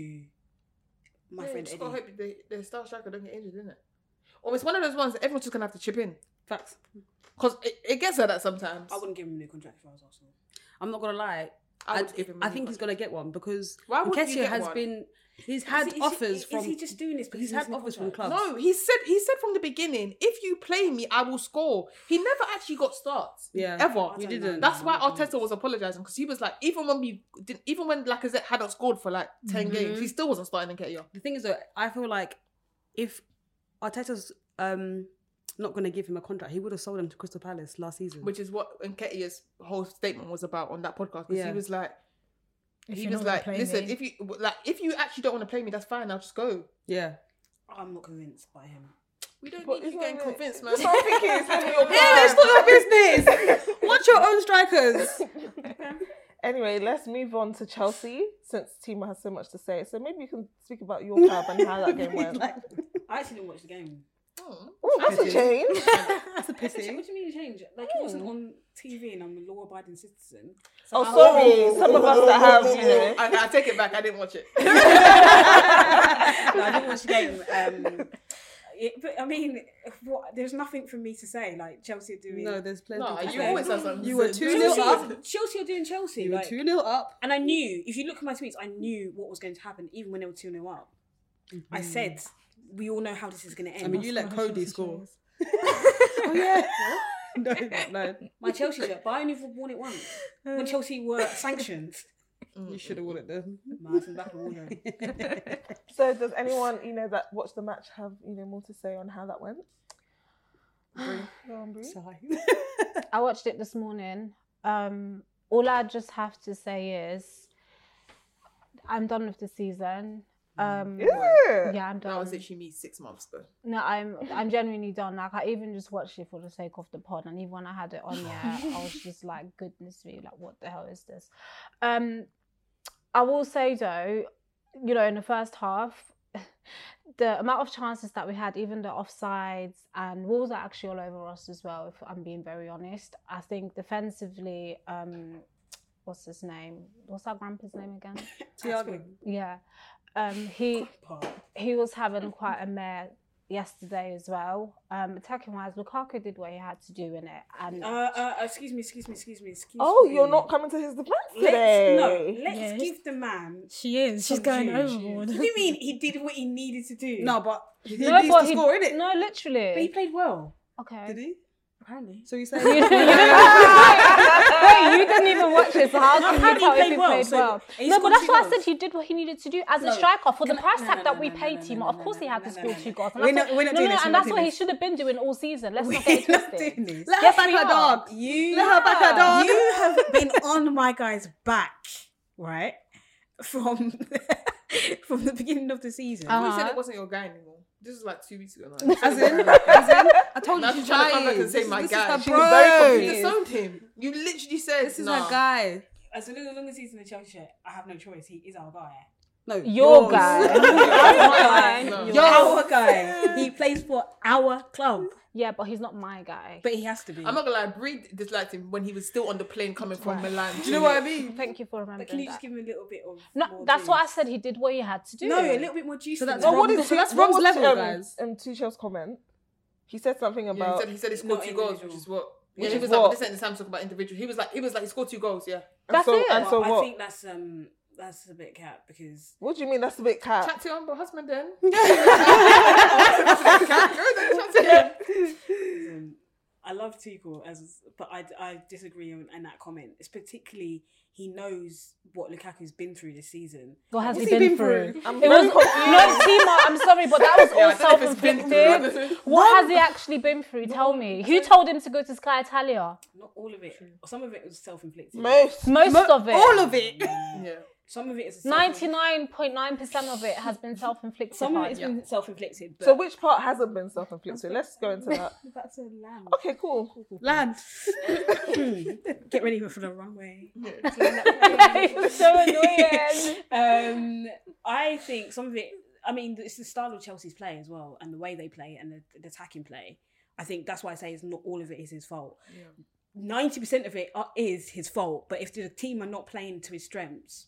[SPEAKER 7] Yeah,
[SPEAKER 8] my
[SPEAKER 7] you
[SPEAKER 8] friend
[SPEAKER 7] just
[SPEAKER 8] Eddie.
[SPEAKER 7] gotta hope the, the star striker don't get injured, innit? Or it's one of those ones that everyone's just gonna have to chip in
[SPEAKER 5] Facts.
[SPEAKER 7] because it, it gets like that sometimes.
[SPEAKER 8] I wouldn't give him a new contract if I was Arsenal.
[SPEAKER 5] I'm not gonna lie.
[SPEAKER 7] I
[SPEAKER 5] I,
[SPEAKER 7] would give him.
[SPEAKER 5] I
[SPEAKER 7] any
[SPEAKER 5] think he's
[SPEAKER 7] money.
[SPEAKER 5] gonna get one because
[SPEAKER 7] Why wouldn't he
[SPEAKER 5] Nketiah
[SPEAKER 7] get
[SPEAKER 5] has
[SPEAKER 7] one?
[SPEAKER 5] been. He's had
[SPEAKER 8] Is he- is he-
[SPEAKER 5] offers
[SPEAKER 8] is
[SPEAKER 5] from.
[SPEAKER 8] he just doing this because
[SPEAKER 5] he's
[SPEAKER 8] he's
[SPEAKER 5] had
[SPEAKER 8] in a
[SPEAKER 5] offers from
[SPEAKER 8] contract?
[SPEAKER 5] clubs.
[SPEAKER 7] No, he said he said from the beginning, if you play me, I will score. He never actually got starts.
[SPEAKER 5] Yeah.
[SPEAKER 7] Ever.
[SPEAKER 5] We didn't.
[SPEAKER 7] That's why Arteta was apologizing because he was like, even when we didn't, even when Lacazette hadn't scored for like 10
[SPEAKER 3] Mm-hmm.
[SPEAKER 7] games, he still wasn't starting Nketiah.
[SPEAKER 5] the thing is though, I feel like if Arteta's um not gonna give him a contract, he would have sold him to Crystal Palace last season.
[SPEAKER 7] Which is what Nketiah's whole statement was about on that podcast because
[SPEAKER 5] Yeah.
[SPEAKER 7] he was like,
[SPEAKER 6] If
[SPEAKER 7] he
[SPEAKER 6] you're
[SPEAKER 7] was
[SPEAKER 6] not gonna
[SPEAKER 7] like,
[SPEAKER 6] play
[SPEAKER 7] listen,
[SPEAKER 6] me."
[SPEAKER 7] if you like, if you actually don't want to play me, that's fine. I'll just go.
[SPEAKER 5] yeah.
[SPEAKER 8] I'm not convinced by him.
[SPEAKER 7] We don't
[SPEAKER 3] But
[SPEAKER 7] need you
[SPEAKER 3] isn't
[SPEAKER 7] getting
[SPEAKER 3] it-
[SPEAKER 7] convinced, man.
[SPEAKER 3] That's what I'm thinking. It's none of your
[SPEAKER 5] Yeah, it's
[SPEAKER 3] plan.
[SPEAKER 5] not your business. Watch your own strikers.
[SPEAKER 3] Anyway, let's move on to Chelsea since Tima has so much to say. So maybe you can speak about your club and how that game went.
[SPEAKER 5] Like,
[SPEAKER 8] I actually didn't watch the game.
[SPEAKER 7] Oh,
[SPEAKER 3] Ooh, that's a change.
[SPEAKER 5] that's a
[SPEAKER 8] What do you-
[SPEAKER 5] pissing.
[SPEAKER 8] what do you mean you change? Like
[SPEAKER 7] Hmm.
[SPEAKER 8] it wasn't on TV, and I'm a law-abiding citizen. So
[SPEAKER 3] Oh,
[SPEAKER 8] I-
[SPEAKER 3] sorry. Some of us that have, you know.
[SPEAKER 7] I, I take it back. I didn't watch it.
[SPEAKER 8] no, I didn't watch the game. Um, it, but I mean, what, there's nothing for me to say. Like Chelsea are doing.
[SPEAKER 5] No, there's plenty.
[SPEAKER 7] No,
[SPEAKER 5] to
[SPEAKER 7] you
[SPEAKER 5] say.
[SPEAKER 7] always have something.
[SPEAKER 5] You were
[SPEAKER 7] to-
[SPEAKER 5] 2-0
[SPEAKER 8] Chelsea,
[SPEAKER 5] up.
[SPEAKER 8] are- Chelsea are doing Chelsea.
[SPEAKER 5] You were
[SPEAKER 8] like-
[SPEAKER 5] two 0 up.
[SPEAKER 8] and I knew. If you look at my tweets, I knew what was going to happen, even when they were two 0 up. I said, "We all know how this is going to end."
[SPEAKER 5] Mm-hmm. I mean, you let Cody score. oh yeah. no, no. Uh.
[SPEAKER 8] my Chelsea shirt, but I only worn it once when Chelsea were sanctioned.
[SPEAKER 5] You should have won it then.
[SPEAKER 8] Nah, it's in the back of the wardrobe.
[SPEAKER 3] So does anyone you know that watched the match have you know more to say on how that went? Bree, go on, Bree.
[SPEAKER 4] I watched it this morning. Um, all I just have to say is, I'm done with the season. Um,
[SPEAKER 3] Yeah.
[SPEAKER 4] yeah, I'm done.
[SPEAKER 7] That was literally me six months ago.
[SPEAKER 4] No, I'm I'm genuinely done. Like I even just watched it for the sake of the pod, and even when I had it on, yeah, I was just like, goodness me, like what the hell is this? Um, I will say though, you know, in the first half, the amount of chances that we had, even the offsides and walls are actually all over us as well. If I'm being very honest, I think defensively, um, what's his name? What's our grandpa's name again?
[SPEAKER 5] Thiago.
[SPEAKER 4] Yeah, um, he he was having quite a mare yesterday as well. Um, attacking wise, Lukaku did what he had to do in it, and
[SPEAKER 8] Uh, uh, excuse me, excuse me, excuse me, excuse
[SPEAKER 3] Oh,
[SPEAKER 8] me.
[SPEAKER 3] you're not coming to his defense
[SPEAKER 8] Let's
[SPEAKER 3] today.
[SPEAKER 8] no. Let's
[SPEAKER 6] Yes.
[SPEAKER 8] give the man.
[SPEAKER 6] She is. She's
[SPEAKER 8] some
[SPEAKER 6] going
[SPEAKER 8] due.
[SPEAKER 6] overboard.
[SPEAKER 8] What do you mean he did what he needed to do?
[SPEAKER 5] No, but he
[SPEAKER 4] No,
[SPEAKER 5] needs
[SPEAKER 4] but
[SPEAKER 5] to
[SPEAKER 4] he-
[SPEAKER 5] score in it.
[SPEAKER 4] No, literally.
[SPEAKER 8] but he played well.
[SPEAKER 4] okay.
[SPEAKER 5] Did he?
[SPEAKER 8] Apparently,
[SPEAKER 5] So you say
[SPEAKER 4] You didn't- you didn't- Wait, you didn't even watch it, so how
[SPEAKER 8] No,
[SPEAKER 4] can
[SPEAKER 8] how
[SPEAKER 4] you
[SPEAKER 8] did
[SPEAKER 4] tell
[SPEAKER 8] he
[SPEAKER 4] if
[SPEAKER 8] play
[SPEAKER 4] he
[SPEAKER 8] well?
[SPEAKER 4] played
[SPEAKER 8] So
[SPEAKER 4] well?
[SPEAKER 8] he
[SPEAKER 4] no, but
[SPEAKER 8] scored
[SPEAKER 4] that's
[SPEAKER 8] two
[SPEAKER 4] why I
[SPEAKER 8] goals.
[SPEAKER 4] said he did what he needed to do as a
[SPEAKER 8] No.
[SPEAKER 4] striker for the
[SPEAKER 8] Can I-
[SPEAKER 4] price
[SPEAKER 8] no,
[SPEAKER 4] tag
[SPEAKER 8] no,
[SPEAKER 4] that
[SPEAKER 8] no,
[SPEAKER 4] we
[SPEAKER 8] no,
[SPEAKER 4] paid
[SPEAKER 8] no,
[SPEAKER 4] him.
[SPEAKER 8] no,
[SPEAKER 4] of
[SPEAKER 8] no,
[SPEAKER 4] course, he
[SPEAKER 8] no,
[SPEAKER 4] had
[SPEAKER 8] no,
[SPEAKER 4] to
[SPEAKER 8] no,
[SPEAKER 4] score
[SPEAKER 8] no,
[SPEAKER 4] two
[SPEAKER 8] no.
[SPEAKER 4] goals. And
[SPEAKER 5] We're
[SPEAKER 4] that's
[SPEAKER 5] not-
[SPEAKER 4] what-
[SPEAKER 5] we're not
[SPEAKER 4] no,
[SPEAKER 5] doing
[SPEAKER 4] no,
[SPEAKER 5] this, we're
[SPEAKER 4] and that's
[SPEAKER 5] not
[SPEAKER 4] what
[SPEAKER 5] doing
[SPEAKER 4] he
[SPEAKER 5] this.
[SPEAKER 4] should have been doing all season. Let's not get
[SPEAKER 5] not
[SPEAKER 4] it
[SPEAKER 5] doing
[SPEAKER 4] twisted.
[SPEAKER 5] this.
[SPEAKER 4] Yes, we
[SPEAKER 5] her
[SPEAKER 4] are.
[SPEAKER 5] dog.
[SPEAKER 8] You
[SPEAKER 5] Let her back her dog.
[SPEAKER 8] You have been on my guy's back, right? From from the beginning of the season.
[SPEAKER 4] Uh-huh.
[SPEAKER 7] You said it wasn't your guy anymore. This is like two weeks ago. now.
[SPEAKER 5] As in, as in, I told you
[SPEAKER 7] Now
[SPEAKER 5] she's
[SPEAKER 7] she's trying
[SPEAKER 5] trying
[SPEAKER 7] to come back and say my guy.
[SPEAKER 5] This is
[SPEAKER 7] She's
[SPEAKER 5] her bro.
[SPEAKER 7] very confused.
[SPEAKER 5] This is
[SPEAKER 7] You disowned him. You literally said
[SPEAKER 5] This is
[SPEAKER 7] nah.
[SPEAKER 5] her guy.
[SPEAKER 8] As long as, long as he's in the Chelsea shirt, I have no choice. He is our guy.
[SPEAKER 5] No,
[SPEAKER 4] Your
[SPEAKER 5] yours.
[SPEAKER 4] guy.
[SPEAKER 7] No.
[SPEAKER 4] Your guy.
[SPEAKER 8] Our guy. He plays for our club,
[SPEAKER 4] Yeah, but he's not my guy.
[SPEAKER 8] but he has to be.
[SPEAKER 7] I'm not gonna lie, Bree disliked him when he was still on the plane coming from Milan. Do
[SPEAKER 5] You know what I mean?
[SPEAKER 4] Thank you for
[SPEAKER 8] But
[SPEAKER 4] remembering
[SPEAKER 8] can you just
[SPEAKER 4] that.
[SPEAKER 8] give him a little bit of?
[SPEAKER 4] No,
[SPEAKER 8] more
[SPEAKER 4] that's what I
[SPEAKER 8] juice?
[SPEAKER 4] said. He did what he had to do.
[SPEAKER 8] No, a little bit more juice.
[SPEAKER 5] So
[SPEAKER 8] than
[SPEAKER 5] that's
[SPEAKER 8] that.
[SPEAKER 3] Well,
[SPEAKER 5] wrong.
[SPEAKER 3] what is
[SPEAKER 5] So that's
[SPEAKER 3] what
[SPEAKER 5] Rom's
[SPEAKER 3] was,
[SPEAKER 5] level,
[SPEAKER 3] um,
[SPEAKER 5] guys.
[SPEAKER 3] Um, Tuchel's comment. He said something
[SPEAKER 7] Yeah, he
[SPEAKER 3] about.
[SPEAKER 7] said he said he scored
[SPEAKER 8] Not
[SPEAKER 7] two goals, which
[SPEAKER 8] individual.
[SPEAKER 7] is what. Yeah,
[SPEAKER 3] Which
[SPEAKER 7] he
[SPEAKER 3] is
[SPEAKER 7] was like, but
[SPEAKER 3] what-
[SPEAKER 7] this ain't the time to talk about individual. He was like, he was like, he scored two goals. Yeah,
[SPEAKER 3] and
[SPEAKER 4] That's
[SPEAKER 3] so,
[SPEAKER 4] it.
[SPEAKER 3] And so
[SPEAKER 8] Well, I
[SPEAKER 3] what?
[SPEAKER 8] think that's um that's a bit cap because
[SPEAKER 3] What do you mean? That's a bit cat.
[SPEAKER 7] chat to your humble husband then. Chat to him.
[SPEAKER 8] um, I love Tuchel as but I I disagree on, on that comment. It's particularly he knows what Lukaku's been through this season.
[SPEAKER 4] What has
[SPEAKER 5] What's
[SPEAKER 4] he been, through? It was no, Timo. I'm sorry, but that was all
[SPEAKER 7] I don't know if it's been through.
[SPEAKER 4] self-inflicted. What has he actually been through? Tell me. Who told him to go to Sky Italia?
[SPEAKER 8] Not all of it. Some of it was self inflicted.
[SPEAKER 3] Most.
[SPEAKER 4] Most of it.
[SPEAKER 5] All of it.
[SPEAKER 7] Yeah,
[SPEAKER 8] Some of it is self-inflicted-
[SPEAKER 4] Ninety-nine point nine percent of it has been self-inflicted.
[SPEAKER 8] Some of
[SPEAKER 4] by
[SPEAKER 8] it has
[SPEAKER 4] you.
[SPEAKER 8] been self inflicted. But
[SPEAKER 3] So which part hasn't been self-inflicted? Let's go into that.
[SPEAKER 8] that's a lamb.
[SPEAKER 3] Okay, cool.
[SPEAKER 5] Land.
[SPEAKER 8] Get ready for the runway.
[SPEAKER 4] It was so annoying.
[SPEAKER 8] um, I think some of it. I mean, it's the style of Chelsea's play as well, and the way they play and the, the attacking play. I think that's why I say it's not all of it is his fault. Ninety percent of it are, is his fault. But if the team are not playing to his strengths,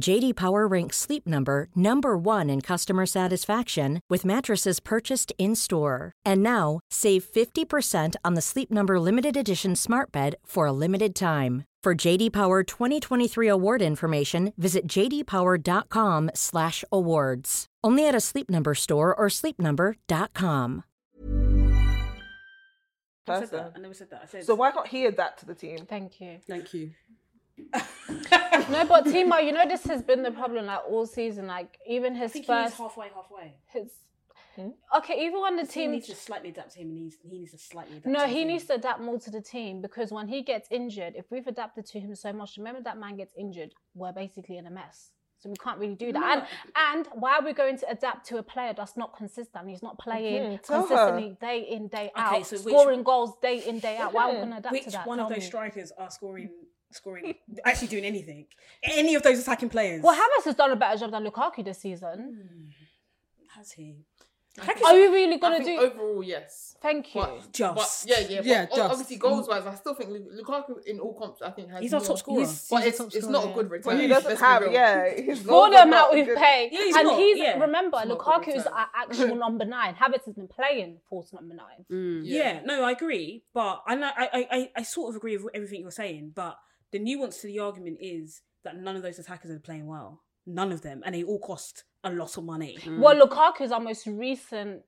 [SPEAKER 9] JD Power ranks Sleep Number number 1 in customer satisfaction with mattresses purchased in-store. And now, save 50% on the Sleep Number limited edition Smart Bed for a limited time. For JD Power 2023 award information, visit jdpower.com/awards. Only at a Sleep Number store or sleepnumber.com.
[SPEAKER 8] I
[SPEAKER 3] person.
[SPEAKER 8] said that. I never said that. I said
[SPEAKER 3] So why can't he adapt to the team?
[SPEAKER 4] Thank you.
[SPEAKER 5] Thank you.
[SPEAKER 4] No, but Timo, you know this has been the problem like all season. Like even
[SPEAKER 8] I
[SPEAKER 4] his
[SPEAKER 8] think
[SPEAKER 4] first,
[SPEAKER 8] he's halfway, halfway.
[SPEAKER 4] his okay, even when the
[SPEAKER 8] He
[SPEAKER 4] team
[SPEAKER 8] needs to slightly adapt to him. He needs, he needs to slightly adapt.
[SPEAKER 4] No,
[SPEAKER 8] to
[SPEAKER 4] he
[SPEAKER 8] him.
[SPEAKER 4] needs to adapt more to the team because when he gets injured, if we've adapted to him so much, remember that man gets injured, we're basically in a mess. So we can't really do that. And and why are we going to adapt to a player that's not consistent? He's not playing
[SPEAKER 3] Mhm, tell her.
[SPEAKER 4] consistently day in, day out,
[SPEAKER 8] so which-
[SPEAKER 4] scoring goals day in, day out. Why are we
[SPEAKER 3] Mhm.
[SPEAKER 4] going to adapt
[SPEAKER 8] Which
[SPEAKER 4] to that?
[SPEAKER 8] one of
[SPEAKER 4] Tell
[SPEAKER 8] those
[SPEAKER 4] me.
[SPEAKER 8] strikers are scoring, scoring, actually doing anything? Any of those attacking players?
[SPEAKER 4] Well, Havertz has done a better job than Lukaku this season.
[SPEAKER 8] has he?
[SPEAKER 4] Are you really
[SPEAKER 7] Hmm. I
[SPEAKER 4] going to
[SPEAKER 7] think
[SPEAKER 4] do?
[SPEAKER 7] overall, yes.
[SPEAKER 4] Thank you.
[SPEAKER 7] But,
[SPEAKER 8] Just.
[SPEAKER 7] but yeah, yeah,
[SPEAKER 5] Yeah,
[SPEAKER 7] yeah. But o-
[SPEAKER 5] just.
[SPEAKER 7] obviously, goals wise, I still think Lu- Lukaku in all comps, I think has
[SPEAKER 8] He's our
[SPEAKER 7] more-
[SPEAKER 8] top scorer.
[SPEAKER 7] He's- But it's, it's not a good return.
[SPEAKER 3] Well, he
[SPEAKER 7] let's
[SPEAKER 3] doesn't
[SPEAKER 7] be
[SPEAKER 3] have,
[SPEAKER 7] real.
[SPEAKER 3] yeah. His
[SPEAKER 4] For
[SPEAKER 3] goals
[SPEAKER 4] the
[SPEAKER 3] are
[SPEAKER 4] amount
[SPEAKER 3] not Mm.
[SPEAKER 4] we've
[SPEAKER 3] good.
[SPEAKER 4] paid.
[SPEAKER 8] Yeah, he's
[SPEAKER 4] and
[SPEAKER 8] not,
[SPEAKER 4] he's,
[SPEAKER 8] yeah.
[SPEAKER 4] remember,
[SPEAKER 7] He's not a
[SPEAKER 4] Lukaku
[SPEAKER 7] good
[SPEAKER 4] is
[SPEAKER 7] return.
[SPEAKER 4] our actual number nine. Havertz has been playing false number nine.
[SPEAKER 8] Mm. yeah. no, I agree, but I, know- I I I- I sort of agree with everything you're saying, but the nuance to the argument is that none of those attackers are playing well, none of them, and they all cost a lot of money.
[SPEAKER 7] Mm.
[SPEAKER 4] Mm. Well, Lukaku's our most recent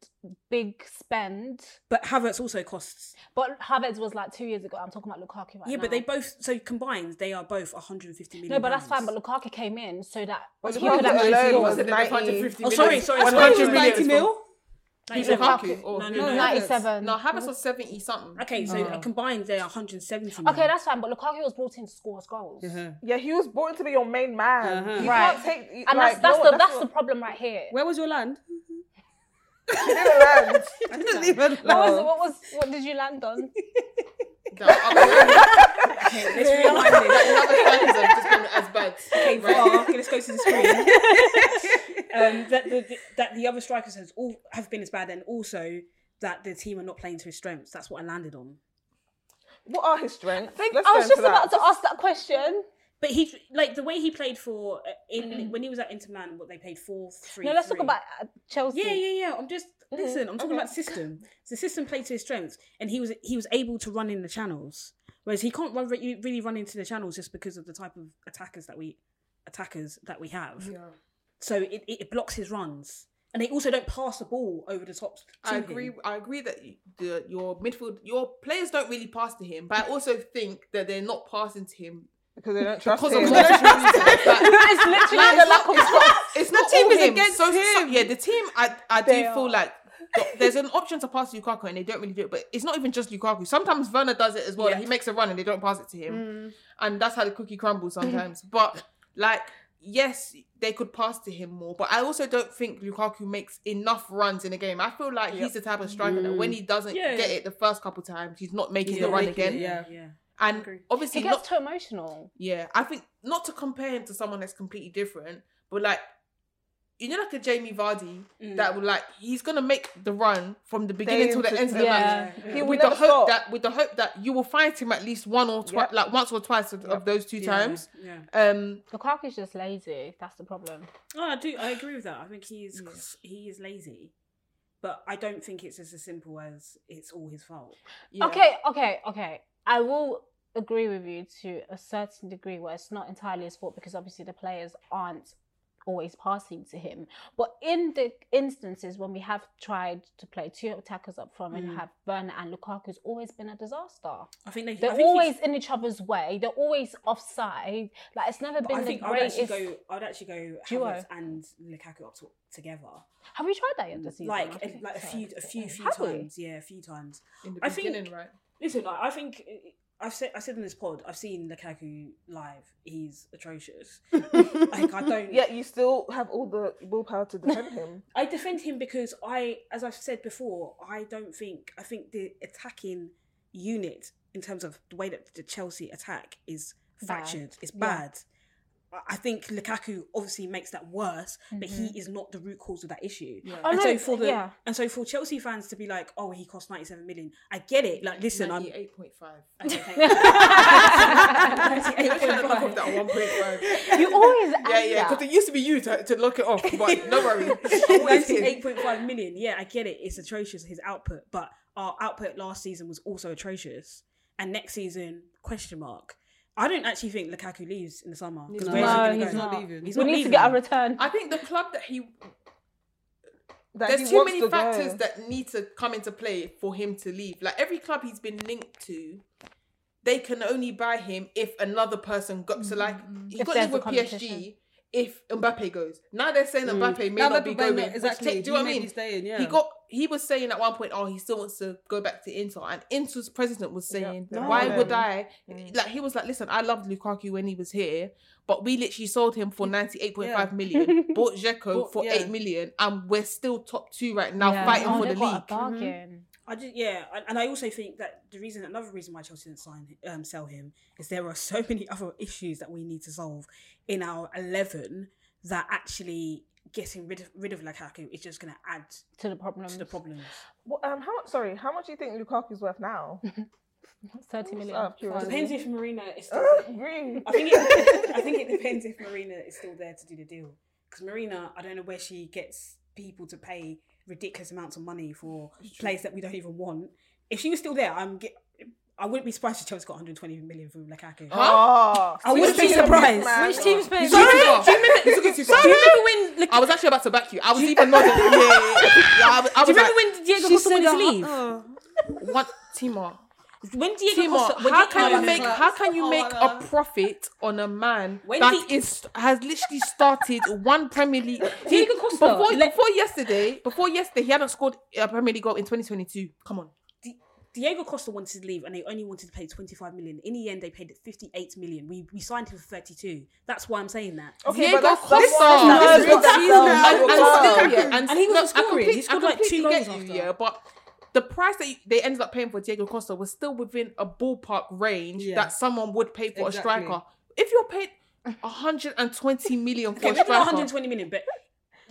[SPEAKER 4] big spend,
[SPEAKER 8] But Havertz also costs.
[SPEAKER 4] but Havertz was like two years ago. I'm talking about Lukaku right
[SPEAKER 8] yeah, but
[SPEAKER 4] now.
[SPEAKER 8] they both so combined they are both 150 million.
[SPEAKER 4] No, but that's fine.
[SPEAKER 8] pounds.
[SPEAKER 4] But Lukaku came in so that
[SPEAKER 3] But
[SPEAKER 4] he
[SPEAKER 3] Lukaku
[SPEAKER 4] could actually
[SPEAKER 3] alone
[SPEAKER 4] score.
[SPEAKER 3] was a 90.
[SPEAKER 7] 150
[SPEAKER 8] oh,
[SPEAKER 7] million.
[SPEAKER 8] sorry, sorry,
[SPEAKER 7] One
[SPEAKER 8] sorry, it was
[SPEAKER 7] hundred million
[SPEAKER 8] 90
[SPEAKER 7] is
[SPEAKER 8] mil.
[SPEAKER 7] He's
[SPEAKER 8] 97.
[SPEAKER 7] Lukaku. or-
[SPEAKER 8] No, no,
[SPEAKER 4] No,
[SPEAKER 8] no,
[SPEAKER 7] Havertz.
[SPEAKER 4] 97.
[SPEAKER 7] No, Havertz was 70 something.
[SPEAKER 8] Okay, so combined they are 170 million.
[SPEAKER 4] Okay, that's fine. But Lukaku was brought in to score his goals,
[SPEAKER 3] Mm-hmm. Yeah, he was born to be your main man.
[SPEAKER 7] Uh-huh.
[SPEAKER 3] You
[SPEAKER 4] Right.
[SPEAKER 3] can't take. you-
[SPEAKER 4] and
[SPEAKER 3] like,
[SPEAKER 4] that's that's
[SPEAKER 3] no,
[SPEAKER 4] the
[SPEAKER 3] that's
[SPEAKER 4] that's,
[SPEAKER 3] what-
[SPEAKER 4] the problem right here.
[SPEAKER 5] Where was your land?
[SPEAKER 3] He didn't land.
[SPEAKER 5] I didn't even
[SPEAKER 4] What was, what was what did you land on?
[SPEAKER 7] The other
[SPEAKER 8] let's rewind this.
[SPEAKER 7] the other strikers have just been as bad.
[SPEAKER 8] Okay, VAR. okay, let's go to the screen. um, that, the, the, that the other strikers has all have been as bad, and also that the team are not playing to his strengths. That's what I landed on.
[SPEAKER 3] What are his strengths?
[SPEAKER 4] Think-
[SPEAKER 3] Let's
[SPEAKER 4] I
[SPEAKER 3] go
[SPEAKER 4] was
[SPEAKER 3] into
[SPEAKER 4] just about
[SPEAKER 3] that.
[SPEAKER 4] to ask that question. Mm.
[SPEAKER 8] But he like the way he played for uh, in when he was at Inter Milan. What they played four three.
[SPEAKER 4] No, let's
[SPEAKER 8] three.
[SPEAKER 4] talk about uh, Chelsea.
[SPEAKER 8] Yeah, yeah, yeah. I'm just listen. I'm talking about the system. The system played to his strengths, and he was he was able to run in the channels, whereas he can't run, re- really run into the channels just because of the type of attackers that we attackers that we have. So it, it blocks his runs, and they also don't pass the ball over the top. To
[SPEAKER 7] I agree.
[SPEAKER 8] him.
[SPEAKER 7] I agree that you- the, your midfield, your players don't really pass to him, but I also think that they're not passing to him
[SPEAKER 3] Because they don't trust
[SPEAKER 7] because
[SPEAKER 3] him.
[SPEAKER 7] of monetary reasons. It's literally
[SPEAKER 4] the lack of
[SPEAKER 7] it's not, it's not
[SPEAKER 5] team
[SPEAKER 7] all
[SPEAKER 5] is
[SPEAKER 7] him.
[SPEAKER 5] against
[SPEAKER 7] so, so-
[SPEAKER 5] him.
[SPEAKER 7] yeah, the team. I I do
[SPEAKER 4] They are.
[SPEAKER 7] feel like. th- There's an option to pass to Lukaku and they don't really do it, but it's not even just Lukaku. Sometimes Werner does it as well.
[SPEAKER 8] Yeah.
[SPEAKER 7] He makes a run and they don't pass it to him,
[SPEAKER 3] Mm.
[SPEAKER 8] Mm.
[SPEAKER 7] and that's how the cookie crumbles sometimes. but like, yes, they could pass to him more, but I also don't think Lukaku makes enough runs in a game. I feel like he's the type of striker that when he doesn't
[SPEAKER 8] Mm. Yeah.
[SPEAKER 7] get it the first couple times, he's not making
[SPEAKER 8] Yeah,
[SPEAKER 7] the run
[SPEAKER 8] making it,
[SPEAKER 7] again.
[SPEAKER 8] Yeah, yeah.
[SPEAKER 7] And
[SPEAKER 4] he
[SPEAKER 7] obviously,
[SPEAKER 4] gets
[SPEAKER 7] not,
[SPEAKER 4] too emotional.
[SPEAKER 7] yeah, I think not to compare him to someone that's completely different, but like you know, like a Jamie Vardy that would like he's gonna make the run from the beginning
[SPEAKER 3] Day
[SPEAKER 7] till the
[SPEAKER 3] to-
[SPEAKER 7] end of the
[SPEAKER 3] yeah.
[SPEAKER 7] match
[SPEAKER 3] He will
[SPEAKER 7] with the
[SPEAKER 3] never
[SPEAKER 7] hope
[SPEAKER 3] stop.
[SPEAKER 7] that with the hope that you will fight him at least one or twice,
[SPEAKER 4] Yep.
[SPEAKER 7] like once or twice of, of those two times.
[SPEAKER 8] Yeah.
[SPEAKER 7] Um,
[SPEAKER 4] Lukaku's just lazy. That's the problem.
[SPEAKER 8] Oh, I do. I agree with that. I think he is he is lazy, but I don't think it's just as simple as it's all his fault.
[SPEAKER 4] Okay, okay, okay. I will agree with you to a certain degree where it's not entirely his fault because obviously the players aren't always passing to him. But in the instances when we have tried to play two attackers up front and
[SPEAKER 8] Mm.
[SPEAKER 4] have Werner and Lukaku, it's always been a disaster.
[SPEAKER 8] I think they,
[SPEAKER 4] They're
[SPEAKER 8] I think
[SPEAKER 4] always
[SPEAKER 8] he's-
[SPEAKER 4] in each other's way. They're always offside. Like it's never
[SPEAKER 8] but
[SPEAKER 4] been
[SPEAKER 8] I
[SPEAKER 4] the
[SPEAKER 8] think I'd
[SPEAKER 4] greatest.
[SPEAKER 8] actually go. I'd actually go
[SPEAKER 4] duo.
[SPEAKER 8] Havertz and Lukaku up to, together.
[SPEAKER 4] Have we tried that yet this season? I
[SPEAKER 8] Like a,
[SPEAKER 4] think
[SPEAKER 8] like a
[SPEAKER 4] so.
[SPEAKER 8] few a few few
[SPEAKER 4] Have we?
[SPEAKER 8] times. Yeah, a few times.
[SPEAKER 7] In the
[SPEAKER 8] I think-
[SPEAKER 7] beginning, right?
[SPEAKER 8] Listen, I, I think I've said I said in this pod. I've seen Lukaku live. He's atrocious. like I don't.
[SPEAKER 3] Yet you still have all the willpower to defend him.
[SPEAKER 8] I defend him because I, as I've said before, I don't think I think the attacking unit in terms of the way that the Chelsea attack is
[SPEAKER 4] Bad.
[SPEAKER 8] fractured. It's
[SPEAKER 4] Yeah.
[SPEAKER 8] bad. I- I think Lukaku obviously makes that worse, but
[SPEAKER 4] Mhm.
[SPEAKER 8] he is not the root cause of that issue.
[SPEAKER 4] Yeah. Oh,
[SPEAKER 8] And
[SPEAKER 4] no,
[SPEAKER 8] so for the
[SPEAKER 4] yeah.
[SPEAKER 8] and so for Chelsea fans to be like, oh, he cost ninety seven million. I get it. Like, listen, I'm
[SPEAKER 7] eight point five. that one point five.
[SPEAKER 8] 98.5.
[SPEAKER 4] You always
[SPEAKER 7] Yeah,
[SPEAKER 4] add
[SPEAKER 7] yeah,
[SPEAKER 4] that.
[SPEAKER 7] because it used to be you to, to lock it off, but no worry. It's always him.
[SPEAKER 8] Oh, Eight point five million. Yeah, I get it. It's atrocious his output, but our output last season was also atrocious, and next season question mark. I don't actually think Lukaku leaves in the summer. 'cause
[SPEAKER 5] No,
[SPEAKER 8] where is he gonna
[SPEAKER 4] he's
[SPEAKER 8] go?
[SPEAKER 5] not leaving.
[SPEAKER 8] He's
[SPEAKER 4] we
[SPEAKER 8] not
[SPEAKER 4] need to
[SPEAKER 8] leaving.
[SPEAKER 4] get a return.
[SPEAKER 7] I think the club that he
[SPEAKER 3] That
[SPEAKER 7] there's
[SPEAKER 3] he
[SPEAKER 7] too
[SPEAKER 3] wants
[SPEAKER 7] many
[SPEAKER 3] to go.
[SPEAKER 7] factors that need to come into play for him to leave. Like every club he's been linked to, they can only buy him if another person got so like
[SPEAKER 5] Mm-hmm.
[SPEAKER 7] he
[SPEAKER 4] If
[SPEAKER 7] got
[SPEAKER 4] there's
[SPEAKER 7] linked with
[SPEAKER 4] a
[SPEAKER 7] PSG. If Mbappe goes, now they're saying Mbappe may
[SPEAKER 5] Mm. Now
[SPEAKER 7] not
[SPEAKER 5] that
[SPEAKER 7] be
[SPEAKER 5] Mbappe
[SPEAKER 7] going.
[SPEAKER 5] not-
[SPEAKER 7] which
[SPEAKER 5] exactly.
[SPEAKER 7] take- do you
[SPEAKER 5] He
[SPEAKER 7] know what
[SPEAKER 5] may
[SPEAKER 7] I mean?
[SPEAKER 5] be staying, yeah.
[SPEAKER 7] He got. He was saying at one point, "Oh, he still wants to go back to Inter," and Inter's president was saying,
[SPEAKER 3] No.
[SPEAKER 7] "Why would I?" Like he was like, "Listen, I loved Lukaku when he was here, but we literally sold him for ninety eight point five million, bought Dzeko
[SPEAKER 5] Bought-
[SPEAKER 7] for
[SPEAKER 5] yeah.
[SPEAKER 7] eight million, and we're still top two right now,
[SPEAKER 4] Yeah.
[SPEAKER 7] fighting
[SPEAKER 4] Oh,
[SPEAKER 7] for the
[SPEAKER 4] they've got
[SPEAKER 7] league." Mm-hmm.
[SPEAKER 4] A bargain.
[SPEAKER 8] I just yeah, and- and I also think that the reason another reason why Chelsea didn't sign um, sell him is there are so many other issues that we need to solve in our eleven that actually getting rid of rid of Lukaku is just going to add
[SPEAKER 4] To the problem.
[SPEAKER 8] to the problems.
[SPEAKER 3] Well, um, how much? Sorry, how much do you think Lukaku's worth now?
[SPEAKER 4] Thirty million.
[SPEAKER 3] out of curiosity.
[SPEAKER 8] Depends if Marina is still.
[SPEAKER 3] Green.
[SPEAKER 8] I think it, I think it depends if Marina is still there to do the deal because Marina, I don't know where she gets people to pay ridiculous amounts of money for players that we don't even want. If she was still there, I'm. Get, I wouldn't be surprised if Chelsea got 120 million from Lukaku.
[SPEAKER 3] Oh,
[SPEAKER 8] I wouldn't be surprised.
[SPEAKER 3] Which team's
[SPEAKER 7] Sorry,
[SPEAKER 8] Sorry?
[SPEAKER 7] do you remember? Do you remember when? I was actually about to back you. I was even nodding. Yeah, yeah, yeah. Yeah, I was, I was
[SPEAKER 8] Do you remember
[SPEAKER 7] like, uh-huh,
[SPEAKER 8] when Diego Costa wanted to leave?
[SPEAKER 7] uh, What Timor?
[SPEAKER 8] When Diego Costa,
[SPEAKER 7] Timor,
[SPEAKER 8] when
[SPEAKER 7] how
[SPEAKER 8] Diego
[SPEAKER 7] can you
[SPEAKER 8] Costa-
[SPEAKER 7] make how can you make a profit on a man
[SPEAKER 8] When
[SPEAKER 7] that
[SPEAKER 8] the-
[SPEAKER 7] is has literally started one Premier League? He,
[SPEAKER 8] Diego Costa,
[SPEAKER 7] before
[SPEAKER 8] let-
[SPEAKER 7] before yesterday, before yesterday, he hadn't scored a Premier League goal in 2022. Come on,
[SPEAKER 8] Di- Diego Costa wanted to leave, and they only wanted to pay 25 million. In the end, they paid 58 million. We we signed him for 32. That's why I'm saying that.
[SPEAKER 3] Okay,
[SPEAKER 7] Diego
[SPEAKER 3] but that's,
[SPEAKER 7] Costa.
[SPEAKER 3] that's, that's,
[SPEAKER 7] No,
[SPEAKER 3] that's,
[SPEAKER 7] but
[SPEAKER 3] that's,
[SPEAKER 7] he's
[SPEAKER 3] that's,
[SPEAKER 7] and, and
[SPEAKER 3] that's,
[SPEAKER 7] still, yeah, and,
[SPEAKER 8] And he was
[SPEAKER 7] no,
[SPEAKER 8] a scorer.
[SPEAKER 7] I complete-
[SPEAKER 8] He scored
[SPEAKER 7] I
[SPEAKER 8] like two
[SPEAKER 7] completely
[SPEAKER 8] goals
[SPEAKER 7] get you,
[SPEAKER 8] after.
[SPEAKER 7] Yeah, but the price that you, they ended up paying for Diego Costa was still within a ballpark range
[SPEAKER 5] Yeah.
[SPEAKER 7] that someone would pay for
[SPEAKER 5] Exactly.
[SPEAKER 7] a striker. If you're paid 120 million for
[SPEAKER 8] Okay,
[SPEAKER 7] a
[SPEAKER 8] maybe not
[SPEAKER 7] striker.
[SPEAKER 8] 120 million, but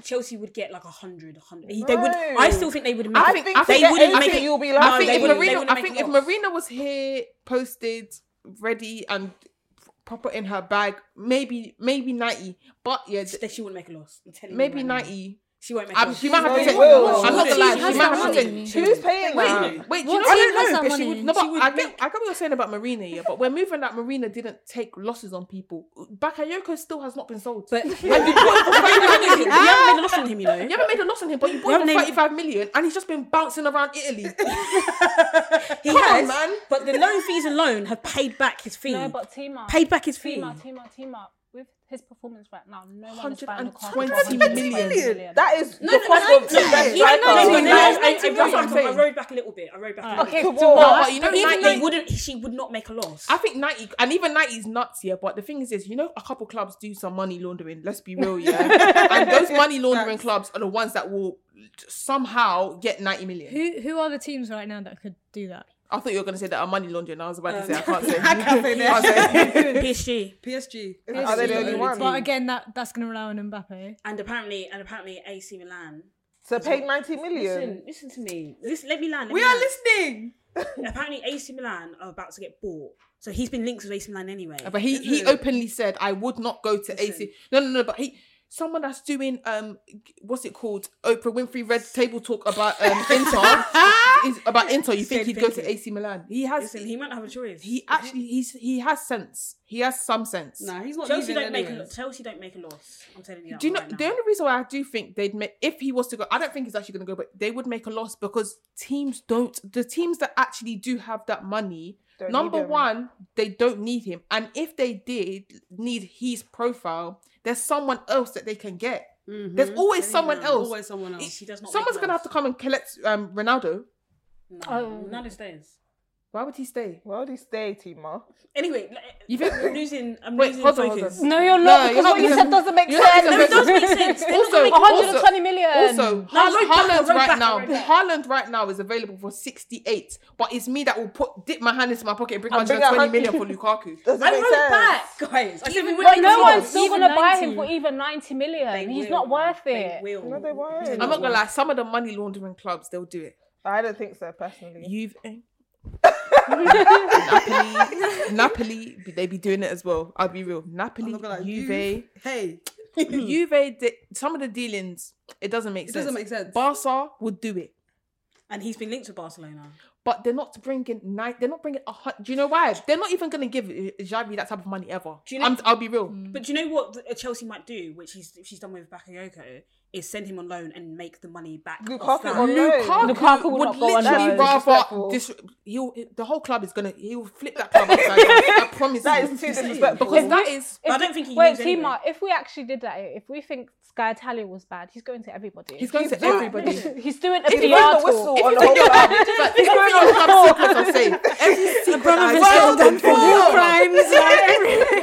[SPEAKER 8] Chelsea would get like 100. 100. They would. I still think they would make.
[SPEAKER 7] I
[SPEAKER 8] it-
[SPEAKER 7] think- I
[SPEAKER 8] they
[SPEAKER 7] think
[SPEAKER 8] wouldn't
[SPEAKER 7] that
[SPEAKER 8] make
[SPEAKER 7] everything
[SPEAKER 8] it.
[SPEAKER 3] you'll be
[SPEAKER 8] no,
[SPEAKER 7] I think
[SPEAKER 8] they
[SPEAKER 7] if
[SPEAKER 8] wouldn't- they
[SPEAKER 7] Marina,
[SPEAKER 8] wouldn't
[SPEAKER 7] I
[SPEAKER 8] make
[SPEAKER 7] think
[SPEAKER 8] a
[SPEAKER 7] if
[SPEAKER 8] loss.
[SPEAKER 7] Marina was here, posted, ready, and proper in her bag, maybe maybe 90. But yeah,
[SPEAKER 8] She- she wouldn't make a loss. I'm telling you
[SPEAKER 7] maybe
[SPEAKER 8] right now.
[SPEAKER 7] 90.
[SPEAKER 8] She won't make. a
[SPEAKER 7] Um,
[SPEAKER 8] loss.
[SPEAKER 7] she might have to
[SPEAKER 3] she
[SPEAKER 7] take.
[SPEAKER 3] will.
[SPEAKER 7] I'm not gonna lie.
[SPEAKER 3] She
[SPEAKER 7] She
[SPEAKER 3] has
[SPEAKER 7] might
[SPEAKER 3] that
[SPEAKER 7] have to take
[SPEAKER 3] who's paying
[SPEAKER 7] Wait,
[SPEAKER 3] that?
[SPEAKER 7] wait, do you know
[SPEAKER 4] What team has
[SPEAKER 7] I
[SPEAKER 4] that
[SPEAKER 7] don't know, but she
[SPEAKER 4] money?
[SPEAKER 7] would, no,
[SPEAKER 8] She
[SPEAKER 7] but
[SPEAKER 8] would
[SPEAKER 7] I get,
[SPEAKER 8] make-
[SPEAKER 7] I get what you're saying about Marina, yeah, but we're moving that Marina didn't take losses on people. Bakayoko still has not been sold.
[SPEAKER 8] But
[SPEAKER 7] And you bought him for 35
[SPEAKER 8] we haven't
[SPEAKER 7] million.
[SPEAKER 8] made a loss on him, you know.
[SPEAKER 7] You haven't made a loss on him, but you
[SPEAKER 8] We
[SPEAKER 7] bought him for
[SPEAKER 8] haven't made-
[SPEAKER 7] 35 million and he's just been bouncing around Italy.
[SPEAKER 8] He
[SPEAKER 7] Come on,
[SPEAKER 8] has,
[SPEAKER 7] man.
[SPEAKER 8] but the loan fees alone have paid back his fee.
[SPEAKER 4] No, but team up.
[SPEAKER 8] Paid back his fee.
[SPEAKER 4] Team up, team up, team up. With his performance right now, no one is buying
[SPEAKER 7] 120 million.
[SPEAKER 3] That is
[SPEAKER 8] No,
[SPEAKER 3] the
[SPEAKER 8] no,
[SPEAKER 3] cost
[SPEAKER 8] no,
[SPEAKER 3] of
[SPEAKER 8] no,
[SPEAKER 3] two best
[SPEAKER 8] yeah,
[SPEAKER 3] strikers.
[SPEAKER 8] no,
[SPEAKER 7] no,
[SPEAKER 8] no, no, I- I-
[SPEAKER 7] no,
[SPEAKER 8] I-
[SPEAKER 7] no,
[SPEAKER 8] I-
[SPEAKER 7] no, no,
[SPEAKER 8] I rode back a little bit. I rode back. A little
[SPEAKER 4] Okay,
[SPEAKER 8] bit.
[SPEAKER 4] to
[SPEAKER 7] No,
[SPEAKER 4] what?
[SPEAKER 7] but you know,
[SPEAKER 8] But even
[SPEAKER 7] 90
[SPEAKER 8] they wouldn't. She would not make a loss.
[SPEAKER 7] I think 90 and even 90 is nuts, yeah. But the thing is, is you know, a couple clubs do some money laundering, let's be real, yeah. and those money laundering clubs are the ones that will somehow get 90 million.
[SPEAKER 6] Who who are the teams right now that could do that?
[SPEAKER 7] I thought you were going to say that our money laundering. I was about
[SPEAKER 8] Uh,
[SPEAKER 5] Um,
[SPEAKER 7] to say I can't say.
[SPEAKER 5] I can't say
[SPEAKER 7] that.
[SPEAKER 8] PSG.
[SPEAKER 5] PSG.
[SPEAKER 7] Are they the only ones?
[SPEAKER 6] But again, that that's going to rely on Mbappe.
[SPEAKER 8] And apparently, and apparently, AC Milan.
[SPEAKER 3] So paid 90 million.
[SPEAKER 8] Listen, listen to me. Listen, let me land. let
[SPEAKER 3] We
[SPEAKER 8] me
[SPEAKER 3] are
[SPEAKER 8] land.
[SPEAKER 3] listening.
[SPEAKER 8] Apparently, AC Milan are about to get bought. So he's been linked with AC Milan anyway.
[SPEAKER 7] Uh, But he he openly said I would not go to AC. No, no, no. But he someone that's doing um what's it called Oprah Winfrey Red Table Talk about um Inter is- about Inter. You think he'd go to AC Milan? He has.
[SPEAKER 8] he might not have a choice.
[SPEAKER 7] He actually he's he has sense. He has some sense.
[SPEAKER 8] Chelsea don't make a, Chelsea don't make a loss. I'm telling you. That
[SPEAKER 7] Do you know
[SPEAKER 8] right now.
[SPEAKER 7] the only reason why I do think they'd make if he was to go? I don't think he's actually going to go, but they would make a loss because teams don't. The teams that actually do have that money,
[SPEAKER 3] Don't need
[SPEAKER 7] number
[SPEAKER 3] him.
[SPEAKER 7] one, they don't need him, and if they did need his profile, there's someone else that they can get. There's
[SPEAKER 5] Mhm.
[SPEAKER 7] always
[SPEAKER 5] Anyone.
[SPEAKER 7] someone else.
[SPEAKER 5] Always someone else.
[SPEAKER 7] It-
[SPEAKER 5] She does not make
[SPEAKER 7] someone's going to have to come and collect um, Ronaldo.
[SPEAKER 8] No,
[SPEAKER 7] Oh.
[SPEAKER 8] none of days.
[SPEAKER 7] Why would he stay?
[SPEAKER 3] Why would he stay, Tima?
[SPEAKER 8] Anyway,
[SPEAKER 7] You think-
[SPEAKER 8] I'm losing. I'm
[SPEAKER 3] Wait,
[SPEAKER 8] losing
[SPEAKER 3] hold on, hold
[SPEAKER 8] focus.
[SPEAKER 3] on. No, you're not, because what you said doesn't make
[SPEAKER 7] you're not
[SPEAKER 3] sense.
[SPEAKER 7] gonna
[SPEAKER 3] No, it does make sense. They're not gonna make- 120 million.
[SPEAKER 7] Also,
[SPEAKER 3] No,
[SPEAKER 7] Har-
[SPEAKER 3] look back,
[SPEAKER 7] Haaland
[SPEAKER 3] look
[SPEAKER 7] right
[SPEAKER 3] back,
[SPEAKER 7] now,
[SPEAKER 3] look back.
[SPEAKER 7] Haaland right now is available for 68, but it's me that will put dip my hand into my pocket and bring
[SPEAKER 3] And bring out
[SPEAKER 7] 120 million for
[SPEAKER 3] 100.
[SPEAKER 7] Lukaku.
[SPEAKER 3] Doesn't I make wrote sense. back,
[SPEAKER 8] guys.
[SPEAKER 4] Even but no one's still going to buy him for even 90 million. He's not worth it.
[SPEAKER 3] No, they won't.
[SPEAKER 7] I'm not gonna lie. Some of the money laundering clubs, they'll do it.
[SPEAKER 3] I don't think so personally.
[SPEAKER 7] You've Napoli, Napoli, they be doing it as well. I'll be real. Napoli, Juve,
[SPEAKER 5] hey,
[SPEAKER 7] Juve. They, some of the dealings, it doesn't make
[SPEAKER 8] It
[SPEAKER 7] sense.
[SPEAKER 8] doesn't make sense.
[SPEAKER 7] Barca would do it.
[SPEAKER 8] And he's been linked to Barcelona.
[SPEAKER 7] But they're not bringing nine. They're not bringing a hundred. Do you know why? They're not even gonna give uh, Xavi that type of money ever.
[SPEAKER 8] Do you know-
[SPEAKER 7] I'm, I'll be real.
[SPEAKER 8] But do you know what th- Chelsea might do, which she's she's done with Bakayoko, is send him on loan and make the money back. off
[SPEAKER 7] Lukaku,
[SPEAKER 8] that.
[SPEAKER 7] Lukaku, would literally rather dis- he'll, the whole club is gonna he'll flip that club upside down. I promise.
[SPEAKER 3] That
[SPEAKER 7] you.
[SPEAKER 3] is too disrespectful.
[SPEAKER 7] Because
[SPEAKER 3] If
[SPEAKER 7] that
[SPEAKER 3] we-
[SPEAKER 7] is.
[SPEAKER 8] I don't think he
[SPEAKER 4] Wait,
[SPEAKER 8] leaves anyway.
[SPEAKER 4] Tima, if we actually did that, if we think Sky Italia was bad, he's going to everybody.
[SPEAKER 7] He's going to
[SPEAKER 4] doing-
[SPEAKER 7] everybody.
[SPEAKER 4] He's doing a
[SPEAKER 7] If you
[SPEAKER 4] PR
[SPEAKER 7] blow the
[SPEAKER 4] tour.
[SPEAKER 7] whistle on the whole club, like, if you blow your club secrets are safe. Every secret that I've ever done for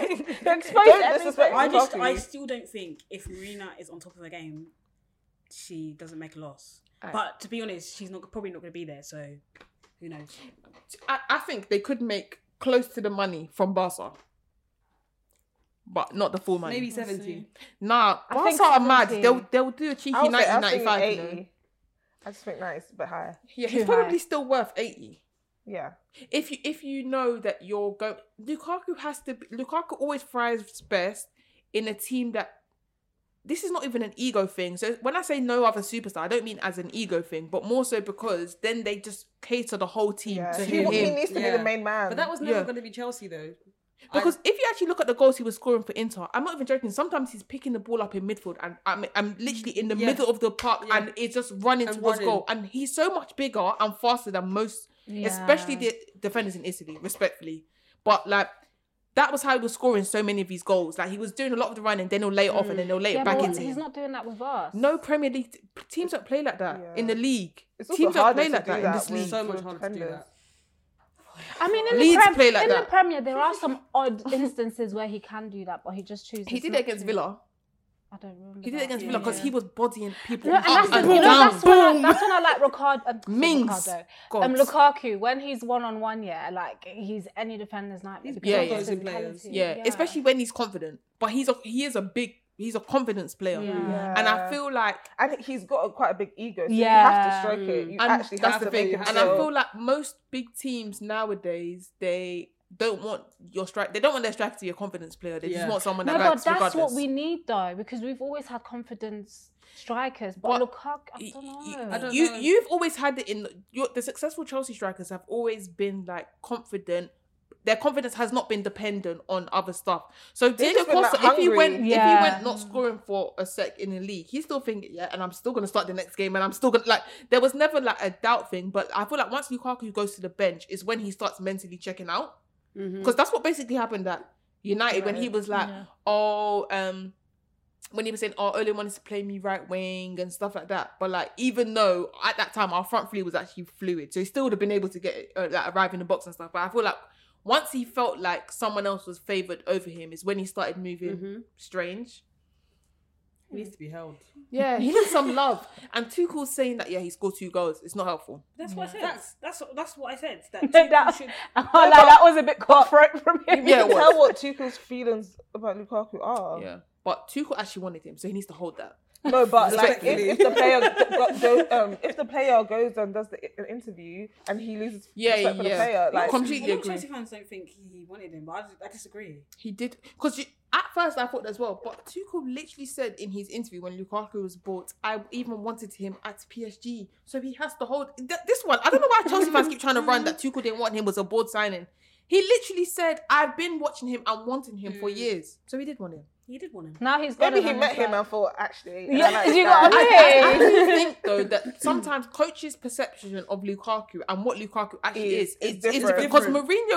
[SPEAKER 7] you.
[SPEAKER 8] Don't
[SPEAKER 3] disrespect
[SPEAKER 8] I just,
[SPEAKER 3] Lukaku.
[SPEAKER 8] I still don't think if Marina is on top of her game, she doesn't make a loss.
[SPEAKER 7] Aye.
[SPEAKER 8] But to be honest, she's not probably not going to be there. So who knows?
[SPEAKER 7] I, I think they could make close to the money from Barca, but not the full money.
[SPEAKER 5] Maybe 70.
[SPEAKER 7] Nah,
[SPEAKER 3] I
[SPEAKER 7] Barca
[SPEAKER 3] think
[SPEAKER 7] are mad.
[SPEAKER 3] 70.
[SPEAKER 7] They'll they'll do a cheeky
[SPEAKER 3] I was
[SPEAKER 7] 90,
[SPEAKER 3] like, I was thinking
[SPEAKER 7] 95. you know.
[SPEAKER 3] 80. I just think nice, but higher.
[SPEAKER 7] Yeah, he's probably still worth 80.
[SPEAKER 3] Yeah.
[SPEAKER 7] If you if you know that you're going, Lukaku has to. Be, Lukaku always thrives best in a team that. This is not even an ego thing. So when I say no other superstar, I don't mean as an ego thing, but more so because then they just cater the whole team to
[SPEAKER 3] He,
[SPEAKER 7] him.
[SPEAKER 3] he needs to be the main man.
[SPEAKER 5] But that was never
[SPEAKER 7] Yeah.
[SPEAKER 5] going to be Chelsea though.
[SPEAKER 7] Because if you actually look at the goals he was scoring for Inter, I'm not even joking. Sometimes he's picking the ball up in midfield, and I'm, I'm literally in the
[SPEAKER 5] Yeah.
[SPEAKER 7] middle of the park, and it's just running
[SPEAKER 5] And
[SPEAKER 7] towards
[SPEAKER 5] running.
[SPEAKER 7] goal. And he's so much bigger and faster than most, especially the defenders in Italy, respectfully. But like. That was how he was scoring so many of his goals. Like he was doing a lot of the running, then he'll lay it off, and then they'll lay
[SPEAKER 4] yeah,
[SPEAKER 7] it back
[SPEAKER 4] but
[SPEAKER 7] into
[SPEAKER 4] he's
[SPEAKER 7] him.
[SPEAKER 4] not doing that with us.
[SPEAKER 7] no Premier League t- teams don't play like that in the league.
[SPEAKER 3] also
[SPEAKER 7] teams don't
[SPEAKER 3] harder
[SPEAKER 7] play
[SPEAKER 3] to
[SPEAKER 7] like
[SPEAKER 3] do
[SPEAKER 7] that,
[SPEAKER 3] that
[SPEAKER 7] in this
[SPEAKER 3] with-
[SPEAKER 7] league.
[SPEAKER 3] So much harder to do defenders.
[SPEAKER 4] I mean, in,
[SPEAKER 7] Leeds
[SPEAKER 4] the, Prem-
[SPEAKER 7] play like
[SPEAKER 4] in
[SPEAKER 7] that.
[SPEAKER 4] the Premier, there are some odd instances where he can do that, but he just chooses.
[SPEAKER 7] He did
[SPEAKER 4] not
[SPEAKER 7] it against
[SPEAKER 4] to.
[SPEAKER 7] Villa.
[SPEAKER 4] I don't remember.
[SPEAKER 7] He did it
[SPEAKER 4] that.
[SPEAKER 7] against Villa because he was bodying people
[SPEAKER 4] No, and
[SPEAKER 7] up
[SPEAKER 4] that's, the,
[SPEAKER 7] and
[SPEAKER 4] you know,
[SPEAKER 7] down.
[SPEAKER 4] that's, when I, that's when I like Ricardo, uh,
[SPEAKER 7] Mings.
[SPEAKER 4] Ricardo um,
[SPEAKER 7] Gods.
[SPEAKER 4] Lukaku when he's one on one. Yeah, like he's any defender's nightmare. because
[SPEAKER 7] yeah,
[SPEAKER 4] of
[SPEAKER 7] yeah.
[SPEAKER 4] his
[SPEAKER 7] Opposing
[SPEAKER 4] physicality.
[SPEAKER 7] Yeah. especially when he's confident. But he's a he is a big he's a confidence player,
[SPEAKER 3] Yeah.
[SPEAKER 7] and I feel like
[SPEAKER 3] and he's got a, quite a big ego. So you have to
[SPEAKER 4] Yeah.
[SPEAKER 3] stroke it. You
[SPEAKER 7] and
[SPEAKER 3] actually
[SPEAKER 7] that's
[SPEAKER 3] have
[SPEAKER 7] the
[SPEAKER 3] to make
[SPEAKER 7] thing.
[SPEAKER 3] him
[SPEAKER 7] And I
[SPEAKER 3] feel-
[SPEAKER 7] feel like most big teams nowadays they don't want your strike. They don't want their striker to be a confidence player. They
[SPEAKER 5] Yeah.
[SPEAKER 7] just want someone
[SPEAKER 4] No,
[SPEAKER 7] that
[SPEAKER 4] but
[SPEAKER 7] backs
[SPEAKER 4] that's
[SPEAKER 7] regardless.
[SPEAKER 4] what we need though, because we've always had confidence strikers. But, Lukaku, I don't know.
[SPEAKER 7] you you've always had it in your, the successful Chelsea strikers have always been like confident. Their confidence has not been dependent on other stuff. So
[SPEAKER 3] They've
[SPEAKER 7] Diego
[SPEAKER 3] just been,
[SPEAKER 7] Costa,
[SPEAKER 3] like,
[SPEAKER 7] if he
[SPEAKER 3] hungry.
[SPEAKER 7] went, if
[SPEAKER 3] Yeah.
[SPEAKER 7] he went not scoring for a sec in the league, he's still thinking, yeah, and I'm still gonna start the next game, and I'm still gonna like. There was never like a doubt thing, but I feel like once Lukaku goes to the bench, is when he starts mentally checking out because that's what basically happened at United when he
[SPEAKER 5] Mm-hmm. Right.
[SPEAKER 7] was like,
[SPEAKER 5] Yeah.
[SPEAKER 7] oh, um, when he was saying, oh, Ole wanted to play me right wing and stuff like that. But like, even though at that time our front three was actually fluid, so he still would have been able to get uh, like arrive in the box and stuff. But I feel like once he felt
[SPEAKER 5] Mm-hmm.
[SPEAKER 7] like someone else was favored over him, is when he started moving strange. He needs to be held.
[SPEAKER 4] Yeah,
[SPEAKER 7] he needs some love. And Tuchel saying that, yeah, he scored two goals. It's not helpful.
[SPEAKER 8] That's what I said. That's that's that's what I said. That Oh,
[SPEAKER 4] that, I can't lie, that was a bit cutthroat from him.
[SPEAKER 3] You can tell what Tuchel's feelings about Lukaku are.
[SPEAKER 7] Yeah. But Tuchel actually wanted him, so he needs to hold that.
[SPEAKER 3] No, but like if,
[SPEAKER 7] Respectfully.
[SPEAKER 3] if the player go- go, um, if the player goes and does the an interview and he loses
[SPEAKER 7] Yeah,
[SPEAKER 3] respect for the
[SPEAKER 7] yeah.
[SPEAKER 3] player, like
[SPEAKER 7] Completely
[SPEAKER 8] a lot of
[SPEAKER 7] agree.
[SPEAKER 8] Chelsea fans don't think he wanted him, but I, just- I disagree.
[SPEAKER 7] He did because at first I thought as well, but Tuchel literally said in his interview when Lukaku was bought, I even wanted him at PSG, so he has to hold th- this one. I don't know why Chelsea fans keep trying to run that Tuchel didn't want him was a board signing. He literally said, "I've been watching him and wanting him for years, so he did want him."
[SPEAKER 8] He did want him.
[SPEAKER 4] Now he's got
[SPEAKER 3] Mm. maybe
[SPEAKER 4] it
[SPEAKER 3] he
[SPEAKER 4] on
[SPEAKER 3] met
[SPEAKER 4] his
[SPEAKER 3] him
[SPEAKER 4] side.
[SPEAKER 3] and thought actually.
[SPEAKER 4] Yeah,
[SPEAKER 3] I like
[SPEAKER 4] you
[SPEAKER 3] that.
[SPEAKER 4] got-
[SPEAKER 7] I, I, I do
[SPEAKER 4] Hey.
[SPEAKER 7] think though that sometimes coaches' perception of Lukaku and what Lukaku actually
[SPEAKER 3] Is-
[SPEAKER 7] is is
[SPEAKER 3] is
[SPEAKER 7] is different.
[SPEAKER 3] different.
[SPEAKER 7] Because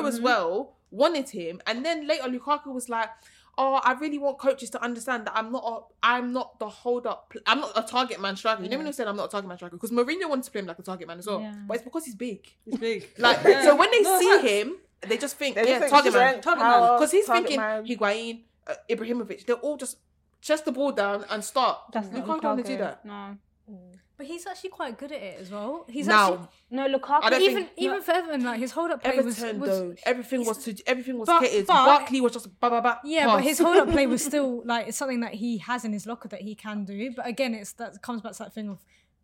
[SPEAKER 7] Mourinho as well wanted him, and then later Lukaku was like, "Oh, I really want coaches to understand that I'm not a, I'm not the hold up. pl- I'm not a target man striker." You know when I said I'm not a target man striker because Mourinho wanted to play him like a target man as well,
[SPEAKER 6] Yeah.
[SPEAKER 7] but it's because he's big.
[SPEAKER 5] It's big.
[SPEAKER 7] Like
[SPEAKER 5] Yeah.
[SPEAKER 7] so when they
[SPEAKER 5] No,
[SPEAKER 7] see
[SPEAKER 5] facts.
[SPEAKER 7] him, they just think,
[SPEAKER 3] They just
[SPEAKER 7] "Yeah,
[SPEAKER 3] think
[SPEAKER 7] target man,
[SPEAKER 3] strength,
[SPEAKER 7] target
[SPEAKER 3] power,
[SPEAKER 7] man," because he's
[SPEAKER 3] target
[SPEAKER 7] thinking
[SPEAKER 3] man.
[SPEAKER 7] Higuain, uh, Ibrahimovic. They're all just chest the ball down and start.
[SPEAKER 4] That's not
[SPEAKER 7] Lukaku don't want to do
[SPEAKER 4] Lukaku.
[SPEAKER 7] that.
[SPEAKER 4] No.
[SPEAKER 10] Mm. But he's actually quite good at it as well. He's
[SPEAKER 7] Now-
[SPEAKER 10] actually
[SPEAKER 4] No,
[SPEAKER 7] I
[SPEAKER 4] Lukaku
[SPEAKER 7] don't
[SPEAKER 4] even
[SPEAKER 10] even even for Everton, like his hold up play was,
[SPEAKER 7] Everton
[SPEAKER 10] was
[SPEAKER 7] though, everything was to everything was
[SPEAKER 10] But-
[SPEAKER 7] catered.
[SPEAKER 10] but-
[SPEAKER 7] Barkley was just ba ba ba.
[SPEAKER 10] yeah,
[SPEAKER 7] pass.
[SPEAKER 10] but his hold up play was still like it's something that he has in his locker that he can do. But again, it's that comes back to that thing of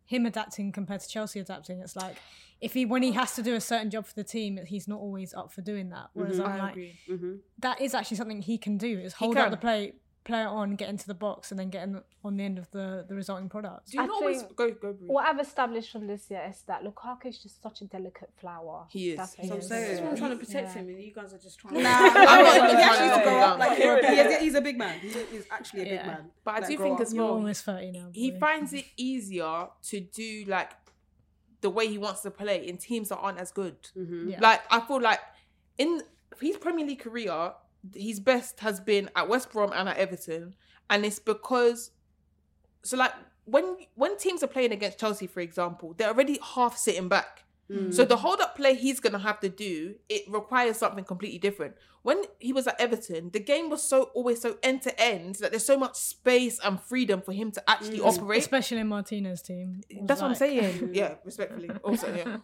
[SPEAKER 10] him adapting compared to Chelsea adapting. It's like if he when he has to do a certain job for the team, he's not always up for doing that.
[SPEAKER 7] Mm-hmm.
[SPEAKER 10] Whereas I'm like, mm-hmm. that is actually something he can do is hold
[SPEAKER 7] can.
[SPEAKER 10] up the play, play it on, get into the box, and then get in on the end of the the resulting product.
[SPEAKER 7] Do you
[SPEAKER 4] I
[SPEAKER 7] not always
[SPEAKER 4] think-
[SPEAKER 7] go go? Brie.
[SPEAKER 4] What I've established from this year is that Lukaku is just such a delicate flower.
[SPEAKER 7] He is.
[SPEAKER 4] That's
[SPEAKER 7] So
[SPEAKER 4] what he
[SPEAKER 7] I'm
[SPEAKER 4] is.
[SPEAKER 5] saying.
[SPEAKER 8] I'm trying to protect him, and you guys are just trying. to...
[SPEAKER 7] I'm not even
[SPEAKER 5] he
[SPEAKER 7] trying to
[SPEAKER 5] actually needs to
[SPEAKER 7] go
[SPEAKER 5] grow
[SPEAKER 7] down.
[SPEAKER 5] up. Like, you're a- he- he's a big man. He is actually a big
[SPEAKER 10] Yeah.
[SPEAKER 5] man.
[SPEAKER 7] But I
[SPEAKER 5] Like,
[SPEAKER 7] do
[SPEAKER 5] grow
[SPEAKER 7] think
[SPEAKER 5] up.
[SPEAKER 7] as
[SPEAKER 10] You're
[SPEAKER 7] well,
[SPEAKER 10] almost thirty now.
[SPEAKER 7] he
[SPEAKER 10] boy.
[SPEAKER 7] finds it easier to do like the way he wants to play in teams that aren't as good.
[SPEAKER 10] Yeah.
[SPEAKER 7] Like I feel like in his Premier League career, his best has been at West Brom and at Everton, and it's because so like when when teams are playing against Chelsea, for example, they're already half sitting back. So the hold up play he's gonna have to do it requires something completely different. When he was at Everton, the game was so always so end to end that there's so much space and freedom for him to actually
[SPEAKER 6] Mm.
[SPEAKER 7] operate.
[SPEAKER 10] especially in Martinez's team. It was
[SPEAKER 7] That's what I'm
[SPEAKER 10] like-
[SPEAKER 7] saying. yeah, respectfully. Also, yeah.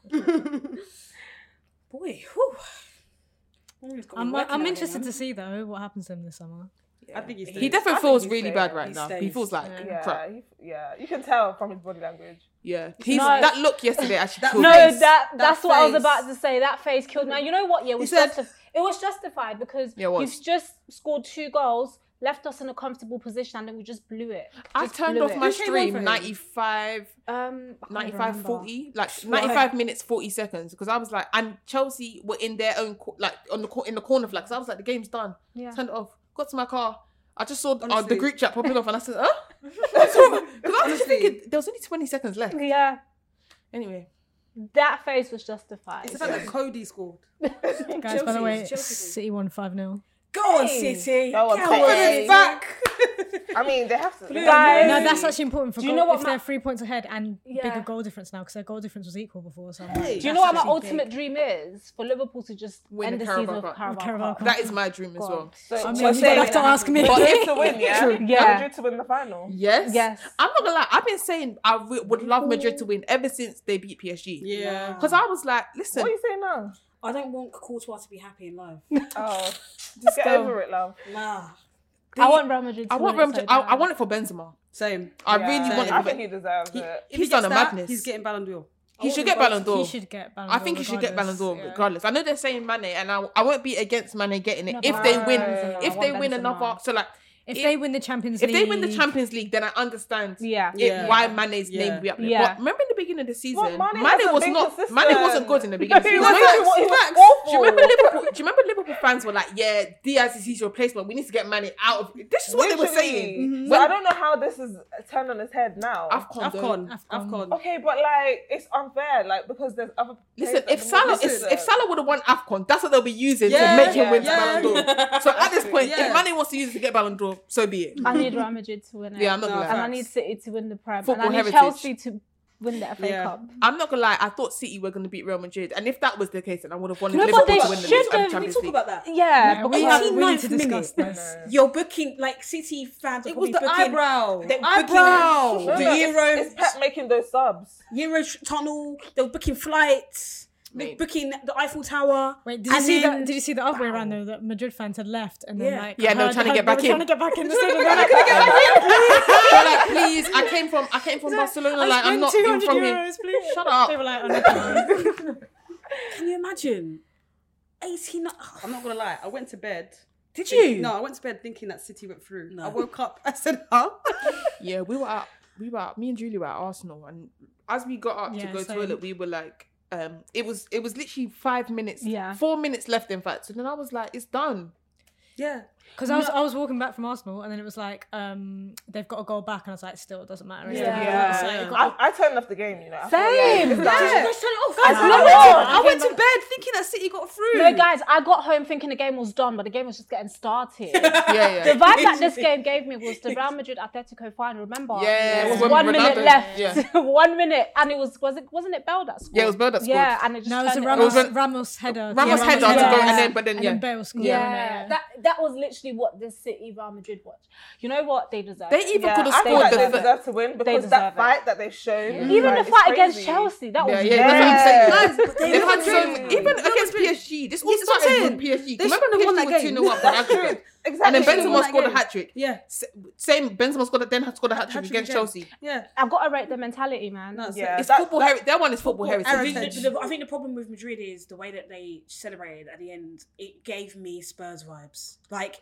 [SPEAKER 8] Boy, whew. Woman's got me
[SPEAKER 6] uh,
[SPEAKER 10] I'm,
[SPEAKER 8] working
[SPEAKER 10] I'm
[SPEAKER 8] out
[SPEAKER 10] interested
[SPEAKER 8] here,
[SPEAKER 10] to see though what happens to him this summer.
[SPEAKER 5] I think he's.
[SPEAKER 7] He definitely
[SPEAKER 3] I think
[SPEAKER 7] feels
[SPEAKER 3] he's
[SPEAKER 7] really
[SPEAKER 3] safe.
[SPEAKER 7] bad right
[SPEAKER 8] He's
[SPEAKER 7] now. He
[SPEAKER 8] safe.
[SPEAKER 7] feels like
[SPEAKER 3] yeah,
[SPEAKER 7] crap.
[SPEAKER 3] he- yeah, you can tell from his body language.
[SPEAKER 7] Yeah, he's,
[SPEAKER 4] No.
[SPEAKER 7] that look yesterday actually. killed
[SPEAKER 4] No,
[SPEAKER 7] me.
[SPEAKER 4] that, that's what I was
[SPEAKER 5] face.
[SPEAKER 4] about to say. That face killed me. You know what? Yeah, it was,
[SPEAKER 7] said-
[SPEAKER 4] justif- it was justified because
[SPEAKER 7] Yeah, it was.
[SPEAKER 4] you've just scored two goals, left us in a comfortable position, and then we just blew it.
[SPEAKER 7] I
[SPEAKER 4] Just
[SPEAKER 7] turned
[SPEAKER 4] blew
[SPEAKER 7] off
[SPEAKER 4] it.
[SPEAKER 7] my
[SPEAKER 4] Who came on for
[SPEAKER 7] stream
[SPEAKER 4] him?
[SPEAKER 7] 95,
[SPEAKER 4] Um, I can't
[SPEAKER 7] 95,
[SPEAKER 4] remember.
[SPEAKER 7] 40, like 95 minutes, 40 seconds. Because I was like, and Chelsea were in their own, co- like on the cor- in the corner flag. So I was like, the game's done.
[SPEAKER 4] Yeah.
[SPEAKER 7] Turned it off. Got to my car. I just saw uh, the
[SPEAKER 5] Honestly.
[SPEAKER 7] group chat popping off and I said, huh? Because I was just
[SPEAKER 5] Honestly.
[SPEAKER 7] thinking, there was only 20 seconds left.
[SPEAKER 4] Yeah,
[SPEAKER 7] Anyway.
[SPEAKER 4] that face was justified.
[SPEAKER 5] It's the fact that Cody scored.
[SPEAKER 10] Guys, by the way,
[SPEAKER 8] Chelsea.
[SPEAKER 10] City won five 0
[SPEAKER 8] Go on, City.
[SPEAKER 3] That was
[SPEAKER 8] Go on,
[SPEAKER 3] confidence
[SPEAKER 8] City.
[SPEAKER 5] back.
[SPEAKER 3] I mean, they have to. they
[SPEAKER 4] Guys,
[SPEAKER 10] No, that's actually important for
[SPEAKER 4] Do you
[SPEAKER 10] goal-
[SPEAKER 4] know what
[SPEAKER 10] if
[SPEAKER 4] my-
[SPEAKER 10] they're three points ahead and
[SPEAKER 4] Yeah.
[SPEAKER 10] bigger goal difference now because their goal difference was equal before. So I'm
[SPEAKER 5] Hey.
[SPEAKER 10] like,
[SPEAKER 4] Do you
[SPEAKER 10] that's
[SPEAKER 4] know what my
[SPEAKER 10] actually
[SPEAKER 4] ultimate dream is? For Liverpool to just
[SPEAKER 7] Win
[SPEAKER 4] end
[SPEAKER 7] the
[SPEAKER 4] the season
[SPEAKER 7] Carabao
[SPEAKER 4] with
[SPEAKER 7] Cup.
[SPEAKER 4] Carabao,
[SPEAKER 10] Carabao
[SPEAKER 4] Cup.
[SPEAKER 10] Cup.
[SPEAKER 7] That is my dream as
[SPEAKER 4] God.
[SPEAKER 7] well.
[SPEAKER 3] So,
[SPEAKER 10] I mean,
[SPEAKER 3] we're
[SPEAKER 10] you
[SPEAKER 3] saying
[SPEAKER 10] don't have to
[SPEAKER 3] that
[SPEAKER 10] ask me.
[SPEAKER 3] Madrid to win, yeah.
[SPEAKER 4] Yeah.
[SPEAKER 3] Madrid to win the final.
[SPEAKER 7] Yes.
[SPEAKER 4] Yes.
[SPEAKER 7] I'm not gonna lie. I've been saying I re- would love Madrid to win ever since they beat PSG.
[SPEAKER 5] Yeah.
[SPEAKER 7] Because I was like, listen,
[SPEAKER 3] What are you saying now?
[SPEAKER 8] I don't want Courtois to be happy in life.
[SPEAKER 3] Oh, just get over it, love.
[SPEAKER 8] Nah.
[SPEAKER 4] I want Real Madrid. To
[SPEAKER 7] I want
[SPEAKER 4] win it
[SPEAKER 7] Real
[SPEAKER 4] so
[SPEAKER 7] Madrid- I, I
[SPEAKER 4] bad.
[SPEAKER 7] want it for Benzema.
[SPEAKER 5] Same.
[SPEAKER 7] I
[SPEAKER 3] Yeah,
[SPEAKER 7] really want it.
[SPEAKER 3] I
[SPEAKER 7] for Ben-
[SPEAKER 3] think he deserves
[SPEAKER 5] He- Oh,
[SPEAKER 3] it.
[SPEAKER 5] if
[SPEAKER 7] He's
[SPEAKER 5] he
[SPEAKER 7] done
[SPEAKER 5] gets
[SPEAKER 7] a
[SPEAKER 5] that,
[SPEAKER 7] madness.
[SPEAKER 5] He's getting Ballon d'Or.
[SPEAKER 7] He should
[SPEAKER 8] want
[SPEAKER 7] get
[SPEAKER 8] him
[SPEAKER 7] Ballon d'Or.
[SPEAKER 10] He should get Ballon
[SPEAKER 7] I
[SPEAKER 10] d'Or
[SPEAKER 7] think he should get Ballon
[SPEAKER 10] regardless.
[SPEAKER 7] d'Or
[SPEAKER 10] Yeah.
[SPEAKER 7] regardless. I know they're saying Mane, and I, I won't be against Mane getting it
[SPEAKER 10] No,
[SPEAKER 7] if
[SPEAKER 10] but
[SPEAKER 7] they
[SPEAKER 10] I
[SPEAKER 7] win.
[SPEAKER 10] want Benzema. I
[SPEAKER 7] If
[SPEAKER 10] want
[SPEAKER 7] they win
[SPEAKER 4] Benzema.
[SPEAKER 7] another, so like
[SPEAKER 10] If
[SPEAKER 7] it-
[SPEAKER 10] they win the Champions
[SPEAKER 7] if
[SPEAKER 10] League,
[SPEAKER 7] they win the Champions League, then I understand.
[SPEAKER 4] Yeah.
[SPEAKER 7] it-
[SPEAKER 5] Yeah.
[SPEAKER 7] why Mane's name
[SPEAKER 5] Yeah.
[SPEAKER 7] will be up there.
[SPEAKER 4] Yeah.
[SPEAKER 7] But remember in the beginning of the season,
[SPEAKER 3] Well, Mane
[SPEAKER 7] Mane,
[SPEAKER 3] hasn't
[SPEAKER 7] was
[SPEAKER 3] been
[SPEAKER 7] not
[SPEAKER 3] consistent.
[SPEAKER 7] Mane wasn't good in the beginning. of the
[SPEAKER 3] He
[SPEAKER 7] season.
[SPEAKER 3] wasn't.
[SPEAKER 7] Facts,
[SPEAKER 3] He was- he was
[SPEAKER 7] facts. Do you
[SPEAKER 3] awful.
[SPEAKER 7] remember Liverpool? Do you remember Liverpool fans were like, "Yeah, Diaz is his replacement. We need to get Mane out of." This is what they were
[SPEAKER 3] Literally.
[SPEAKER 7] saying.
[SPEAKER 3] So I don't know how this is turned on its head now.
[SPEAKER 7] Afcon, though.
[SPEAKER 5] Afcon. Afcon.
[SPEAKER 3] Okay, but like it's unfair, like because there's other.
[SPEAKER 7] Listen,
[SPEAKER 3] players
[SPEAKER 7] if
[SPEAKER 3] that can
[SPEAKER 7] Salah if,
[SPEAKER 3] listen.
[SPEAKER 7] if Salah would have won Afcon, that's what they'll be using
[SPEAKER 5] Yeah,
[SPEAKER 7] to make him win
[SPEAKER 5] yeah.
[SPEAKER 7] Ballon d'Or. So at this point,
[SPEAKER 5] Yeah.
[SPEAKER 7] if Mane wants to use it to get Ballon d'Or, so be it.
[SPEAKER 4] I need Real Madrid to win it.
[SPEAKER 7] Yeah, I'm not
[SPEAKER 5] No,
[SPEAKER 7] gonna
[SPEAKER 4] and I
[SPEAKER 7] lie.
[SPEAKER 5] facts.
[SPEAKER 4] need City to win the Prem.
[SPEAKER 7] Football
[SPEAKER 4] and I need
[SPEAKER 7] heritage.
[SPEAKER 4] Chelsea to win the FA Cup.
[SPEAKER 7] I'm not gonna lie. I thought City were gonna beat Real Madrid, and if that was the case, then I would have wanted
[SPEAKER 4] No,
[SPEAKER 7] Liverpool
[SPEAKER 4] but
[SPEAKER 7] to
[SPEAKER 4] they
[SPEAKER 7] win the
[SPEAKER 4] should
[SPEAKER 7] um,
[SPEAKER 4] have-
[SPEAKER 7] Champions
[SPEAKER 8] Talk
[SPEAKER 7] League.
[SPEAKER 8] about that.
[SPEAKER 4] Yeah,
[SPEAKER 8] but
[SPEAKER 4] but
[SPEAKER 8] we
[SPEAKER 4] we have-
[SPEAKER 8] have
[SPEAKER 4] we need
[SPEAKER 8] ninth
[SPEAKER 4] to
[SPEAKER 8] minute.
[SPEAKER 4] discuss
[SPEAKER 8] You're Oh, booking like City fans. Are
[SPEAKER 7] It was
[SPEAKER 8] probably
[SPEAKER 7] the
[SPEAKER 8] booking,
[SPEAKER 7] eyebrow.
[SPEAKER 8] They're
[SPEAKER 7] Eyebrow.
[SPEAKER 8] Booking,
[SPEAKER 7] Remember,
[SPEAKER 8] the Euro.
[SPEAKER 7] it's- it's Pep
[SPEAKER 3] making those subs.
[SPEAKER 8] Euro tr- tunnel. They were booking flights. They were booking the Eiffel Tower.
[SPEAKER 6] Wait, Did you,
[SPEAKER 8] and
[SPEAKER 6] see
[SPEAKER 8] then-
[SPEAKER 6] that, did you see the other way around though? That Madrid fans had left and then
[SPEAKER 8] Yeah.
[SPEAKER 6] like
[SPEAKER 8] Yeah, and they were
[SPEAKER 6] heard-
[SPEAKER 8] trying to get
[SPEAKER 6] they were
[SPEAKER 8] back in.
[SPEAKER 6] Trying to get back in the stadium.
[SPEAKER 7] They're like,
[SPEAKER 6] They're
[SPEAKER 7] like, please, I came from I came from Barcelona.
[SPEAKER 6] I
[SPEAKER 7] Like, I'm
[SPEAKER 6] spent
[SPEAKER 7] not being
[SPEAKER 6] 200
[SPEAKER 7] from here.
[SPEAKER 6] euros, please.
[SPEAKER 7] Shut up.
[SPEAKER 6] They were
[SPEAKER 8] "Oh,
[SPEAKER 6] like,
[SPEAKER 8] Can you imagine? 18.
[SPEAKER 5] I'm not gonna lie. I went to bed.
[SPEAKER 8] Did
[SPEAKER 5] think-
[SPEAKER 8] you?
[SPEAKER 5] No, I went to bed thinking that City went through. I woke up. I said, "Huh?"
[SPEAKER 7] yeah, we were at we were at, me and Julie were at Arsenal, and as we got up to
[SPEAKER 5] Yeah,
[SPEAKER 7] go
[SPEAKER 5] same.
[SPEAKER 7] toilet, we were like, um, it was it was literally five minutes, yeah, four minutes left, in fact. So then I was like, it's done.
[SPEAKER 5] Yeah,
[SPEAKER 6] Because I was I was walking back from Arsenal and then it was like um they've got a goal back and I was like still it doesn't matter. It's
[SPEAKER 3] Yeah.
[SPEAKER 6] still-
[SPEAKER 3] Yeah.
[SPEAKER 6] it's like, it got-
[SPEAKER 3] I, I turned off the game, you know. I
[SPEAKER 6] Same.
[SPEAKER 3] thought, yeah, it's
[SPEAKER 6] Yeah.
[SPEAKER 3] done.
[SPEAKER 6] Did you
[SPEAKER 5] guys turn it off?
[SPEAKER 4] Guys,
[SPEAKER 5] I
[SPEAKER 4] no,
[SPEAKER 5] went
[SPEAKER 7] Oh,
[SPEAKER 5] to-
[SPEAKER 4] I
[SPEAKER 5] I went
[SPEAKER 4] came
[SPEAKER 5] to bed thinking that City got through.
[SPEAKER 4] No, guys, I got home thinking the game was done, but the game was just getting started.
[SPEAKER 5] yeah.
[SPEAKER 4] The vibe that this game gave me was the Real Madrid Atletico final. Remember?
[SPEAKER 7] Yeah,
[SPEAKER 4] There
[SPEAKER 7] it
[SPEAKER 4] was
[SPEAKER 7] was
[SPEAKER 4] one
[SPEAKER 7] when
[SPEAKER 4] minute
[SPEAKER 7] Ronaldo-
[SPEAKER 4] left.
[SPEAKER 7] yeah.
[SPEAKER 4] one minute, and it was was it wasn't it Bell that scored?
[SPEAKER 7] Yeah, it was Bell that
[SPEAKER 4] Yeah,
[SPEAKER 7] scored.
[SPEAKER 4] and it just
[SPEAKER 6] No, it was a
[SPEAKER 4] turned
[SPEAKER 6] Ramos,
[SPEAKER 4] around.
[SPEAKER 6] Ramos header.
[SPEAKER 7] Ramos
[SPEAKER 6] Yeah,
[SPEAKER 7] header to
[SPEAKER 6] header.
[SPEAKER 7] go and then- but then, yeah.
[SPEAKER 6] and then Bale scored.
[SPEAKER 4] Yeah,
[SPEAKER 6] wasn't it?
[SPEAKER 4] that that was literally what this City Real Madrid watched. You know what they deserve?
[SPEAKER 3] They
[SPEAKER 4] it.
[SPEAKER 3] even Yeah, could've I feel scored like the they fir- deserve to win
[SPEAKER 4] They
[SPEAKER 3] because
[SPEAKER 4] deserve
[SPEAKER 3] that
[SPEAKER 4] it.
[SPEAKER 3] fight that they showed,
[SPEAKER 4] Yeah.
[SPEAKER 3] Mm.
[SPEAKER 4] even
[SPEAKER 3] like,
[SPEAKER 4] the fight
[SPEAKER 3] it's
[SPEAKER 4] against
[SPEAKER 3] crazy.
[SPEAKER 4] Chelsea, that
[SPEAKER 7] Yeah,
[SPEAKER 4] was
[SPEAKER 7] yeah, that's what I'm saying.
[SPEAKER 4] yeah.
[SPEAKER 7] Guys, but they They've had so even against PSG, this all
[SPEAKER 5] Yes, that's what I'm
[SPEAKER 7] started
[SPEAKER 5] saying.
[SPEAKER 7] with PSG.
[SPEAKER 5] They
[SPEAKER 7] Remember
[SPEAKER 5] shouldn't have won
[SPEAKER 7] PSG
[SPEAKER 5] that
[SPEAKER 7] were
[SPEAKER 5] game.
[SPEAKER 7] 2-0 up on
[SPEAKER 5] That's
[SPEAKER 7] aggregate.
[SPEAKER 5] true.
[SPEAKER 7] And then
[SPEAKER 5] Exactly. They shouldn't have won
[SPEAKER 7] Benzema
[SPEAKER 5] that
[SPEAKER 7] scored a
[SPEAKER 5] game.
[SPEAKER 7] hat trick.
[SPEAKER 5] Yeah.
[SPEAKER 7] Same Benzema scored a then had scored a hat trick against Chelsea.
[SPEAKER 5] Yeah,
[SPEAKER 4] I've got to rate the mentality, man.
[SPEAKER 5] No,
[SPEAKER 7] Yeah, it's football heritage. That one is football, heritage.
[SPEAKER 8] The- the- I think the problem with Madrid is the way that they celebrated at the end. It gave me Spurs vibes. Like,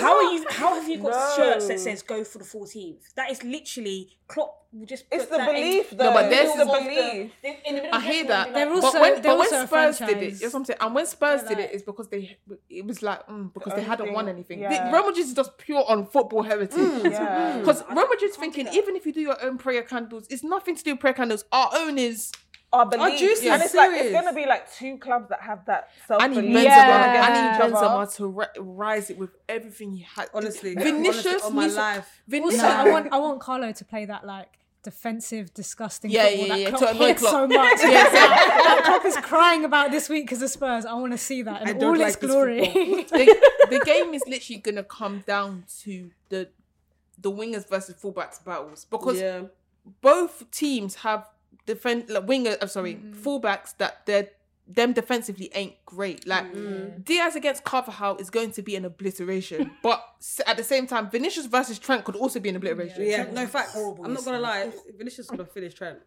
[SPEAKER 8] how are you? How have you got
[SPEAKER 3] No.
[SPEAKER 8] shirts that says "Go for the 14th"? That is literally Klopp will just.
[SPEAKER 3] It's
[SPEAKER 8] put
[SPEAKER 3] the
[SPEAKER 8] that in-
[SPEAKER 3] belief,
[SPEAKER 7] No, but there's
[SPEAKER 3] the
[SPEAKER 7] this
[SPEAKER 3] belief.
[SPEAKER 8] in the middle
[SPEAKER 7] I
[SPEAKER 8] of the
[SPEAKER 7] hear
[SPEAKER 8] dressing
[SPEAKER 7] that.
[SPEAKER 8] room, they're
[SPEAKER 7] but
[SPEAKER 8] like-
[SPEAKER 7] when, but when
[SPEAKER 6] also a
[SPEAKER 7] Spurs did it,
[SPEAKER 6] franchise.
[SPEAKER 7] that's what I'm saying. And when Spurs did it, it's because they it was like mm, because they hadn't won anything.
[SPEAKER 3] yeah.
[SPEAKER 7] The- Real Madrid is just pure on football heritage.
[SPEAKER 3] Mm, yeah.
[SPEAKER 7] Because Real Madrid's thinking, even if you do your own prayer candles, it's nothing to do with prayer candles. Our own is
[SPEAKER 3] our
[SPEAKER 7] Our
[SPEAKER 3] belief.
[SPEAKER 7] juice
[SPEAKER 3] and
[SPEAKER 7] is
[SPEAKER 3] it's like it's
[SPEAKER 7] serious.
[SPEAKER 3] gonna be like two clubs that have that self
[SPEAKER 7] I need
[SPEAKER 3] belief.
[SPEAKER 7] Benzema. I need Benzema to ri- rise it with everything he had.
[SPEAKER 5] Honestly,
[SPEAKER 7] Vinicius
[SPEAKER 5] honestly, on my
[SPEAKER 7] needs-
[SPEAKER 5] life.
[SPEAKER 7] Vinicius,
[SPEAKER 6] Also, I want I want Carlo to play that like defensive, disgusting
[SPEAKER 7] Yeah,
[SPEAKER 6] football
[SPEAKER 7] yeah,
[SPEAKER 6] that
[SPEAKER 7] yeah,
[SPEAKER 6] Klopp
[SPEAKER 7] to annoy
[SPEAKER 6] hates
[SPEAKER 7] Klopp.
[SPEAKER 6] so much.
[SPEAKER 7] Yeah, exactly.
[SPEAKER 6] that Klopp is crying about this week because of Spurs. I want to see that
[SPEAKER 7] I
[SPEAKER 6] in
[SPEAKER 7] don't
[SPEAKER 6] all
[SPEAKER 7] like
[SPEAKER 6] its
[SPEAKER 7] this
[SPEAKER 6] glory.
[SPEAKER 7] football. the, the game is literally gonna come down to the the wingers versus fullbacks battles because
[SPEAKER 5] Yeah.
[SPEAKER 7] both teams have defend like winger. I'm sorry,
[SPEAKER 6] Mm-hmm.
[SPEAKER 7] fullbacks that they're them defensively ain't great. Like
[SPEAKER 6] Mm.
[SPEAKER 5] Mm.
[SPEAKER 7] Diaz against Carvajal is going to be an obliteration, but s- at the same time, Vinicius versus Trent could also be an obliteration.
[SPEAKER 5] Yeah, no facts. I'm not gonna lie. Vinicius would have finished Trent.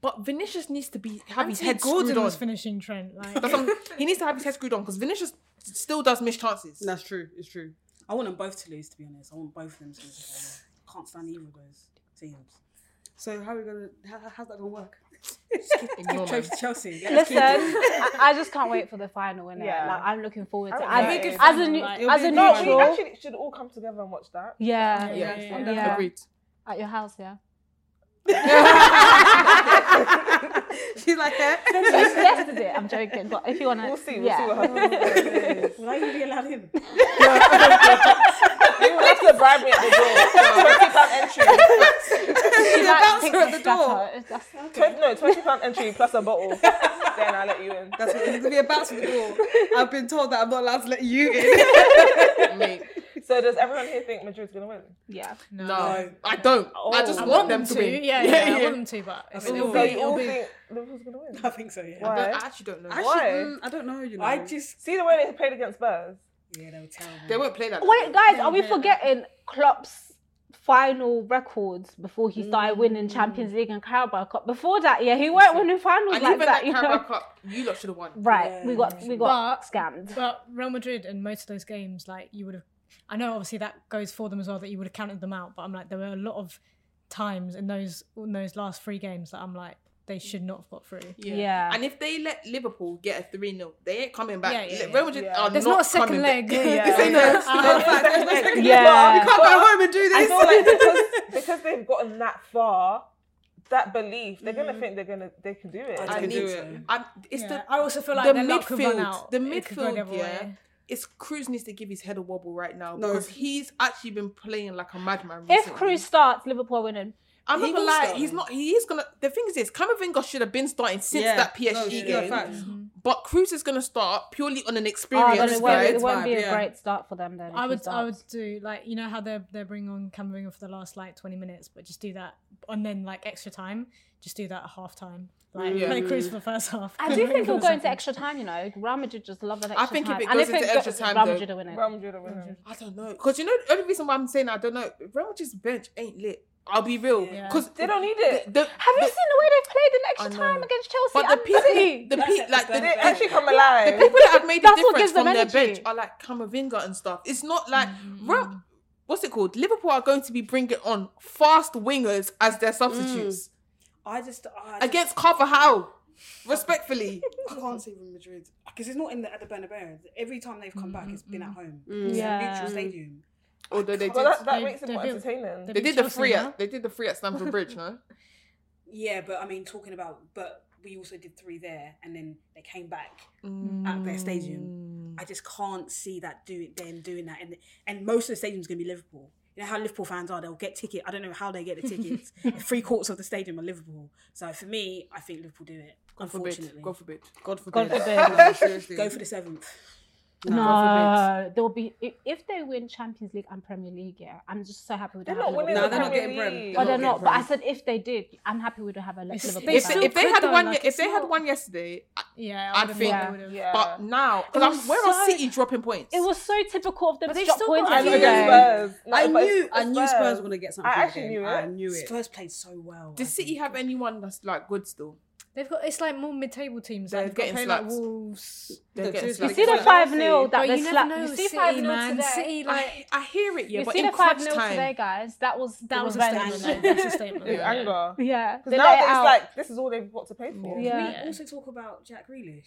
[SPEAKER 7] But Vinicius needs to be have his
[SPEAKER 6] Anthony
[SPEAKER 7] head
[SPEAKER 6] Gordon
[SPEAKER 7] screwed on.
[SPEAKER 6] was finishing Trent. Like,
[SPEAKER 7] That's what I'm- he needs to have his head screwed on because Vinicius still does miss chances.
[SPEAKER 5] That's true. It's true.
[SPEAKER 8] I want them both to lose. To be honest, I want both of them to lose. I can't stand either of those teams.
[SPEAKER 5] So how are we gonna? How, how's that gonna work?
[SPEAKER 8] Give trophy to Chelsea. Let's
[SPEAKER 4] Listen,
[SPEAKER 8] keep it.
[SPEAKER 4] I, I just can't wait for the final, innit?
[SPEAKER 8] Yeah.
[SPEAKER 4] Like I'm looking forward to it.
[SPEAKER 3] I
[SPEAKER 4] As,
[SPEAKER 3] think it's
[SPEAKER 4] as a
[SPEAKER 3] fun,
[SPEAKER 4] new,
[SPEAKER 3] like-
[SPEAKER 4] as a
[SPEAKER 3] No,
[SPEAKER 4] neutral,
[SPEAKER 3] we actually should all come together and watch that.
[SPEAKER 4] yeah,
[SPEAKER 3] Yeah,
[SPEAKER 4] yeah,
[SPEAKER 3] yeah.
[SPEAKER 4] yeah.
[SPEAKER 3] Agreed.
[SPEAKER 4] At your house, yeah.
[SPEAKER 5] She's like, yeah.
[SPEAKER 4] yesterday. I'm joking, but if you wanna,
[SPEAKER 3] We'll see, we'll
[SPEAKER 4] yeah.
[SPEAKER 3] see what happens.
[SPEAKER 8] Will I even be allowed in?
[SPEAKER 3] you would have to bribe me at the door. Twenty pound entry.
[SPEAKER 4] She
[SPEAKER 5] The
[SPEAKER 4] might
[SPEAKER 5] bouncer
[SPEAKER 4] pick
[SPEAKER 5] at
[SPEAKER 4] this
[SPEAKER 5] the
[SPEAKER 4] back
[SPEAKER 5] door.
[SPEAKER 4] up. It's- that's-
[SPEAKER 3] Twen- no, twenty pound entry plus a bottle. then I will let you in.
[SPEAKER 5] That's what it's gonna be about to the door. I've been told that I'm not allowed to let you in.
[SPEAKER 3] So does everyone here think Madrid's gonna win? Oh.
[SPEAKER 4] Yeah.
[SPEAKER 7] No, I don't. I just
[SPEAKER 6] I
[SPEAKER 7] want,
[SPEAKER 6] want
[SPEAKER 7] them to win.
[SPEAKER 6] Yeah, yeah, I want them to, but it's
[SPEAKER 7] mean,
[SPEAKER 6] it'll
[SPEAKER 7] so
[SPEAKER 6] be-
[SPEAKER 7] you
[SPEAKER 6] it'll
[SPEAKER 7] all
[SPEAKER 6] be-
[SPEAKER 3] think Liverpool's gonna win.
[SPEAKER 8] I think so. Yeah.
[SPEAKER 7] I,
[SPEAKER 3] Why?
[SPEAKER 7] don't- I actually don't know.
[SPEAKER 3] I Why?
[SPEAKER 5] mm, I don't know. You know.
[SPEAKER 3] I
[SPEAKER 8] just
[SPEAKER 3] see the way they played against Spurs.
[SPEAKER 8] Yeah, they were terrible.
[SPEAKER 7] They won't play that.
[SPEAKER 4] Wait, guys, are we forgetting Klopp's final records before he started winning Champions League and Carabao Cup? Before that, yeah, he weren't winning finals
[SPEAKER 7] and
[SPEAKER 4] like
[SPEAKER 7] even
[SPEAKER 4] that.
[SPEAKER 7] that
[SPEAKER 4] you know?
[SPEAKER 7] Carabao Cup, you lot should have won.
[SPEAKER 4] Right, we got we got scammed.
[SPEAKER 6] But Real Madrid and most of those games, like you would have, I know obviously that goes for them as well that you would have counted them out. But I'm like, there were a lot of times in those in those last three games that I'm like, they should not have got through.
[SPEAKER 7] And if they let Liverpool get a 3 0, they ain't coming back.
[SPEAKER 6] Yeah, yeah,
[SPEAKER 7] Real Madrid
[SPEAKER 6] yeah.
[SPEAKER 7] are
[SPEAKER 6] There's
[SPEAKER 7] not,
[SPEAKER 6] not a second
[SPEAKER 7] coming
[SPEAKER 6] leg.
[SPEAKER 7] Back.
[SPEAKER 6] Yeah.
[SPEAKER 7] This ain't no-
[SPEAKER 6] Yeah.
[SPEAKER 7] no fact, there's no second leg.
[SPEAKER 4] Yeah.
[SPEAKER 7] You can't go home and do
[SPEAKER 3] I
[SPEAKER 7] this.
[SPEAKER 3] feel like because, because they've gotten that far, that belief, they're gonna think they're gonna they can do it.
[SPEAKER 7] I need it. I'm, it's
[SPEAKER 6] Yeah.
[SPEAKER 7] the,
[SPEAKER 6] I also feel like
[SPEAKER 7] the
[SPEAKER 6] their luck could run
[SPEAKER 7] midfield.
[SPEAKER 6] out.
[SPEAKER 7] The
[SPEAKER 6] It could go the
[SPEAKER 7] midfield,
[SPEAKER 6] other
[SPEAKER 7] yeah.
[SPEAKER 6] way.
[SPEAKER 7] It's Cruz needs to give his head a wobble right now
[SPEAKER 5] No.
[SPEAKER 7] because he's actually been playing like a madman.
[SPEAKER 4] If
[SPEAKER 7] recently.
[SPEAKER 4] Cruz starts, Liverpool winning.
[SPEAKER 7] I'm
[SPEAKER 5] He
[SPEAKER 7] not gonna
[SPEAKER 5] will
[SPEAKER 7] lie,
[SPEAKER 5] start.
[SPEAKER 7] he's not. He is gonna. The thing is, this Camavinga should have been starting since
[SPEAKER 5] Yeah,
[SPEAKER 7] that PSG
[SPEAKER 5] no, shit, no,
[SPEAKER 7] game.
[SPEAKER 5] facts.
[SPEAKER 7] but Cruz is gonna start purely on an
[SPEAKER 4] Mm-hmm. Oh,
[SPEAKER 7] experience.
[SPEAKER 4] then it won't, it
[SPEAKER 7] side.
[SPEAKER 4] won't be a great start for them then. if
[SPEAKER 6] I
[SPEAKER 4] he
[SPEAKER 6] would, I
[SPEAKER 4] starts.
[SPEAKER 6] would do like you know how they're they're bringing on Camavinga for the last like twenty minutes, but just do that and then like extra time, just do that at half time. Like
[SPEAKER 4] Yeah.
[SPEAKER 6] play Cruz for the first half.
[SPEAKER 4] I do think
[SPEAKER 6] Camavinga for
[SPEAKER 4] he'll go into
[SPEAKER 6] second.
[SPEAKER 4] extra time, you know. Real Madrid just love that
[SPEAKER 7] I
[SPEAKER 4] extra
[SPEAKER 7] think if
[SPEAKER 4] time.
[SPEAKER 7] it
[SPEAKER 4] And
[SPEAKER 7] goes into
[SPEAKER 4] go-
[SPEAKER 7] extra time,
[SPEAKER 4] Real
[SPEAKER 7] though-
[SPEAKER 4] Madrid will win it.
[SPEAKER 3] Real Madrid will win it.
[SPEAKER 7] I don't know. Because you know, the only reason why I'm saying I don't know, Real Madrid's bench ain't lit. I'll be real. Because
[SPEAKER 3] They don't need it.
[SPEAKER 4] Have you seen the way they've played in
[SPEAKER 7] I
[SPEAKER 4] extra
[SPEAKER 7] know.
[SPEAKER 4] time against Chelsea?
[SPEAKER 7] But the
[SPEAKER 4] and
[SPEAKER 7] people,
[SPEAKER 4] City?
[SPEAKER 7] the people, like the,
[SPEAKER 3] They
[SPEAKER 7] the-
[SPEAKER 3] actually come
[SPEAKER 7] yeah,
[SPEAKER 3] alive.
[SPEAKER 7] The people that have made the
[SPEAKER 4] That's what
[SPEAKER 7] difference
[SPEAKER 4] gives them
[SPEAKER 7] from their
[SPEAKER 4] energy.
[SPEAKER 7] bench are like Camavinga and stuff. It's not like
[SPEAKER 6] Mm.
[SPEAKER 7] Real- what's it called? Liverpool are going to be bringing on fast wingers as their
[SPEAKER 6] Mm.
[SPEAKER 7] substitutes
[SPEAKER 8] I just I just-
[SPEAKER 7] against Carvajal. Respectfully,
[SPEAKER 8] I can't say Real Madrid because it's not in the at the Bernabeu. Every time they've come
[SPEAKER 6] Mm-hmm,
[SPEAKER 8] back, it's been at home.
[SPEAKER 7] Mm.
[SPEAKER 8] It's
[SPEAKER 7] Yeah.
[SPEAKER 8] a neutral stadium.
[SPEAKER 7] although they did,
[SPEAKER 3] Well, that, that
[SPEAKER 6] They-
[SPEAKER 3] makes it
[SPEAKER 6] they
[SPEAKER 3] more
[SPEAKER 6] built-
[SPEAKER 3] entertaining.
[SPEAKER 7] they
[SPEAKER 6] beat
[SPEAKER 7] did the
[SPEAKER 6] Chelsea
[SPEAKER 7] free
[SPEAKER 6] now.
[SPEAKER 7] at they did the free at Stamford Bridge, no?
[SPEAKER 8] Yeah, but I mean, talking about, but we also did three there, and then they came back at
[SPEAKER 7] Mm.
[SPEAKER 8] their stadium. I just can't see that do it then doing that, and and most of the stadium's gonna be Liverpool. You know how Liverpool fans are; they'll get ticket. I don't know how they get the tickets. Three quarters of the stadium are Liverpool. So for me, I think Liverpool do it.
[SPEAKER 7] God
[SPEAKER 8] unfortunately,
[SPEAKER 7] forbid. God forbid.
[SPEAKER 5] God
[SPEAKER 4] God
[SPEAKER 5] forbid.
[SPEAKER 4] forbid.
[SPEAKER 5] Seriously.
[SPEAKER 8] go for the seventh.
[SPEAKER 4] No, they'll be if, if they win Champions League and Premier League. Yeah, I'm just so happy with
[SPEAKER 3] They're
[SPEAKER 4] that.
[SPEAKER 3] not winning
[SPEAKER 5] No,
[SPEAKER 3] the
[SPEAKER 5] they're not
[SPEAKER 3] Premier
[SPEAKER 5] getting Prem.
[SPEAKER 3] League.
[SPEAKER 4] Oh, they're
[SPEAKER 5] not
[SPEAKER 4] not.
[SPEAKER 5] getting
[SPEAKER 4] But I
[SPEAKER 5] Prem.
[SPEAKER 4] said if they did, I'm happy we'd have a like, Liverpool.
[SPEAKER 6] they
[SPEAKER 4] back.
[SPEAKER 7] If,
[SPEAKER 6] still
[SPEAKER 7] if they
[SPEAKER 6] could
[SPEAKER 7] had
[SPEAKER 6] though,
[SPEAKER 7] one,
[SPEAKER 6] like,
[SPEAKER 7] if
[SPEAKER 6] it's
[SPEAKER 7] they had
[SPEAKER 6] not-
[SPEAKER 7] one yesterday, I-
[SPEAKER 6] Yeah,
[SPEAKER 7] I
[SPEAKER 6] I, think.
[SPEAKER 7] think-
[SPEAKER 6] they would've-
[SPEAKER 3] Yeah.
[SPEAKER 7] but now,
[SPEAKER 4] It
[SPEAKER 7] because
[SPEAKER 4] was
[SPEAKER 7] where are
[SPEAKER 4] so-
[SPEAKER 7] City dropping points?
[SPEAKER 4] it was so typical of them
[SPEAKER 6] But
[SPEAKER 4] to
[SPEAKER 6] they've
[SPEAKER 4] drop
[SPEAKER 6] still
[SPEAKER 4] points.
[SPEAKER 6] got
[SPEAKER 3] I
[SPEAKER 6] a
[SPEAKER 3] know
[SPEAKER 4] every
[SPEAKER 6] few.
[SPEAKER 4] day.
[SPEAKER 3] against Spurs. No,
[SPEAKER 5] I
[SPEAKER 3] but
[SPEAKER 5] knew,
[SPEAKER 3] it's
[SPEAKER 5] I knew Spurs were gonna get something.
[SPEAKER 3] I
[SPEAKER 5] from the
[SPEAKER 3] actually
[SPEAKER 5] game.
[SPEAKER 3] knew it.
[SPEAKER 5] I knew it.
[SPEAKER 8] Spurs played so well. I
[SPEAKER 7] Does City
[SPEAKER 8] think.
[SPEAKER 7] have anyone that's like good still?
[SPEAKER 6] They've got it's like more mid-table teams.
[SPEAKER 7] They're
[SPEAKER 6] Like, they've got to
[SPEAKER 7] getting
[SPEAKER 6] play
[SPEAKER 7] slapped.
[SPEAKER 6] like Wolves.
[SPEAKER 7] They're getting
[SPEAKER 5] seriously.
[SPEAKER 4] You
[SPEAKER 7] slapped.
[SPEAKER 4] see the
[SPEAKER 5] Like,
[SPEAKER 4] five 0 that
[SPEAKER 6] But
[SPEAKER 4] they
[SPEAKER 6] you never
[SPEAKER 4] slapped.
[SPEAKER 6] know.
[SPEAKER 4] You see
[SPEAKER 6] City,
[SPEAKER 4] five 0
[SPEAKER 6] man.
[SPEAKER 4] today.
[SPEAKER 6] City,
[SPEAKER 7] I,
[SPEAKER 6] like
[SPEAKER 7] I hear it, yeah,
[SPEAKER 4] you
[SPEAKER 7] but
[SPEAKER 4] see
[SPEAKER 7] in
[SPEAKER 4] the five
[SPEAKER 7] crunch
[SPEAKER 4] 0 today,
[SPEAKER 7] time,
[SPEAKER 4] guys. That was
[SPEAKER 6] that was a
[SPEAKER 4] revenge.
[SPEAKER 6] statement. That's a statement.
[SPEAKER 3] With
[SPEAKER 6] yeah.
[SPEAKER 3] anger.
[SPEAKER 4] yeah,
[SPEAKER 3] Because
[SPEAKER 4] they
[SPEAKER 3] now
[SPEAKER 4] let it
[SPEAKER 3] it's
[SPEAKER 4] out.
[SPEAKER 3] like this is all they've got to pay for.
[SPEAKER 4] Yeah.
[SPEAKER 8] We also talk about Jack Grealish,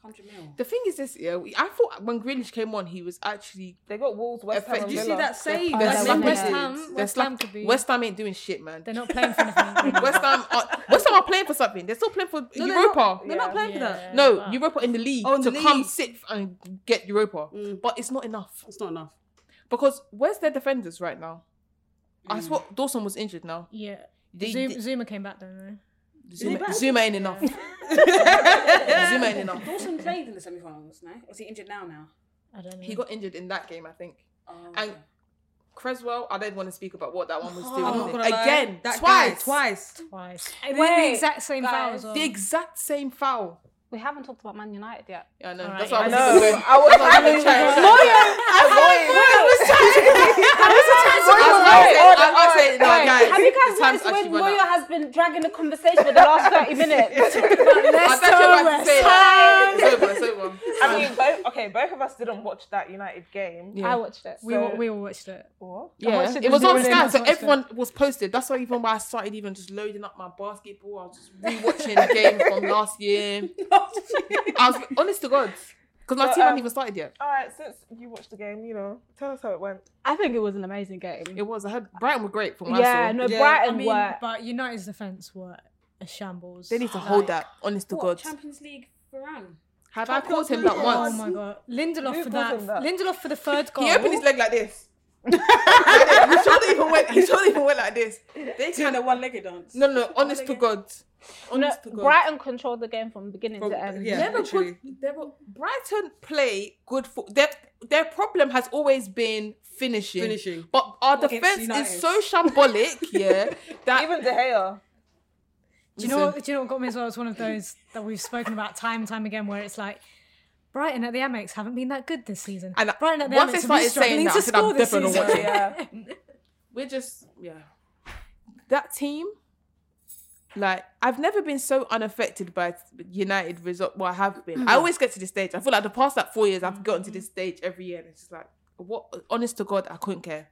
[SPEAKER 8] hundred mil.
[SPEAKER 7] the thing is this, yeah, we, I thought when Grealish came on, he was actually.
[SPEAKER 3] They got Wolves, West Ham,
[SPEAKER 7] effect-
[SPEAKER 3] and
[SPEAKER 7] you see
[SPEAKER 3] Villa.
[SPEAKER 5] that save?
[SPEAKER 4] They're
[SPEAKER 7] slapping
[SPEAKER 4] slapping
[SPEAKER 6] West
[SPEAKER 7] dudes.
[SPEAKER 6] Ham-
[SPEAKER 7] They're
[SPEAKER 6] West Ham
[SPEAKER 7] slapping-
[SPEAKER 6] could be-
[SPEAKER 7] West Ham ain't doing shit, man.
[SPEAKER 6] They're not playing for anything.
[SPEAKER 7] West Ham, are, West Ham are playing for something. They're still playing for
[SPEAKER 5] No, they're
[SPEAKER 7] Europa.
[SPEAKER 5] not, they're not playing for that.
[SPEAKER 7] no,
[SPEAKER 6] but-
[SPEAKER 7] Europa in the league
[SPEAKER 5] Oh, in
[SPEAKER 7] to
[SPEAKER 5] the
[SPEAKER 7] come
[SPEAKER 5] league.
[SPEAKER 7] sixth and get Europa, but it's not enough
[SPEAKER 5] It's not enough.
[SPEAKER 7] because where's their defenders right now? I swear Dawson was injured now.
[SPEAKER 6] Yeah.
[SPEAKER 7] They-
[SPEAKER 6] Zuma,
[SPEAKER 7] they-
[SPEAKER 6] Zuma came back though.
[SPEAKER 7] Zuma, Zuma ain't enough. Zuma ain't enough.
[SPEAKER 8] Dawson played in the semi-finals, no? Or is he injured now? Now
[SPEAKER 6] I don't know.
[SPEAKER 7] He got injured in that game, I think.
[SPEAKER 8] Oh,
[SPEAKER 7] And
[SPEAKER 8] okay.
[SPEAKER 7] Creswell, I don't want to speak about what that one was doing.
[SPEAKER 5] I'm not gonna lie.
[SPEAKER 7] Again,
[SPEAKER 5] That
[SPEAKER 7] twice.
[SPEAKER 5] guy, twice.
[SPEAKER 6] twice.
[SPEAKER 4] Wait,
[SPEAKER 6] the exact same foul as well.
[SPEAKER 7] The exact same foul.
[SPEAKER 4] We haven't talked about Man United yet.
[SPEAKER 7] Yeah, I know.
[SPEAKER 6] All
[SPEAKER 7] That's what
[SPEAKER 3] I
[SPEAKER 6] right,
[SPEAKER 7] I was
[SPEAKER 3] know.
[SPEAKER 7] doing.
[SPEAKER 3] I was having
[SPEAKER 7] I was saying, no,
[SPEAKER 4] Wait,
[SPEAKER 7] guys.
[SPEAKER 4] have you guys
[SPEAKER 7] the time's
[SPEAKER 4] noticed when
[SPEAKER 7] actually run
[SPEAKER 4] Moyo
[SPEAKER 7] out.
[SPEAKER 4] has been dragging the conversation for the last 30 minutes?
[SPEAKER 7] I bet you're about to say it. It's over, it's over.
[SPEAKER 3] I mean, both, okay, both of us didn't watch that United game.
[SPEAKER 4] I watched it.
[SPEAKER 6] we, all, we all watched it.
[SPEAKER 3] What?
[SPEAKER 7] Yeah,
[SPEAKER 4] watched it
[SPEAKER 7] it was
[SPEAKER 4] this
[SPEAKER 7] on
[SPEAKER 4] morning.
[SPEAKER 7] Sky,
[SPEAKER 6] I
[SPEAKER 7] so
[SPEAKER 6] watched it.
[SPEAKER 7] everyone was posted. That's why even why I started even just loading up my basketball. I was just rewatching the game from last year. I was honest to God, because my
[SPEAKER 3] But,
[SPEAKER 7] team
[SPEAKER 3] um,
[SPEAKER 7] hadn't even started yet.
[SPEAKER 3] All right, since you watched the game, you know, tell us how it went.
[SPEAKER 4] I think it was an amazing game.
[SPEAKER 7] It was. I heard Brighton were great from what I
[SPEAKER 4] yeah,
[SPEAKER 7] saw.
[SPEAKER 4] no,
[SPEAKER 5] Yeah.
[SPEAKER 4] Brighton
[SPEAKER 6] I mean,
[SPEAKER 4] were.
[SPEAKER 6] but United's defense were a shambles.
[SPEAKER 7] They need to hold
[SPEAKER 6] Like,
[SPEAKER 7] that. Honest to
[SPEAKER 8] what,
[SPEAKER 7] God,
[SPEAKER 8] Champions League Varane.
[SPEAKER 7] have I caught him
[SPEAKER 3] League
[SPEAKER 7] that
[SPEAKER 3] on.
[SPEAKER 6] Oh
[SPEAKER 7] once?
[SPEAKER 6] my god, Lindelof
[SPEAKER 3] Luke
[SPEAKER 6] for that.
[SPEAKER 3] wasn't that.
[SPEAKER 6] Lindelof for the third goal.
[SPEAKER 7] He opened his leg like this. his shoulder even went. His shoulder even went like this. They
[SPEAKER 8] Doing
[SPEAKER 7] kind
[SPEAKER 8] the
[SPEAKER 7] of.
[SPEAKER 8] one-legged dance.
[SPEAKER 7] No, no. Honest to God.
[SPEAKER 4] No,
[SPEAKER 7] Honest to God.
[SPEAKER 4] Brighton controlled the game from beginning
[SPEAKER 5] From-
[SPEAKER 4] to end.
[SPEAKER 5] yeah.
[SPEAKER 7] They're a good.
[SPEAKER 5] literally.
[SPEAKER 7] They're a, Brighton play good for their their problem has always been finishing.
[SPEAKER 5] Finishing.
[SPEAKER 7] But our
[SPEAKER 8] Against
[SPEAKER 7] defense
[SPEAKER 8] United.
[SPEAKER 7] is so shambolic, yeah. That
[SPEAKER 3] Even De Gea.
[SPEAKER 6] Do you know? What, do you know what got me as well? It's one of those that we've spoken about time and time again, where it's like. Brighton at the Amex haven't been that good this season.
[SPEAKER 7] And
[SPEAKER 6] Brighton at the
[SPEAKER 7] once
[SPEAKER 6] Amex
[SPEAKER 7] they
[SPEAKER 6] have
[SPEAKER 7] started
[SPEAKER 6] been
[SPEAKER 7] saying
[SPEAKER 6] struggling
[SPEAKER 7] that, I
[SPEAKER 6] to
[SPEAKER 7] said, I'm
[SPEAKER 6] score this
[SPEAKER 7] definitely
[SPEAKER 6] season.
[SPEAKER 7] not watching.
[SPEAKER 3] Yeah.
[SPEAKER 7] we're just yeah. That team, like I've never been so unaffected by United result. Well, I have been. I always get to this stage. I feel like the past like four years, I've gotten to this stage every year, and it's just like, what? Honest to God, I couldn't care.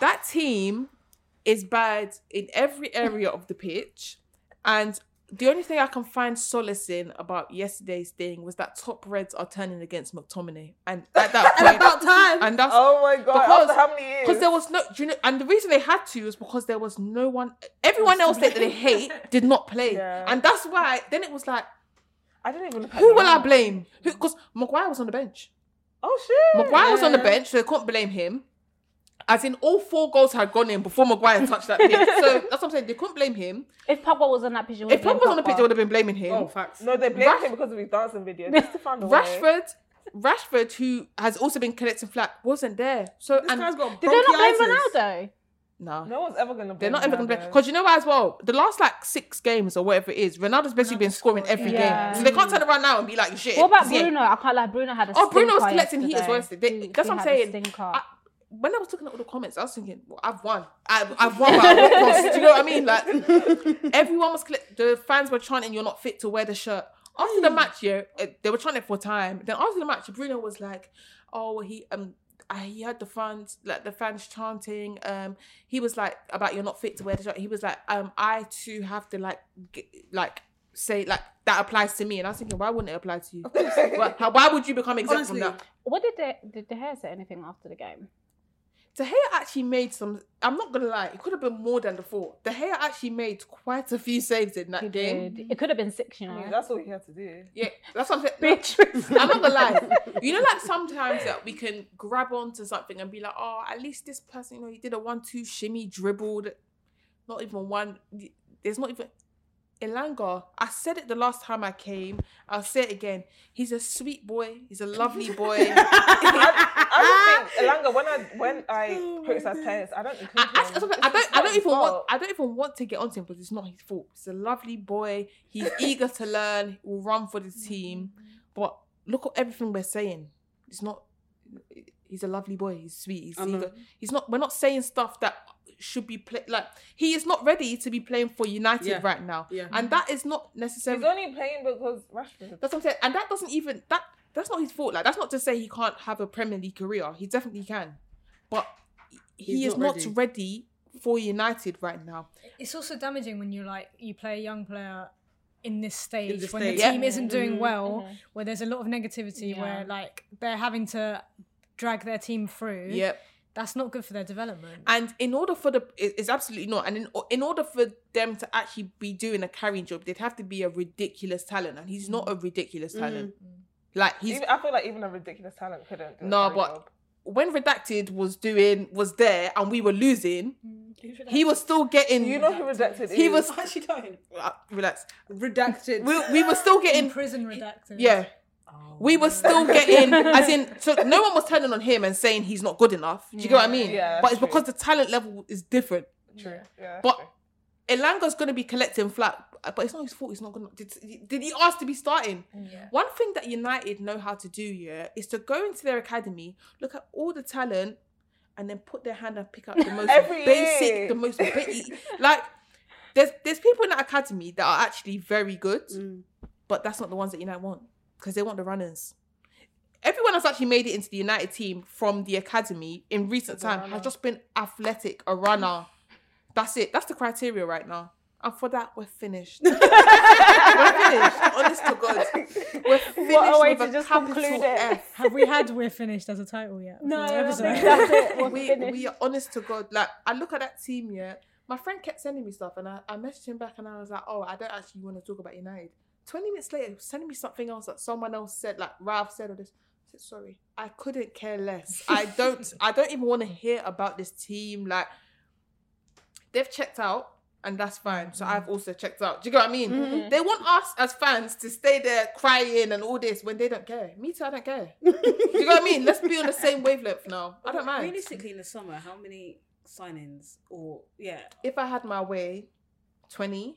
[SPEAKER 7] That team is bad in every area of the pitch, and. The only thing I can find solace in about yesterday's thing was that top reds are turning against McTominay, and at that point,
[SPEAKER 5] About time.
[SPEAKER 7] and that's
[SPEAKER 3] Oh my god!
[SPEAKER 7] because
[SPEAKER 3] after how many years?
[SPEAKER 7] because there was no, do you know, and the reason they had to was because there was no one. Everyone else that they hate did not play,
[SPEAKER 3] Yeah.
[SPEAKER 7] and that's why. Then it was like,
[SPEAKER 3] I didn't even look at
[SPEAKER 7] who
[SPEAKER 3] the
[SPEAKER 7] will I
[SPEAKER 3] lineup.
[SPEAKER 7] blame? Because Maguire was on the bench.
[SPEAKER 3] Oh shit!
[SPEAKER 7] Maguire was on the bench, so they couldn't blame him. As in, all four goals had gone in before Maguire touched that pitch. So that's what I'm saying. They couldn't blame him.
[SPEAKER 4] If Pogba was on that pitch, it
[SPEAKER 7] If
[SPEAKER 4] would've been
[SPEAKER 7] Pogba was on the pitch,
[SPEAKER 4] Pogba.
[SPEAKER 7] they would have been blaming him.
[SPEAKER 4] Oh,
[SPEAKER 5] facts.
[SPEAKER 3] No, they blamed him because of his dancing video. Just to find a way.
[SPEAKER 7] Rashford, Rashford, who has also been collecting flack, wasn't there. So and
[SPEAKER 4] Did they not blame Ronaldo?
[SPEAKER 7] No.
[SPEAKER 3] No one's ever gonna.
[SPEAKER 7] They're
[SPEAKER 3] blame
[SPEAKER 7] not ever going to
[SPEAKER 3] Ronaldo.
[SPEAKER 7] play because you know why as well. The last like six games or whatever it is, Ronaldo's basically been scoring every game,
[SPEAKER 4] Yeah.
[SPEAKER 7] so they can't turn around now and be like shit.
[SPEAKER 4] What about
[SPEAKER 7] see it.
[SPEAKER 4] Bruno? I can't lie. Bruno had a.
[SPEAKER 7] Oh, Bruno was
[SPEAKER 4] stinker
[SPEAKER 7] collecting heat as well.
[SPEAKER 4] yesterday.
[SPEAKER 7] yesterday. They- that's
[SPEAKER 4] he
[SPEAKER 7] what I'm
[SPEAKER 4] had a
[SPEAKER 7] saying.
[SPEAKER 4] stinker.
[SPEAKER 7] I- when I was looking at all the comments, I was thinking, well, I've won. I've, I've won. But at what cost? Do you know what I mean? Like everyone was collect- the fans were chanting, "You're not fit to wear the shirt." After the match, yeah, uh, they were chanting for time. Then after the match, Bruno was like, "Oh, he um." I, he had the fans like the fans chanting. Um, he was like about you're not fit to wear the shirt. He was like, um, I too have to like g- like say like that applies to me. And I was thinking, why wouldn't it apply to you? why, how- why would you become exempt
[SPEAKER 4] Honestly.
[SPEAKER 7] from that?
[SPEAKER 4] What did they, did De Gea say anything after the game?
[SPEAKER 7] De Gea actually made some. I'm not gonna lie, it could have been more than the four. De Gea actually made quite a few saves in that game.
[SPEAKER 4] Did- It could have been six, you know.
[SPEAKER 3] Yeah, that's all he had to do.
[SPEAKER 7] Yeah, that's what I'm saying. I'm not gonna lie. You know, like sometimes that we can grab onto something and be like, oh, at least this person, you know, he did a one-two shimmy, dribbled. Not even one. There's not even. Elanga, I said it the last time I came. I'll say it again. He's a sweet boy. He's a lovely boy.
[SPEAKER 3] I just think Elanga, when I when I
[SPEAKER 7] Oh
[SPEAKER 3] criticize parents, I don't include
[SPEAKER 7] I, I
[SPEAKER 3] him.
[SPEAKER 7] don't, I don't, I don't even want. I don't even want to get onto him because it's not his fault. He's a lovely boy. He's eager to learn. He will run for the team.
[SPEAKER 5] Mm-hmm.
[SPEAKER 7] But look at everything we're saying. It's not. He's a lovely boy. He's sweet. He's
[SPEAKER 5] I know.
[SPEAKER 7] eager. He's not. We're not saying stuff that should be played. Like he is not ready to be playing for United
[SPEAKER 5] Yeah.
[SPEAKER 7] right now.
[SPEAKER 5] Yeah.
[SPEAKER 7] And that is not necessarily.
[SPEAKER 3] He's only playing because Rashford.
[SPEAKER 7] That's what I'm saying. And that doesn't even that that's not his fault. Like that's not to say he can't have a Premier League career. He definitely can. But he
[SPEAKER 6] He's
[SPEAKER 7] is
[SPEAKER 6] not
[SPEAKER 7] not
[SPEAKER 6] ready.
[SPEAKER 7] ready. for United right now.
[SPEAKER 10] It's also damaging when you like you play a young player in this stage
[SPEAKER 7] this
[SPEAKER 10] when
[SPEAKER 7] stage.
[SPEAKER 10] the
[SPEAKER 7] Yeah.
[SPEAKER 10] team isn't doing
[SPEAKER 7] Mhm,
[SPEAKER 10] well, where there's a lot of negativity, where
[SPEAKER 7] Yeah.
[SPEAKER 10] like they're having to drag their team through.
[SPEAKER 7] Yep.
[SPEAKER 10] That's not good for their development.
[SPEAKER 7] And in order for the it- it's absolutely not. And in in order for them to actually be doing a carrying job, they'd have to be a ridiculous talent. And he's not a ridiculous talent. Like he's
[SPEAKER 3] Mm. Even, I feel like even a ridiculous talent couldn't. Do it.
[SPEAKER 7] no, but when Redacted was doing was there and we were losing, he was still getting
[SPEAKER 3] You know who Redacted
[SPEAKER 7] He
[SPEAKER 3] is?
[SPEAKER 7] was
[SPEAKER 3] I
[SPEAKER 8] actually don't.
[SPEAKER 7] Uh, relax.
[SPEAKER 5] Redacted.
[SPEAKER 7] We, we were still getting
[SPEAKER 10] prison redacted.
[SPEAKER 7] Yeah.
[SPEAKER 3] Oh,
[SPEAKER 7] We were still getting, as in, so no one was turning on him and saying he's not good enough. Do you get what I
[SPEAKER 3] Yeah.
[SPEAKER 7] mean?
[SPEAKER 3] Yeah,
[SPEAKER 7] But it's
[SPEAKER 3] true.
[SPEAKER 7] because the talent level is different.
[SPEAKER 3] True. Yeah.
[SPEAKER 7] But Elanga's going to be collecting flat, but it's not his fault. He's not going to. Did, did he ask to be starting?
[SPEAKER 3] Yeah.
[SPEAKER 7] One thing that United know how to do, yeah, is to go into their academy, look at all the talent, and then put their hand and pick up the most
[SPEAKER 3] Every
[SPEAKER 7] basic,
[SPEAKER 3] year.
[SPEAKER 7] the most ba- like. There's there's people in the academy that are actually very good,
[SPEAKER 3] Mm.
[SPEAKER 7] but that's not the ones that United want because they want the runners. Everyone that's actually made it into the United team from the academy in recent time has just been athletic, a runner. That's it. That's the criteria right now. And for that, we're finished. we're finished. Honest to God. We're finished
[SPEAKER 10] a way
[SPEAKER 7] with
[SPEAKER 10] to
[SPEAKER 7] a
[SPEAKER 10] just
[SPEAKER 7] capital
[SPEAKER 10] conclude it.
[SPEAKER 7] F.
[SPEAKER 10] Have we had "We're finished" as a title yet?
[SPEAKER 7] No,
[SPEAKER 10] For the
[SPEAKER 7] I don't
[SPEAKER 10] episode?
[SPEAKER 7] think that's it. we, we are honest to God. Like, I look at that team, yeah. My friend kept sending me stuff, and I, I messaged him back, and I was like, oh, I don't actually want to talk about United. 20 minutes later, he was sending me something else that someone else said, like Ralph said, or this. I said, sorry, I couldn't care less. I don't, I don't even want to hear about this team. Like, they've checked out. And that's fine. So I've also checked out. Do you get what I mean?
[SPEAKER 5] Mhm.
[SPEAKER 7] They want us as fans to stay there crying and all this when they don't care. Me too, I don't care. Do you know what I mean? Let's be on the same wavelength now. I don't mind.
[SPEAKER 8] Realistically, in the summer, how many signings or yeah?
[SPEAKER 7] if I had my way, 20.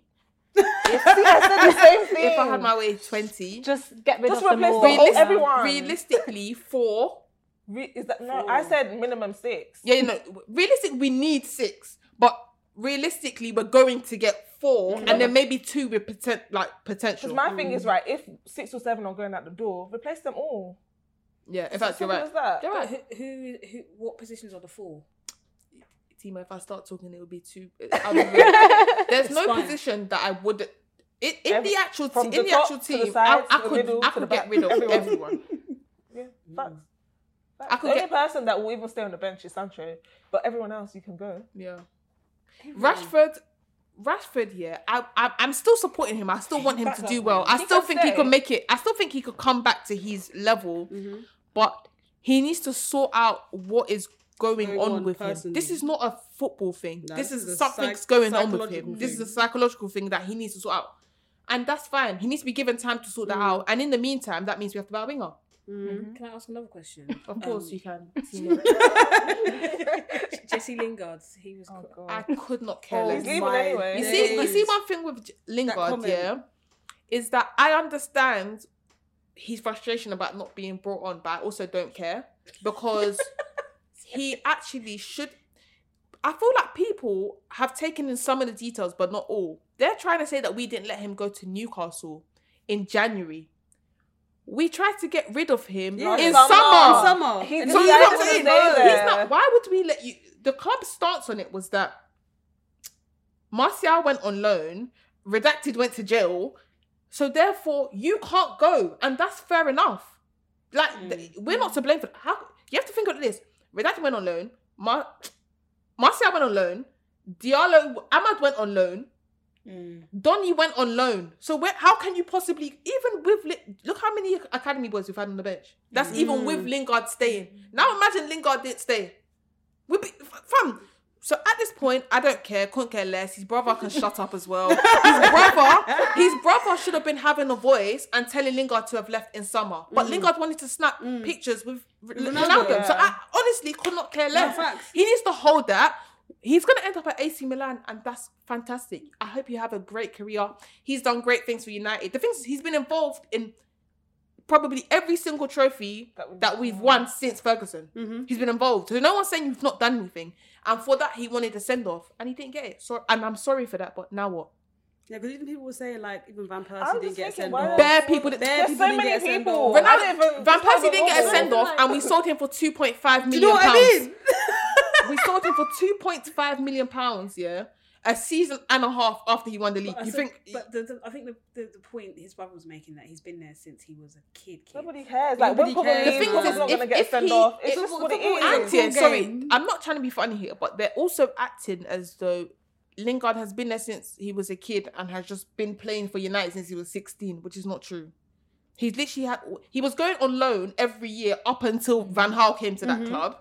[SPEAKER 8] I said the same
[SPEAKER 7] If I
[SPEAKER 8] thing.
[SPEAKER 7] had my way, 20.
[SPEAKER 4] Just get
[SPEAKER 3] rid Just of them replace all. the whole- everyone.
[SPEAKER 7] Realistically, four.
[SPEAKER 3] Re- is that no? I said minimum six.
[SPEAKER 7] Yeah, you know, realistic, we need six, but realistically, we're going to get 4
[SPEAKER 3] Mhm.
[SPEAKER 7] and then maybe two with poten- like
[SPEAKER 3] Because
[SPEAKER 7] potential.
[SPEAKER 3] my thing is right. If six or seven are going out the door, replace them all.
[SPEAKER 7] Yeah, in
[SPEAKER 3] It's
[SPEAKER 7] fact,
[SPEAKER 3] as
[SPEAKER 7] you're
[SPEAKER 3] simple
[SPEAKER 7] right.
[SPEAKER 3] as that.
[SPEAKER 7] You're
[SPEAKER 8] But
[SPEAKER 7] right.
[SPEAKER 8] who, who, who, what positions are the four?
[SPEAKER 7] Timo, if I start talking, it would be too. I'll be real. There's
[SPEAKER 8] It's
[SPEAKER 7] no
[SPEAKER 8] fine.
[SPEAKER 7] position that I would. In, in
[SPEAKER 3] Every-
[SPEAKER 7] the actual te-
[SPEAKER 3] from
[SPEAKER 7] in
[SPEAKER 3] the
[SPEAKER 7] the,
[SPEAKER 3] top
[SPEAKER 7] actual
[SPEAKER 3] to the
[SPEAKER 7] team,
[SPEAKER 3] sides,
[SPEAKER 7] I, I
[SPEAKER 3] to the
[SPEAKER 7] could
[SPEAKER 3] middle,
[SPEAKER 7] I
[SPEAKER 3] to the
[SPEAKER 7] could get
[SPEAKER 3] back,
[SPEAKER 7] rid of
[SPEAKER 3] everyone.
[SPEAKER 7] everyone.
[SPEAKER 3] Yeah, facts.
[SPEAKER 7] I
[SPEAKER 3] Facts.
[SPEAKER 7] could
[SPEAKER 3] The only
[SPEAKER 7] get-
[SPEAKER 3] person that will even stay on the bench is Sancho, but everyone else you can go.
[SPEAKER 7] Yeah. Rashford, Rashford, yeah, I, I I'm still supporting him. I still want him
[SPEAKER 3] Back
[SPEAKER 7] to
[SPEAKER 3] that
[SPEAKER 7] do
[SPEAKER 3] way.
[SPEAKER 7] well. I
[SPEAKER 3] He
[SPEAKER 7] still
[SPEAKER 3] can
[SPEAKER 7] think he
[SPEAKER 3] stay.
[SPEAKER 7] can make it. I still think he could come back to his level, but he needs to sort out what is going,
[SPEAKER 5] Going
[SPEAKER 7] on,
[SPEAKER 5] on
[SPEAKER 7] with him.
[SPEAKER 5] personally.
[SPEAKER 7] This is not a football thing.
[SPEAKER 5] No,
[SPEAKER 7] this
[SPEAKER 5] this
[SPEAKER 7] is,
[SPEAKER 5] is a
[SPEAKER 7] something's
[SPEAKER 5] psych-
[SPEAKER 7] going on with him.
[SPEAKER 5] psychological
[SPEAKER 7] This is
[SPEAKER 5] thing.
[SPEAKER 7] a psychological thing that he needs to sort out. And that's fine. He needs to be given time to sort that out. And in the meantime, that means we have to buy a winger.
[SPEAKER 8] Can I ask another question? Um,
[SPEAKER 7] Of course you can.
[SPEAKER 8] Jesse Lingard, he was.
[SPEAKER 7] I could not care less.
[SPEAKER 8] He's leaving my anyway.
[SPEAKER 7] You see, you
[SPEAKER 8] days.
[SPEAKER 7] see, one thing with J- Lingard,
[SPEAKER 8] comment.
[SPEAKER 7] yeah, is that I understand his frustration about not being brought on, but I also don't care because he actually should. I feel like people have taken in some of the details, but not all. They're trying to say that we didn't let him go to Newcastle in January. We tried to get rid of him
[SPEAKER 5] Yeah.
[SPEAKER 7] in
[SPEAKER 5] Summer.
[SPEAKER 7] summer.
[SPEAKER 5] In summer. He-
[SPEAKER 7] so you know
[SPEAKER 5] he didn't
[SPEAKER 7] what I'm saying?
[SPEAKER 5] wanna stay
[SPEAKER 7] He's
[SPEAKER 5] there.
[SPEAKER 7] not. Why would we let you? The club's stance on it was that Martial went on loan, Redacted went to jail, so therefore you can't go, and that's fair enough. Like th-
[SPEAKER 5] Mm.
[SPEAKER 7] we're not to blame for how you have to think of this. Redacted went on loan, Mar- Martial went on loan, Diallo Ahmad went on loan, Donny went on loan. So where, how can you possibly even with Li- look how many academy boys we've had on the bench? That's even with Lingard staying. Now imagine Lingard didn't stay. We be f- fam. So at this point, I don't care. Couldn't care less. His brother can shut up as well. His brother, his brother should have been having a voice and telling Lingard to have left in summer. But Lingard wanted to snap pictures with R-
[SPEAKER 5] Ronaldo.
[SPEAKER 7] Ronaldo. So I
[SPEAKER 5] Yeah.
[SPEAKER 7] honestly could not care less.
[SPEAKER 5] facts.
[SPEAKER 7] he needs to hold that. He's gonna end up at AC Milan, and that's fantastic. I hope you have a great career. He's done great things for United. The things is, he's been involved in probably every single trophy that, we've won Mm-hmm. since Ferguson. He's been involved. So no one's saying you've not done anything. And for that, he wanted a send off, and he didn't get it. So, and I'm sorry for that. But now what?
[SPEAKER 5] Yeah, because even people were saying like even Van
[SPEAKER 3] I was
[SPEAKER 5] Persie didn't
[SPEAKER 3] just
[SPEAKER 5] get
[SPEAKER 3] thinking,
[SPEAKER 5] sent
[SPEAKER 3] why
[SPEAKER 5] off.
[SPEAKER 7] Bare people. That,
[SPEAKER 5] Bare people didn't get sent off.
[SPEAKER 7] Ronaldo, Van
[SPEAKER 3] it's not
[SPEAKER 7] Persie didn't get a
[SPEAKER 3] normal.
[SPEAKER 7] send off, and we sold him for 2.5 million
[SPEAKER 5] Do you know what I
[SPEAKER 7] pounds.
[SPEAKER 5] mean?
[SPEAKER 7] we sold him for 2.5 million pounds, yeah, a season and a half after he won the league.
[SPEAKER 8] But I
[SPEAKER 7] you
[SPEAKER 8] said-
[SPEAKER 7] think
[SPEAKER 8] But the, the, I think the, the, the point his brother was making that he's been there since he was a kid. kid.
[SPEAKER 3] Nobody cares. Like, when Pogba
[SPEAKER 7] the
[SPEAKER 3] leaves,
[SPEAKER 7] thing
[SPEAKER 3] Pogba's
[SPEAKER 7] is,
[SPEAKER 3] not
[SPEAKER 7] if,
[SPEAKER 3] going to get
[SPEAKER 7] if
[SPEAKER 3] sent
[SPEAKER 7] he,
[SPEAKER 3] off. It's
[SPEAKER 7] if-
[SPEAKER 3] just what it
[SPEAKER 7] and
[SPEAKER 3] is.
[SPEAKER 7] yeah, sorry, I'm not trying to be funny here, but they're also acting as though Lingard has been there since he was a kid and has just been playing for United since he was 16, which is not true. He's literally had he was going on loan every year up until Van Gaal came to that club.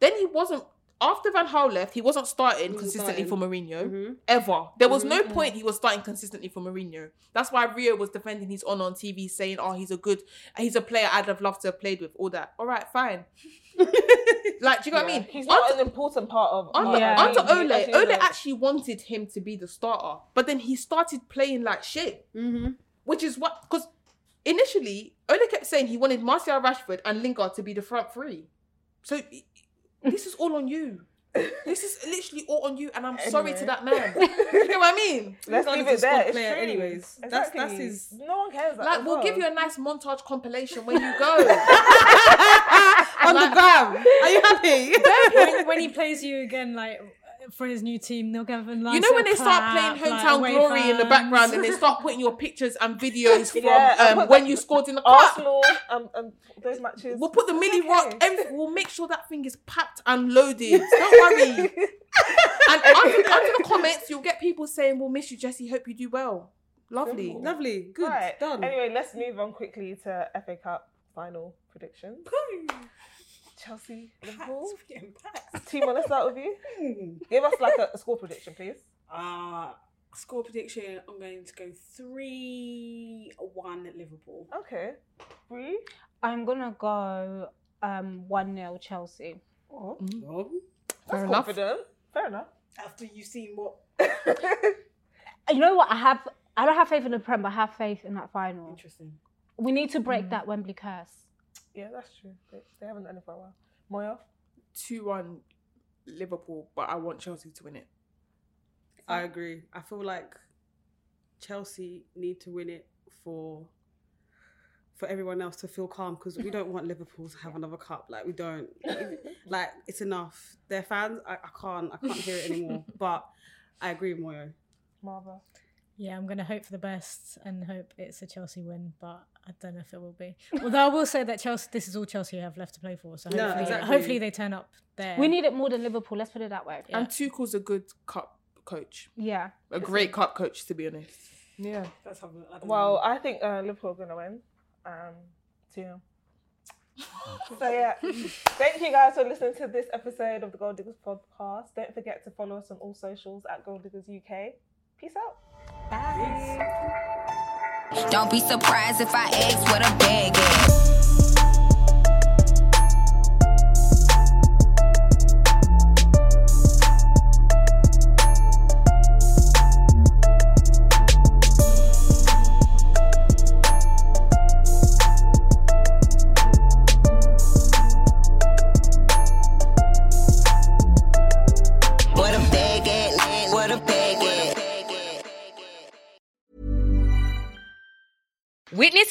[SPEAKER 7] Then he wasn't after Van Gaal left, he wasn't starting Mm-hmm. consistently for Mourinho ever. There was no point he was starting consistently for Mourinho. That's why Rio was defending his honor on TV, saying, "Oh, he's a good, he's a player I'd have loved to have played with." All that. All right, fine. like, do you know what I mean?
[SPEAKER 3] He's not an important part of.
[SPEAKER 7] Under,
[SPEAKER 3] Yeah.
[SPEAKER 7] under
[SPEAKER 3] He- he
[SPEAKER 7] Ole,
[SPEAKER 3] actually
[SPEAKER 7] Ole
[SPEAKER 3] isn't.
[SPEAKER 7] actually wanted him to be the starter, but then he started playing like shit,
[SPEAKER 3] Mm-hmm.
[SPEAKER 7] which is what because initially Ole kept saying he wanted Martial, Rashford, and Lingard to be the front three. So i- i- this is all on you. This is literally all on you, and I'm sorry to that man. you know what I mean?
[SPEAKER 3] Let's
[SPEAKER 5] Lingard
[SPEAKER 3] leave
[SPEAKER 5] is a
[SPEAKER 3] it
[SPEAKER 5] squad
[SPEAKER 3] there. It's true.
[SPEAKER 5] player anyways.
[SPEAKER 3] Exactly.
[SPEAKER 5] That's- that's his-
[SPEAKER 3] No one cares. that
[SPEAKER 7] Like
[SPEAKER 3] as
[SPEAKER 7] we'll
[SPEAKER 3] well.
[SPEAKER 7] give you a nice montage compilation when you go.
[SPEAKER 5] On the bam. Are you happy?
[SPEAKER 10] when, when he plays you again, like for his new team, they'll give him. Like,
[SPEAKER 7] You know when they start playing Hometown Glory in the background and they start putting your pictures and videos from
[SPEAKER 3] Yeah, I
[SPEAKER 7] um,
[SPEAKER 3] put
[SPEAKER 7] when
[SPEAKER 3] that-
[SPEAKER 7] you scored in the cup.
[SPEAKER 3] Arsenal and, and those matches.
[SPEAKER 7] We'll put the Millie
[SPEAKER 3] okay.
[SPEAKER 7] Rock. every- we'll make sure that thing is packed and loaded. Don't worry. and under, under the comments, you'll get people saying, "We'll miss you, Jesse. Hope you do well." Lovely.
[SPEAKER 5] Lovely. Good.
[SPEAKER 3] Right.
[SPEAKER 5] Done.
[SPEAKER 3] Anyway, let's move on quickly to FA Cup final predictions. Chelsea, Liverpool. Timo, let's start with you. Give us like a, a score prediction, please.
[SPEAKER 8] Uh, score prediction I'm going to go 3 1 Liverpool.
[SPEAKER 3] Okay. Bree.
[SPEAKER 4] I'm gonna go um one 0 Chelsea.
[SPEAKER 3] Oh,
[SPEAKER 5] Oh.
[SPEAKER 7] Fair
[SPEAKER 3] that's
[SPEAKER 7] enough.
[SPEAKER 3] confident. Fair enough.
[SPEAKER 8] After you've seen what.
[SPEAKER 4] You know what? I have. I don't have faith in the Prem, but I have faith in that final.
[SPEAKER 8] Interesting.
[SPEAKER 4] We need to break that Wembley curse.
[SPEAKER 3] Yeah, that's true. They, they haven't done it for a while. Moya.
[SPEAKER 7] Two one, Liverpool. But I want Chelsea to win it.
[SPEAKER 5] I agree. I feel like Chelsea need to win it for for everyone else to feel calm because we don't want Liverpool to have another cup. Like we don't. like it's enough. Their fans, I, I can't. I can't hear it anymore. but I agree, with Moyo.
[SPEAKER 3] Marva.
[SPEAKER 10] Yeah, I'm going to hope for the best and hope it's a Chelsea win, but I don't know if it will be. Although I will say that Chelsea, this is all Chelsea have left to play for, so
[SPEAKER 5] No,
[SPEAKER 10] hopefully,
[SPEAKER 5] exactly.
[SPEAKER 10] hopefully they turn up there.
[SPEAKER 4] We need it more than Liverpool. Let's put it that way.
[SPEAKER 7] And Tuchel's a good cup coach.
[SPEAKER 4] Yeah.
[SPEAKER 7] A great cup coach, to be honest. Yeah.
[SPEAKER 8] Let's have a. I don't
[SPEAKER 3] Well,
[SPEAKER 8] know.
[SPEAKER 3] I think uh, Liverpool are going to win. Um, 2 So yeah, thank you guys for listening to this episode of the Gold Diggers podcast. Don't forget to follow us on all socials at Gold Diggers UK. Peace out.
[SPEAKER 2] Don't be surprised if I ask what a bag is. What a bag at, what a bag at.
[SPEAKER 11] Witness